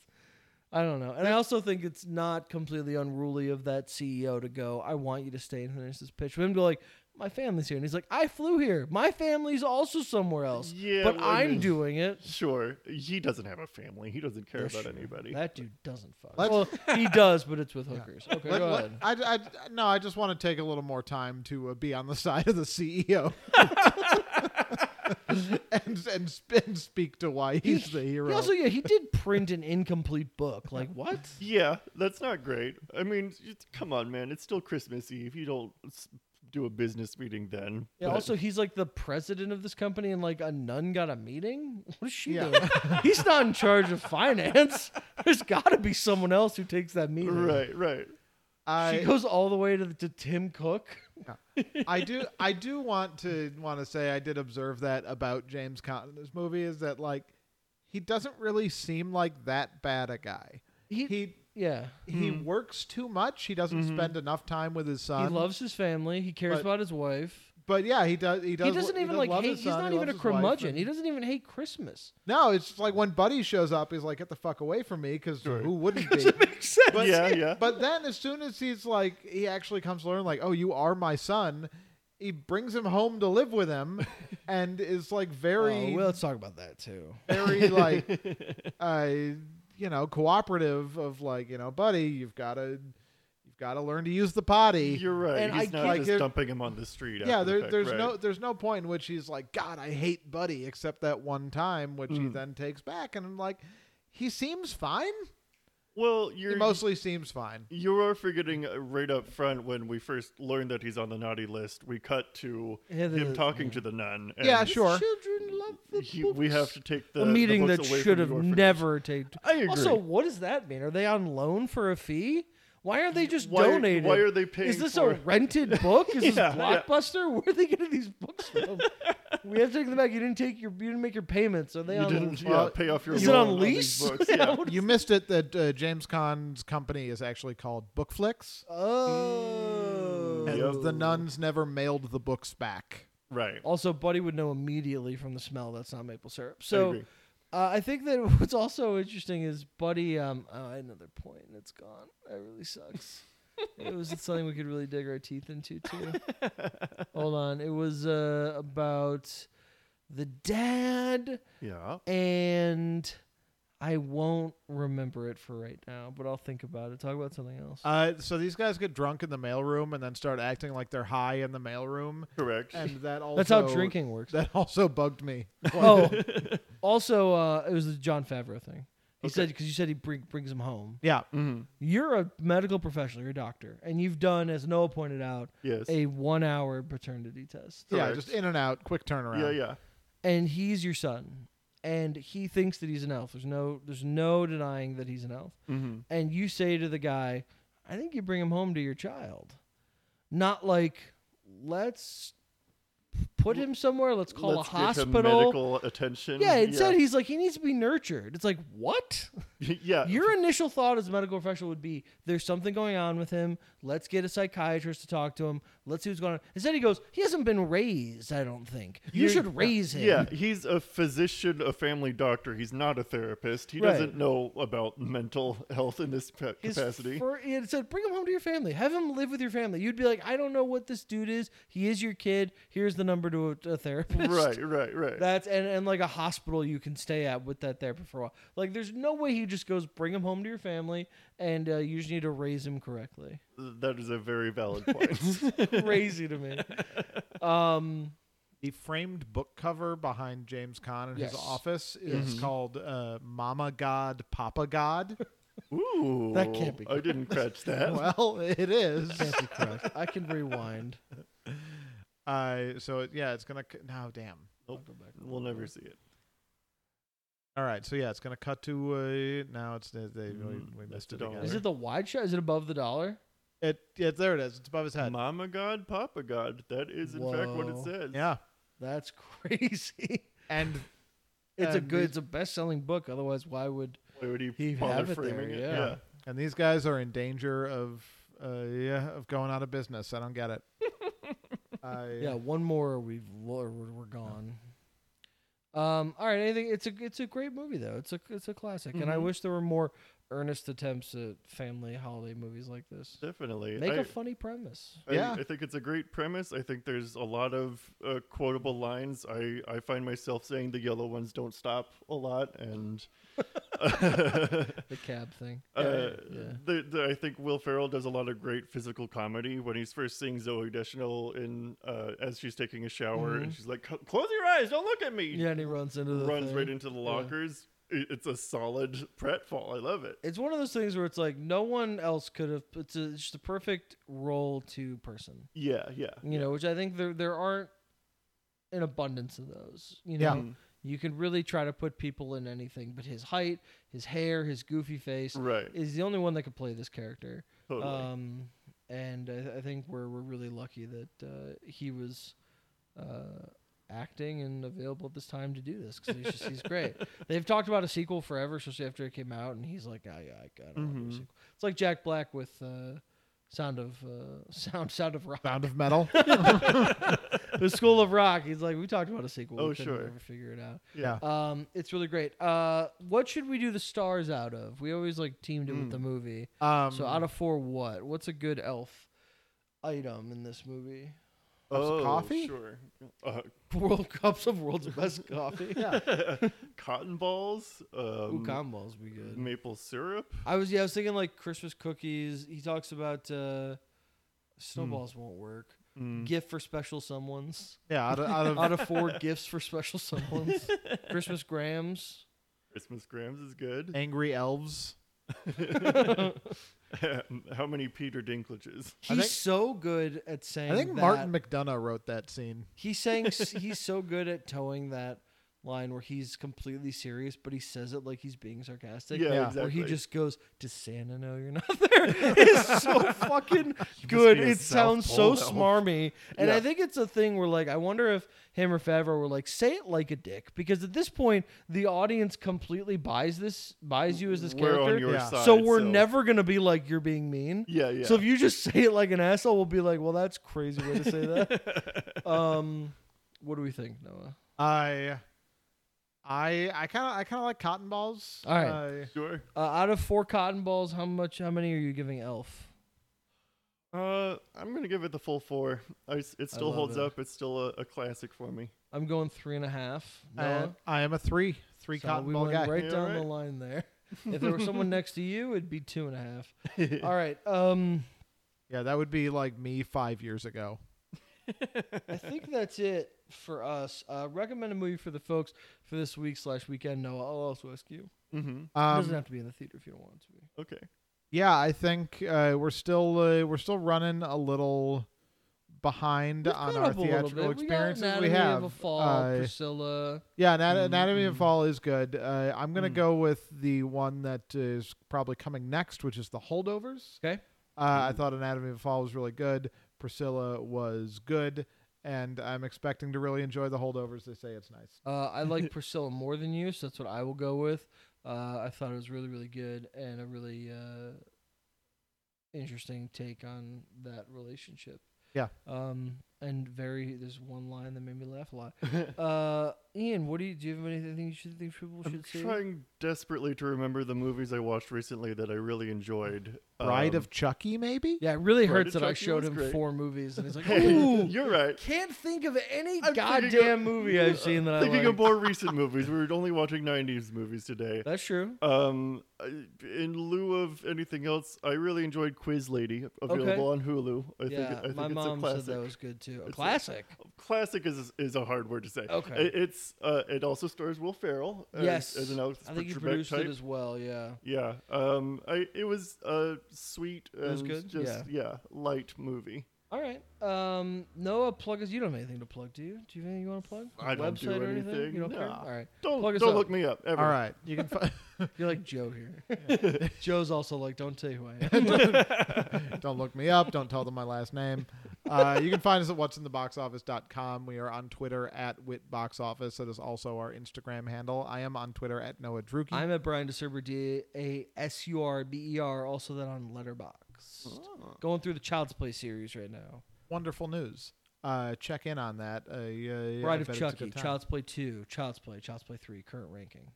Speaker 1: I don't know. And I also think it's not completely unruly of that CEO to go, I want you to stay and finish this pitch. For him to go like, my family's here. And he's like, I flew here. My family's also somewhere else.
Speaker 3: Yeah,
Speaker 1: but
Speaker 3: well, I
Speaker 1: I'm
Speaker 3: mean-
Speaker 1: doing it.
Speaker 3: Sure, he doesn't have a family. He doesn't care
Speaker 1: Yeah,
Speaker 3: about
Speaker 1: sure.
Speaker 3: anybody.
Speaker 1: That dude doesn't fuck.
Speaker 2: Let's-
Speaker 1: well, [laughs] he does, but it's with hookers. Okay,
Speaker 2: Let-
Speaker 1: go
Speaker 2: let-
Speaker 1: ahead.
Speaker 2: I, I- no, I just want to take a little more time to uh, be on the [laughs] side of the
Speaker 3: [laughs]
Speaker 2: CEO and, and sp- and speak to why he's the hero.
Speaker 1: He also, yeah, he did print an incomplete book. Like what?
Speaker 3: Yeah, that's not great. I mean, it's, come on, man. It's still Christmas Eve. You don't s- do a business meeting then.
Speaker 1: Yeah,
Speaker 3: but-
Speaker 1: also, he's like the president of this company, and like a nun got a meeting. What is she
Speaker 2: Yeah.
Speaker 1: doing? he's not in charge of finance. [laughs] There's got to be someone else who takes that meeting.
Speaker 3: [laughs] right, right.
Speaker 2: I,
Speaker 1: she goes all the way to, the, to Tim Cook.
Speaker 2: I do I do want to want to say I did observe that about James Caan in this movie is that like he doesn't really seem like that bad a guy.
Speaker 1: He,
Speaker 2: He
Speaker 1: yeah,
Speaker 2: he works too much. He doesn't spend enough time with his son.
Speaker 1: Hmm. Mm-hmm. he loves his family. He cares
Speaker 2: But-
Speaker 1: about his wife.
Speaker 2: but yeah, he does. He does.
Speaker 1: He doesn't even
Speaker 2: does
Speaker 1: like
Speaker 2: love
Speaker 1: hate.
Speaker 2: his
Speaker 1: He's
Speaker 2: son,
Speaker 1: not
Speaker 2: he
Speaker 1: even a
Speaker 2: loves his wife,
Speaker 1: curmudgeon.
Speaker 2: and-
Speaker 1: He doesn't even hate
Speaker 2: [laughs]
Speaker 1: Christmas.
Speaker 2: No, it's just like when Buddy shows up, he's like, "Get the fuck away from me," because who
Speaker 1: [laughs]
Speaker 2: wouldn't be?
Speaker 1: Makes sense.
Speaker 2: But-
Speaker 3: yeah, yeah.
Speaker 2: But then, as soon as he's like, he actually comes to learn, like, "Oh, you are my son." He brings him home to live
Speaker 1: [laughs]
Speaker 2: with him, and is like
Speaker 1: Oh,
Speaker 2: very
Speaker 1: well, let's talk about that too.
Speaker 2: very like [laughs] uh you know cooperative of like you know buddy you've got to you've got to learn to use the potty
Speaker 3: You're right.
Speaker 1: and
Speaker 3: he's
Speaker 1: I
Speaker 3: not
Speaker 2: like
Speaker 3: just
Speaker 2: it-
Speaker 3: dumping him on the street.
Speaker 2: yeah
Speaker 3: after the
Speaker 2: there,
Speaker 3: fact,
Speaker 2: there's
Speaker 3: right.
Speaker 2: no there's no point in which he's like god i hate buddy except that one time which he then takes back and i'm like he seems fine
Speaker 3: Well,
Speaker 2: he
Speaker 3: you're
Speaker 2: mostly seems fine
Speaker 3: you are forgetting uh, right up front when we first learned that he's on the naughty list. We cut to
Speaker 1: Yeah, the-
Speaker 3: him talking to the nun. And
Speaker 2: Yeah, sure.
Speaker 1: Children love the
Speaker 3: he-
Speaker 1: books.
Speaker 3: we have to take the
Speaker 1: a
Speaker 3: the
Speaker 1: meeting
Speaker 3: books
Speaker 1: that
Speaker 3: away
Speaker 1: should
Speaker 3: from
Speaker 1: have
Speaker 3: the orphanage.
Speaker 1: never taped.
Speaker 3: I agree.
Speaker 1: Also, what does that mean? Are they on loan for a fee? Why are they just
Speaker 3: Why are-
Speaker 1: donated?
Speaker 3: why are they paying
Speaker 1: Is this
Speaker 3: for
Speaker 1: a
Speaker 3: it? [laughs]
Speaker 1: rented book? Is this
Speaker 3: Yeah, yeah.
Speaker 1: Blockbuster? Where are they getting these books from? we have to take them back. You didn't take your. You didn't make your payments. Are they
Speaker 3: You
Speaker 1: on?
Speaker 3: didn't yeah,
Speaker 2: Well,
Speaker 3: pay off your
Speaker 1: is it
Speaker 3: loan
Speaker 1: on
Speaker 3: these
Speaker 1: lease? [laughs]
Speaker 3: books,
Speaker 1: Yeah,
Speaker 3: yeah.
Speaker 1: what is-
Speaker 2: you missed it that uh, james Caan's company is actually called bookflix
Speaker 1: oh.
Speaker 2: and
Speaker 3: Yep.
Speaker 2: the nuns never mailed the books back
Speaker 3: [laughs] Right.
Speaker 1: Also, Buddy would know immediately from the smell that's not maple syrup. So,
Speaker 3: agree.
Speaker 1: uh, I think that [laughs] what's also interesting is Buddy. Um, oh, I had another point and it's gone. That really sucks.
Speaker 2: [laughs]
Speaker 1: it was something we could really dig our teeth into too. Hold on, it was uh, about the dad
Speaker 3: Yeah.
Speaker 1: and I won't remember it for right now, but I'll think about it. Talk about something else.
Speaker 2: Uh, so these guys get drunk in the mailroom and then start acting like they're high in the mailroom, [laughs]
Speaker 3: Correct.
Speaker 2: and that also
Speaker 1: that's how drinking works.
Speaker 2: [laughs] That also bugged me.
Speaker 3: [laughs]
Speaker 1: oh, also, uh, it was the John Favreau thing. He
Speaker 3: Okay.
Speaker 1: said because you said he bring, brings him home.
Speaker 2: Yeah,
Speaker 3: Mhm.
Speaker 1: You're a medical professional, you're a doctor, and you've done, as Noah pointed out,
Speaker 3: Yes.
Speaker 1: a one-hour paternity test.
Speaker 2: yeah,
Speaker 3: Correct.
Speaker 2: just in and out, quick turnaround.
Speaker 3: yeah, yeah.
Speaker 1: And he's your son, and he thinks that he's an elf. There's no, there's no denying that he's an elf.
Speaker 3: Mm-hmm.
Speaker 1: And you say to the guy, "I think you bring him home to your child," not like, "Let's put him somewhere. Let's call
Speaker 3: Let's
Speaker 1: a
Speaker 3: Get him
Speaker 1: hospital."
Speaker 3: medical attention.
Speaker 1: Yeah, instead he's like he needs to be nurtured. It's like what?
Speaker 3: he, yeah. [laughs]
Speaker 1: Your initial thought as a medical professional would be there's something going on with him. Let's get a psychiatrist to talk to him. Let's see what's going on. Instead he goes, he hasn't been raised, I don't think. You
Speaker 3: You're-
Speaker 1: should raise him.
Speaker 3: [laughs] Yeah, he's a physician, a family doctor. He's not a therapist. He
Speaker 1: Right.
Speaker 3: doesn't know about mental health in this pa-
Speaker 1: His
Speaker 3: capacity.
Speaker 1: fir- it said, bring him home to your family. Have him live with your family. You'd be like, I don't know what this dude is. He is your kid. Here's the number to a, a therapist.
Speaker 3: [laughs] right, right, right.
Speaker 1: That's and, and like a hospital you can stay at with that therapist for a while. Like there's no way he just goes bring him home to your family and uh, you just need to raise him
Speaker 3: [laughs]
Speaker 1: correctly.
Speaker 3: that is a
Speaker 1: [laughs]
Speaker 3: very valid point.
Speaker 1: Crazy to me. Um,
Speaker 2: The framed book cover behind James Caan in
Speaker 1: Yes.
Speaker 2: his office is called uh, "Mama God, Papa God."
Speaker 3: Ooh,
Speaker 1: That can't be
Speaker 3: I didn't catch
Speaker 1: [laughs]
Speaker 3: that.
Speaker 2: [laughs] well, it is.
Speaker 1: can't be correct. I can rewind.
Speaker 2: Uh, so it, yeah, it's gonna. c- No, damn.
Speaker 3: Nope. We'll never see it.
Speaker 2: All right, so yeah, it's gonna cut to. Uh, now it's they, they
Speaker 3: Mm,
Speaker 2: we, we
Speaker 3: that's
Speaker 2: missed
Speaker 3: the
Speaker 2: it again.
Speaker 3: dollar.
Speaker 1: Is it the wide shot? Is it above the dollar?
Speaker 2: It yeah, there it is. It's above his head.
Speaker 3: Mama God, Papa God. That is in fact what
Speaker 1: Whoa.
Speaker 3: it says.
Speaker 2: Yeah,
Speaker 1: That's [laughs] crazy.
Speaker 2: and
Speaker 1: It's a
Speaker 2: And
Speaker 1: good,
Speaker 2: these-
Speaker 1: it's a best-selling book. Otherwise, why would
Speaker 3: Why would he,
Speaker 1: He'd
Speaker 3: bother
Speaker 1: have it
Speaker 3: framing
Speaker 1: there,
Speaker 3: it?
Speaker 1: yeah.
Speaker 2: and these guys are in danger of uh, yeah of going out of business. I don't get it. [laughs] I,
Speaker 1: yeah one more we've or we're we're gone. Um. All right. Anything? It's a it's a great movie though. It's a it's a classic, and I
Speaker 3: Mhm.
Speaker 1: wish there were more earnest attempts at family holiday movies like this.
Speaker 3: Definitely.
Speaker 1: Make
Speaker 3: I-
Speaker 1: a funny premise.
Speaker 3: I,
Speaker 2: Yeah.
Speaker 3: I think it's a great premise. I think there's a lot of uh, quotable lines. I, I find myself saying the yellow ones don't stop a lot. And [laughs] uh,
Speaker 1: The cab thing. yeah.
Speaker 3: the, the, I think Will Ferrell does a lot of great physical comedy when he's first seeing Zoe Deschanel in, uh, as she's taking a shower and
Speaker 1: Mhm.
Speaker 3: she's like, close your eyes, don't look at me.
Speaker 1: Yeah, and he runs into the
Speaker 3: Runs
Speaker 1: thing.
Speaker 3: right into the lockers. It- It's a solid pratfall. I love it.
Speaker 1: It's one of those things where it's like no one else could have. It's, a, it's just the perfect role to person,
Speaker 3: Yeah, yeah.
Speaker 1: you know. Which I think there there aren't an abundance of those. You
Speaker 2: Yeah.
Speaker 1: know, you can really try to put people in anything, but his height, his hair, his goofy face
Speaker 3: Right.
Speaker 1: is the only one that could play this character.
Speaker 3: Totally.
Speaker 1: Um, and I, I think we're we're really lucky that uh, he was. Uh, acting and available at this time to do this because he's just he's
Speaker 3: [laughs]
Speaker 1: great. They've talked about a sequel forever, especially after it came out, and he's like, I, I, I don't want to do a
Speaker 3: Mhm.
Speaker 1: sequel. It's like Jack Black with uh, Sound of uh, [laughs] Sound Sound of Rock,
Speaker 2: Sound
Speaker 1: [laughs]
Speaker 2: of metal.
Speaker 1: the School of Rock. He's like, we talked about a sequel.
Speaker 3: Oh,
Speaker 1: we couldn't
Speaker 3: sure.
Speaker 1: Ever figure it out.
Speaker 2: yeah.
Speaker 1: Um, it's really great. Uh, what should we do the stars out of? We always like teamed it with
Speaker 3: Mm.
Speaker 1: the movie.
Speaker 2: Um,
Speaker 1: so [laughs] out of four, what? What's a good elf item in this movie? [laughs]
Speaker 2: Cups of coffee?
Speaker 3: Oh, Sure. Uh,
Speaker 1: World Cups of World's
Speaker 3: [laughs]
Speaker 1: Best Coffee.
Speaker 2: yeah.
Speaker 3: cotton balls.
Speaker 1: Ooh,
Speaker 3: Um,
Speaker 1: cotton balls would be good.
Speaker 3: maple syrup.
Speaker 1: I was yeah, I was thinking like Christmas cookies. He talks about uh,
Speaker 3: Hmm.
Speaker 1: snowballs won't work. Gift for special someone's.
Speaker 2: Yeah, out of, out of
Speaker 1: Out of
Speaker 3: [laughs]
Speaker 1: four gifts for special someone's. Christmas grams.
Speaker 3: Christmas grams is good. [laughs]
Speaker 2: angry elves.
Speaker 3: How many Peter Dinklages?
Speaker 1: He's
Speaker 2: think-
Speaker 1: so good at saying.
Speaker 2: I think
Speaker 1: that.
Speaker 2: Martin McDonough wrote that scene.
Speaker 1: He's saying
Speaker 3: [laughs]
Speaker 1: s- he's so good at towing that line where he's completely serious, but he says it like he's being sarcastic.
Speaker 3: Yeah,
Speaker 2: Yeah.
Speaker 1: Where
Speaker 3: exactly.
Speaker 1: he just goes, "Does Santa know you're not [laughs] there?" It's
Speaker 3: [laughs]
Speaker 1: so fucking good.
Speaker 3: be a
Speaker 1: It sounds
Speaker 3: South
Speaker 1: so
Speaker 3: Pole elf. [laughs]
Speaker 1: smarmy, and I
Speaker 3: Yeah.
Speaker 1: think it's a thing where like I wonder if him or Favreau were like, "Say it like a dick," because at this point the audience completely buys this, buys you as this
Speaker 3: We're
Speaker 1: character.
Speaker 3: on your
Speaker 2: Yeah.
Speaker 3: side.
Speaker 1: so we're never gonna be like you're being mean.
Speaker 3: Yeah, yeah.
Speaker 1: So if you just [laughs] say it like an asshole, we'll be like, well, that's crazy way to say that.
Speaker 2: [laughs]
Speaker 1: um, what do we think, Noah?
Speaker 2: I, I, I kind of, I kind of like cotton balls.
Speaker 1: All right.
Speaker 2: I-
Speaker 3: sure.
Speaker 1: Uh, out of four cotton balls, how much? How many are you giving Elf?
Speaker 3: Uh, I'm gonna give it the full four. I s it still
Speaker 1: love
Speaker 3: holds
Speaker 1: it.
Speaker 3: up. It's still a, a classic for me.
Speaker 1: I'm going three and a half.
Speaker 2: I,
Speaker 1: Noah,
Speaker 2: I am a three, three
Speaker 1: So
Speaker 2: cotton
Speaker 1: we
Speaker 2: ball
Speaker 1: went
Speaker 2: guy.
Speaker 1: right
Speaker 3: Yeah,
Speaker 1: down the
Speaker 3: right.
Speaker 1: line
Speaker 2: [laughs]
Speaker 1: there. if there were someone next to you, it'd be two and a half.
Speaker 2: [laughs]
Speaker 1: All right. Um,
Speaker 2: Yeah, that would be like me five years ago.
Speaker 1: I think that's it for us. Uh, recommend a movie for the folks for this week slash weekend. Noah, I'll also ask you.
Speaker 3: hmm
Speaker 1: it doesn't
Speaker 2: Um,
Speaker 1: have to be in the theater if Mm-hmm. you don't want it to be.
Speaker 3: Okay.
Speaker 2: yeah, I think uh, we're still uh, we're still running a little behind
Speaker 1: We've
Speaker 2: on
Speaker 1: caught
Speaker 2: our
Speaker 1: up a little
Speaker 2: theatrical
Speaker 1: bit. got
Speaker 2: experiences.
Speaker 1: Anatomy
Speaker 2: we have
Speaker 1: of a Fall,
Speaker 2: Uh,
Speaker 1: Priscilla.
Speaker 2: yeah, Anat- Anatomy of
Speaker 3: Mm.
Speaker 2: Fall is good. Uh, I'm gonna
Speaker 3: Mm.
Speaker 2: go with the one that is probably coming next, which is the Holdovers.
Speaker 1: Okay.
Speaker 2: Uh, I
Speaker 3: Ooh.
Speaker 2: thought Anatomy of a Fall was really good. Priscilla was good, and I'm expecting to really enjoy the Holdovers. They say it's nice.
Speaker 1: Uh, I like [laughs] Priscilla more than you, so that's what I will go with. Uh, I thought it was really, really good and a really uh, interesting take on that relationship.
Speaker 2: Yeah.
Speaker 1: Um, and very there's one line that made me laugh a
Speaker 2: [laughs]
Speaker 1: lot. Uh, Ian, what do you do? You have anything you should think people
Speaker 3: I'm
Speaker 1: should see?
Speaker 3: trying desperately to remember the movies I watched recently that I really enjoyed.
Speaker 2: Bride
Speaker 3: Um, [laughs]
Speaker 2: of Chucky, maybe.
Speaker 1: Yeah, it really
Speaker 3: Bride
Speaker 1: hurts
Speaker 3: of
Speaker 1: that I
Speaker 3: Chucky
Speaker 1: showed
Speaker 3: was
Speaker 1: him
Speaker 3: great.
Speaker 1: four movies and he's
Speaker 3: [laughs]
Speaker 1: like,
Speaker 3: Hey,
Speaker 1: "Ooh,
Speaker 3: you're right.
Speaker 1: can't think of any
Speaker 3: I'm thinking of-
Speaker 1: goddamn movie
Speaker 3: [laughs]
Speaker 1: I've seen that I
Speaker 3: Thinking of
Speaker 1: liked."
Speaker 3: more recent movies, we were only watching '90s movies today.
Speaker 1: That's true.
Speaker 3: Um, I- in lieu of anything else, I really enjoyed Quiz Lady, available
Speaker 1: Okay.
Speaker 3: on Hulu. I think,
Speaker 1: yeah,
Speaker 3: I think
Speaker 1: my
Speaker 3: it's a
Speaker 1: mom said
Speaker 3: classic.
Speaker 1: that was good too. A
Speaker 3: a- uh,
Speaker 1: classic.
Speaker 3: Classic is is a hard word to say.
Speaker 1: Okay.
Speaker 3: It- it's uh, it also stars Will Ferrell. As,
Speaker 1: yes,
Speaker 3: as an Alex
Speaker 1: I think he
Speaker 3: Trebek
Speaker 1: produced
Speaker 3: type.
Speaker 1: it as well. Yeah,
Speaker 3: yeah. Um, I it was uh sweet and
Speaker 1: was good?
Speaker 3: just yeah. light movie.
Speaker 1: All right. Um, Noah, plug us. You don't have anything to plug, do you? Do you have anything you want to plug?
Speaker 3: I don't do anything,
Speaker 1: You don't care?
Speaker 3: nah.
Speaker 1: All right.
Speaker 3: Don't
Speaker 1: Plug us
Speaker 3: don't
Speaker 1: up.
Speaker 3: look me up ever.
Speaker 2: All right, you can. Fi- [laughs]
Speaker 1: You're like Joe
Speaker 3: [laughs]
Speaker 1: here. Joe's also like, don't tell you who I am.
Speaker 2: don't look me up. Don't tell them my last name. Uh, uh, you can find us at whatsintheboxoffice.com. We are on Twitter at witboxoffice. That is also our Instagram handle. I am on Twitter at Noah Druki.
Speaker 1: I'm at Brian DeSerber, D A S U R B E R, also that on Letterbox. Going through the Child's Play series right now.
Speaker 2: Wonderful news. Uh, check in on that. Uh, yeah, yeah, I
Speaker 1: Bride of
Speaker 2: bet it's a
Speaker 1: Chucky,
Speaker 2: good time.
Speaker 1: Child's Play 2, Child's Play, Child's Play 3, current ranking.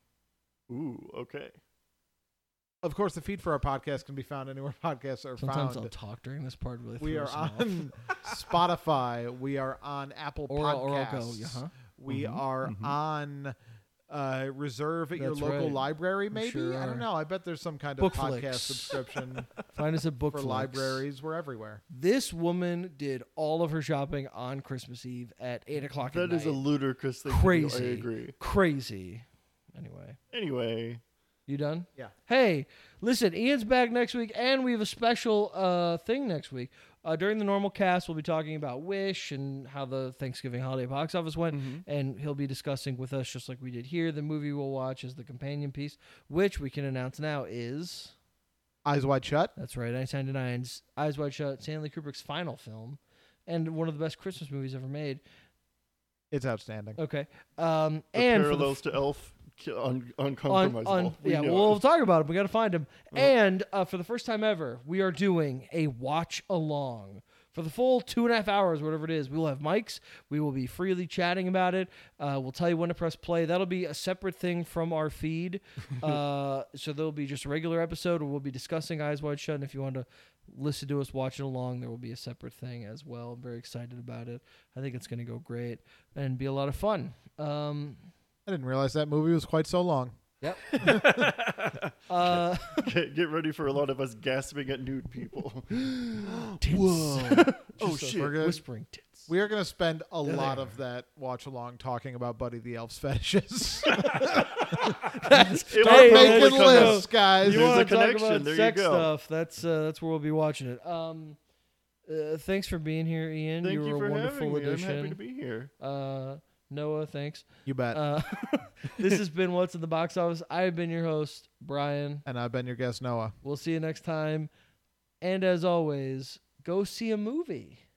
Speaker 3: Ooh, okay.
Speaker 2: Of course, the feed for our podcast can be found anywhere [laughs] podcasts are
Speaker 1: Sometimes I'll
Speaker 2: found.
Speaker 1: talk during this part really
Speaker 2: we are
Speaker 1: throws them off.
Speaker 2: on
Speaker 1: [laughs]
Speaker 2: Spotify. We are on Apple
Speaker 1: Or, or I'll go,
Speaker 2: Podcasts.
Speaker 1: yeah, huh? Mm-hmm,
Speaker 2: We
Speaker 3: Mhm,
Speaker 2: are
Speaker 3: mhm.
Speaker 2: on uh, reserve at your
Speaker 1: That's
Speaker 2: local
Speaker 1: right.
Speaker 2: library,
Speaker 1: We
Speaker 2: maybe.
Speaker 1: sure
Speaker 2: I
Speaker 1: are.
Speaker 2: don't know. I bet there's some kind of
Speaker 1: Bookflix. [laughs]
Speaker 2: podcast subscription
Speaker 1: Find us at Book
Speaker 2: [laughs] for libraries. We're everywhere.
Speaker 1: This woman did all of her shopping on Christmas Eve at 8 o'clock at
Speaker 3: That is a
Speaker 1: night.
Speaker 3: ludicrous thing. to do,
Speaker 1: Crazy.
Speaker 3: I agree.
Speaker 1: Crazy. Anyway.
Speaker 3: Anyway,
Speaker 1: You done?
Speaker 2: Yeah.
Speaker 1: Hey, listen, Ian's back next week, and we have a special uh, thing next week. Uh, during the normal cast, we'll be talking about Wish and how the Thanksgiving holiday box office went,
Speaker 2: Mm-hmm.
Speaker 1: and he'll be discussing with us, just like we did here, the movie we'll watch is the companion piece, which we can announce now is
Speaker 2: Eyes wide shut.
Speaker 1: that's right, 1999's Eyes Wide Shut, Stanley Kubrick's final film, and one of the best Christmas movies ever made.
Speaker 2: It's outstanding.
Speaker 1: Okay, um,
Speaker 3: the
Speaker 1: and for the
Speaker 3: parallels to Elf ki- un-
Speaker 1: on,
Speaker 3: uncompromisable.
Speaker 1: on
Speaker 3: We
Speaker 1: yeah,
Speaker 3: know [laughs] Uh-huh.
Speaker 1: we'll
Speaker 3: it.
Speaker 1: talk about him. We got to find him. And uh, for the first time ever, we are doing a watch along for the full two and a half hours, whatever it is. We will have mics. We will be freely chatting about it. Uh, we'll tell you when to press play. That'll be a separate thing from our
Speaker 3: [laughs]
Speaker 1: feed. Uh, so there'll be just a regular episode where we'll be discussing Eyes Wide Shut. And if you want to listen to us watch it along, there will be a separate thing as well. I'm very excited about it. I think it's going to go great and be a lot of fun. Um,
Speaker 2: I didn't realize that movie was quite so long.
Speaker 1: uh, [laughs]
Speaker 3: Get, get ready for a lot of us gasping at
Speaker 1: [laughs]
Speaker 3: nude people.
Speaker 1: tits.
Speaker 3: oh
Speaker 1: Just, uh,
Speaker 3: shit!
Speaker 2: we're good.
Speaker 1: Whispering tits.
Speaker 2: We are going to spend a
Speaker 1: they
Speaker 2: lot
Speaker 1: are.
Speaker 2: of that watch along talking about Buddy the Elf's [laughs] fetishes.
Speaker 3: It will
Speaker 1: Hey,
Speaker 3: probably
Speaker 2: Make it
Speaker 1: that's-
Speaker 3: come up.
Speaker 2: lists, guys.
Speaker 3: You
Speaker 1: You
Speaker 3: There's
Speaker 1: want
Speaker 3: a
Speaker 1: to talk
Speaker 3: connection,
Speaker 1: about
Speaker 3: there you
Speaker 1: sex
Speaker 3: go.
Speaker 1: stuff? That's uh, that's where we'll be watching it. Um, uh, thanks for being here, Ian.
Speaker 3: Thank
Speaker 1: you
Speaker 3: you,
Speaker 1: were
Speaker 3: for
Speaker 1: a wonderful
Speaker 3: having me.
Speaker 1: addition.
Speaker 3: I'm happy to be here.
Speaker 1: uh, Noah, thanks.
Speaker 2: You bet.
Speaker 1: Uh, [laughs] this has been what's in the box office. I've been your host, Brian.
Speaker 2: and I've been your guest, Noah.
Speaker 1: We'll see you next time. And as always, go see a movie.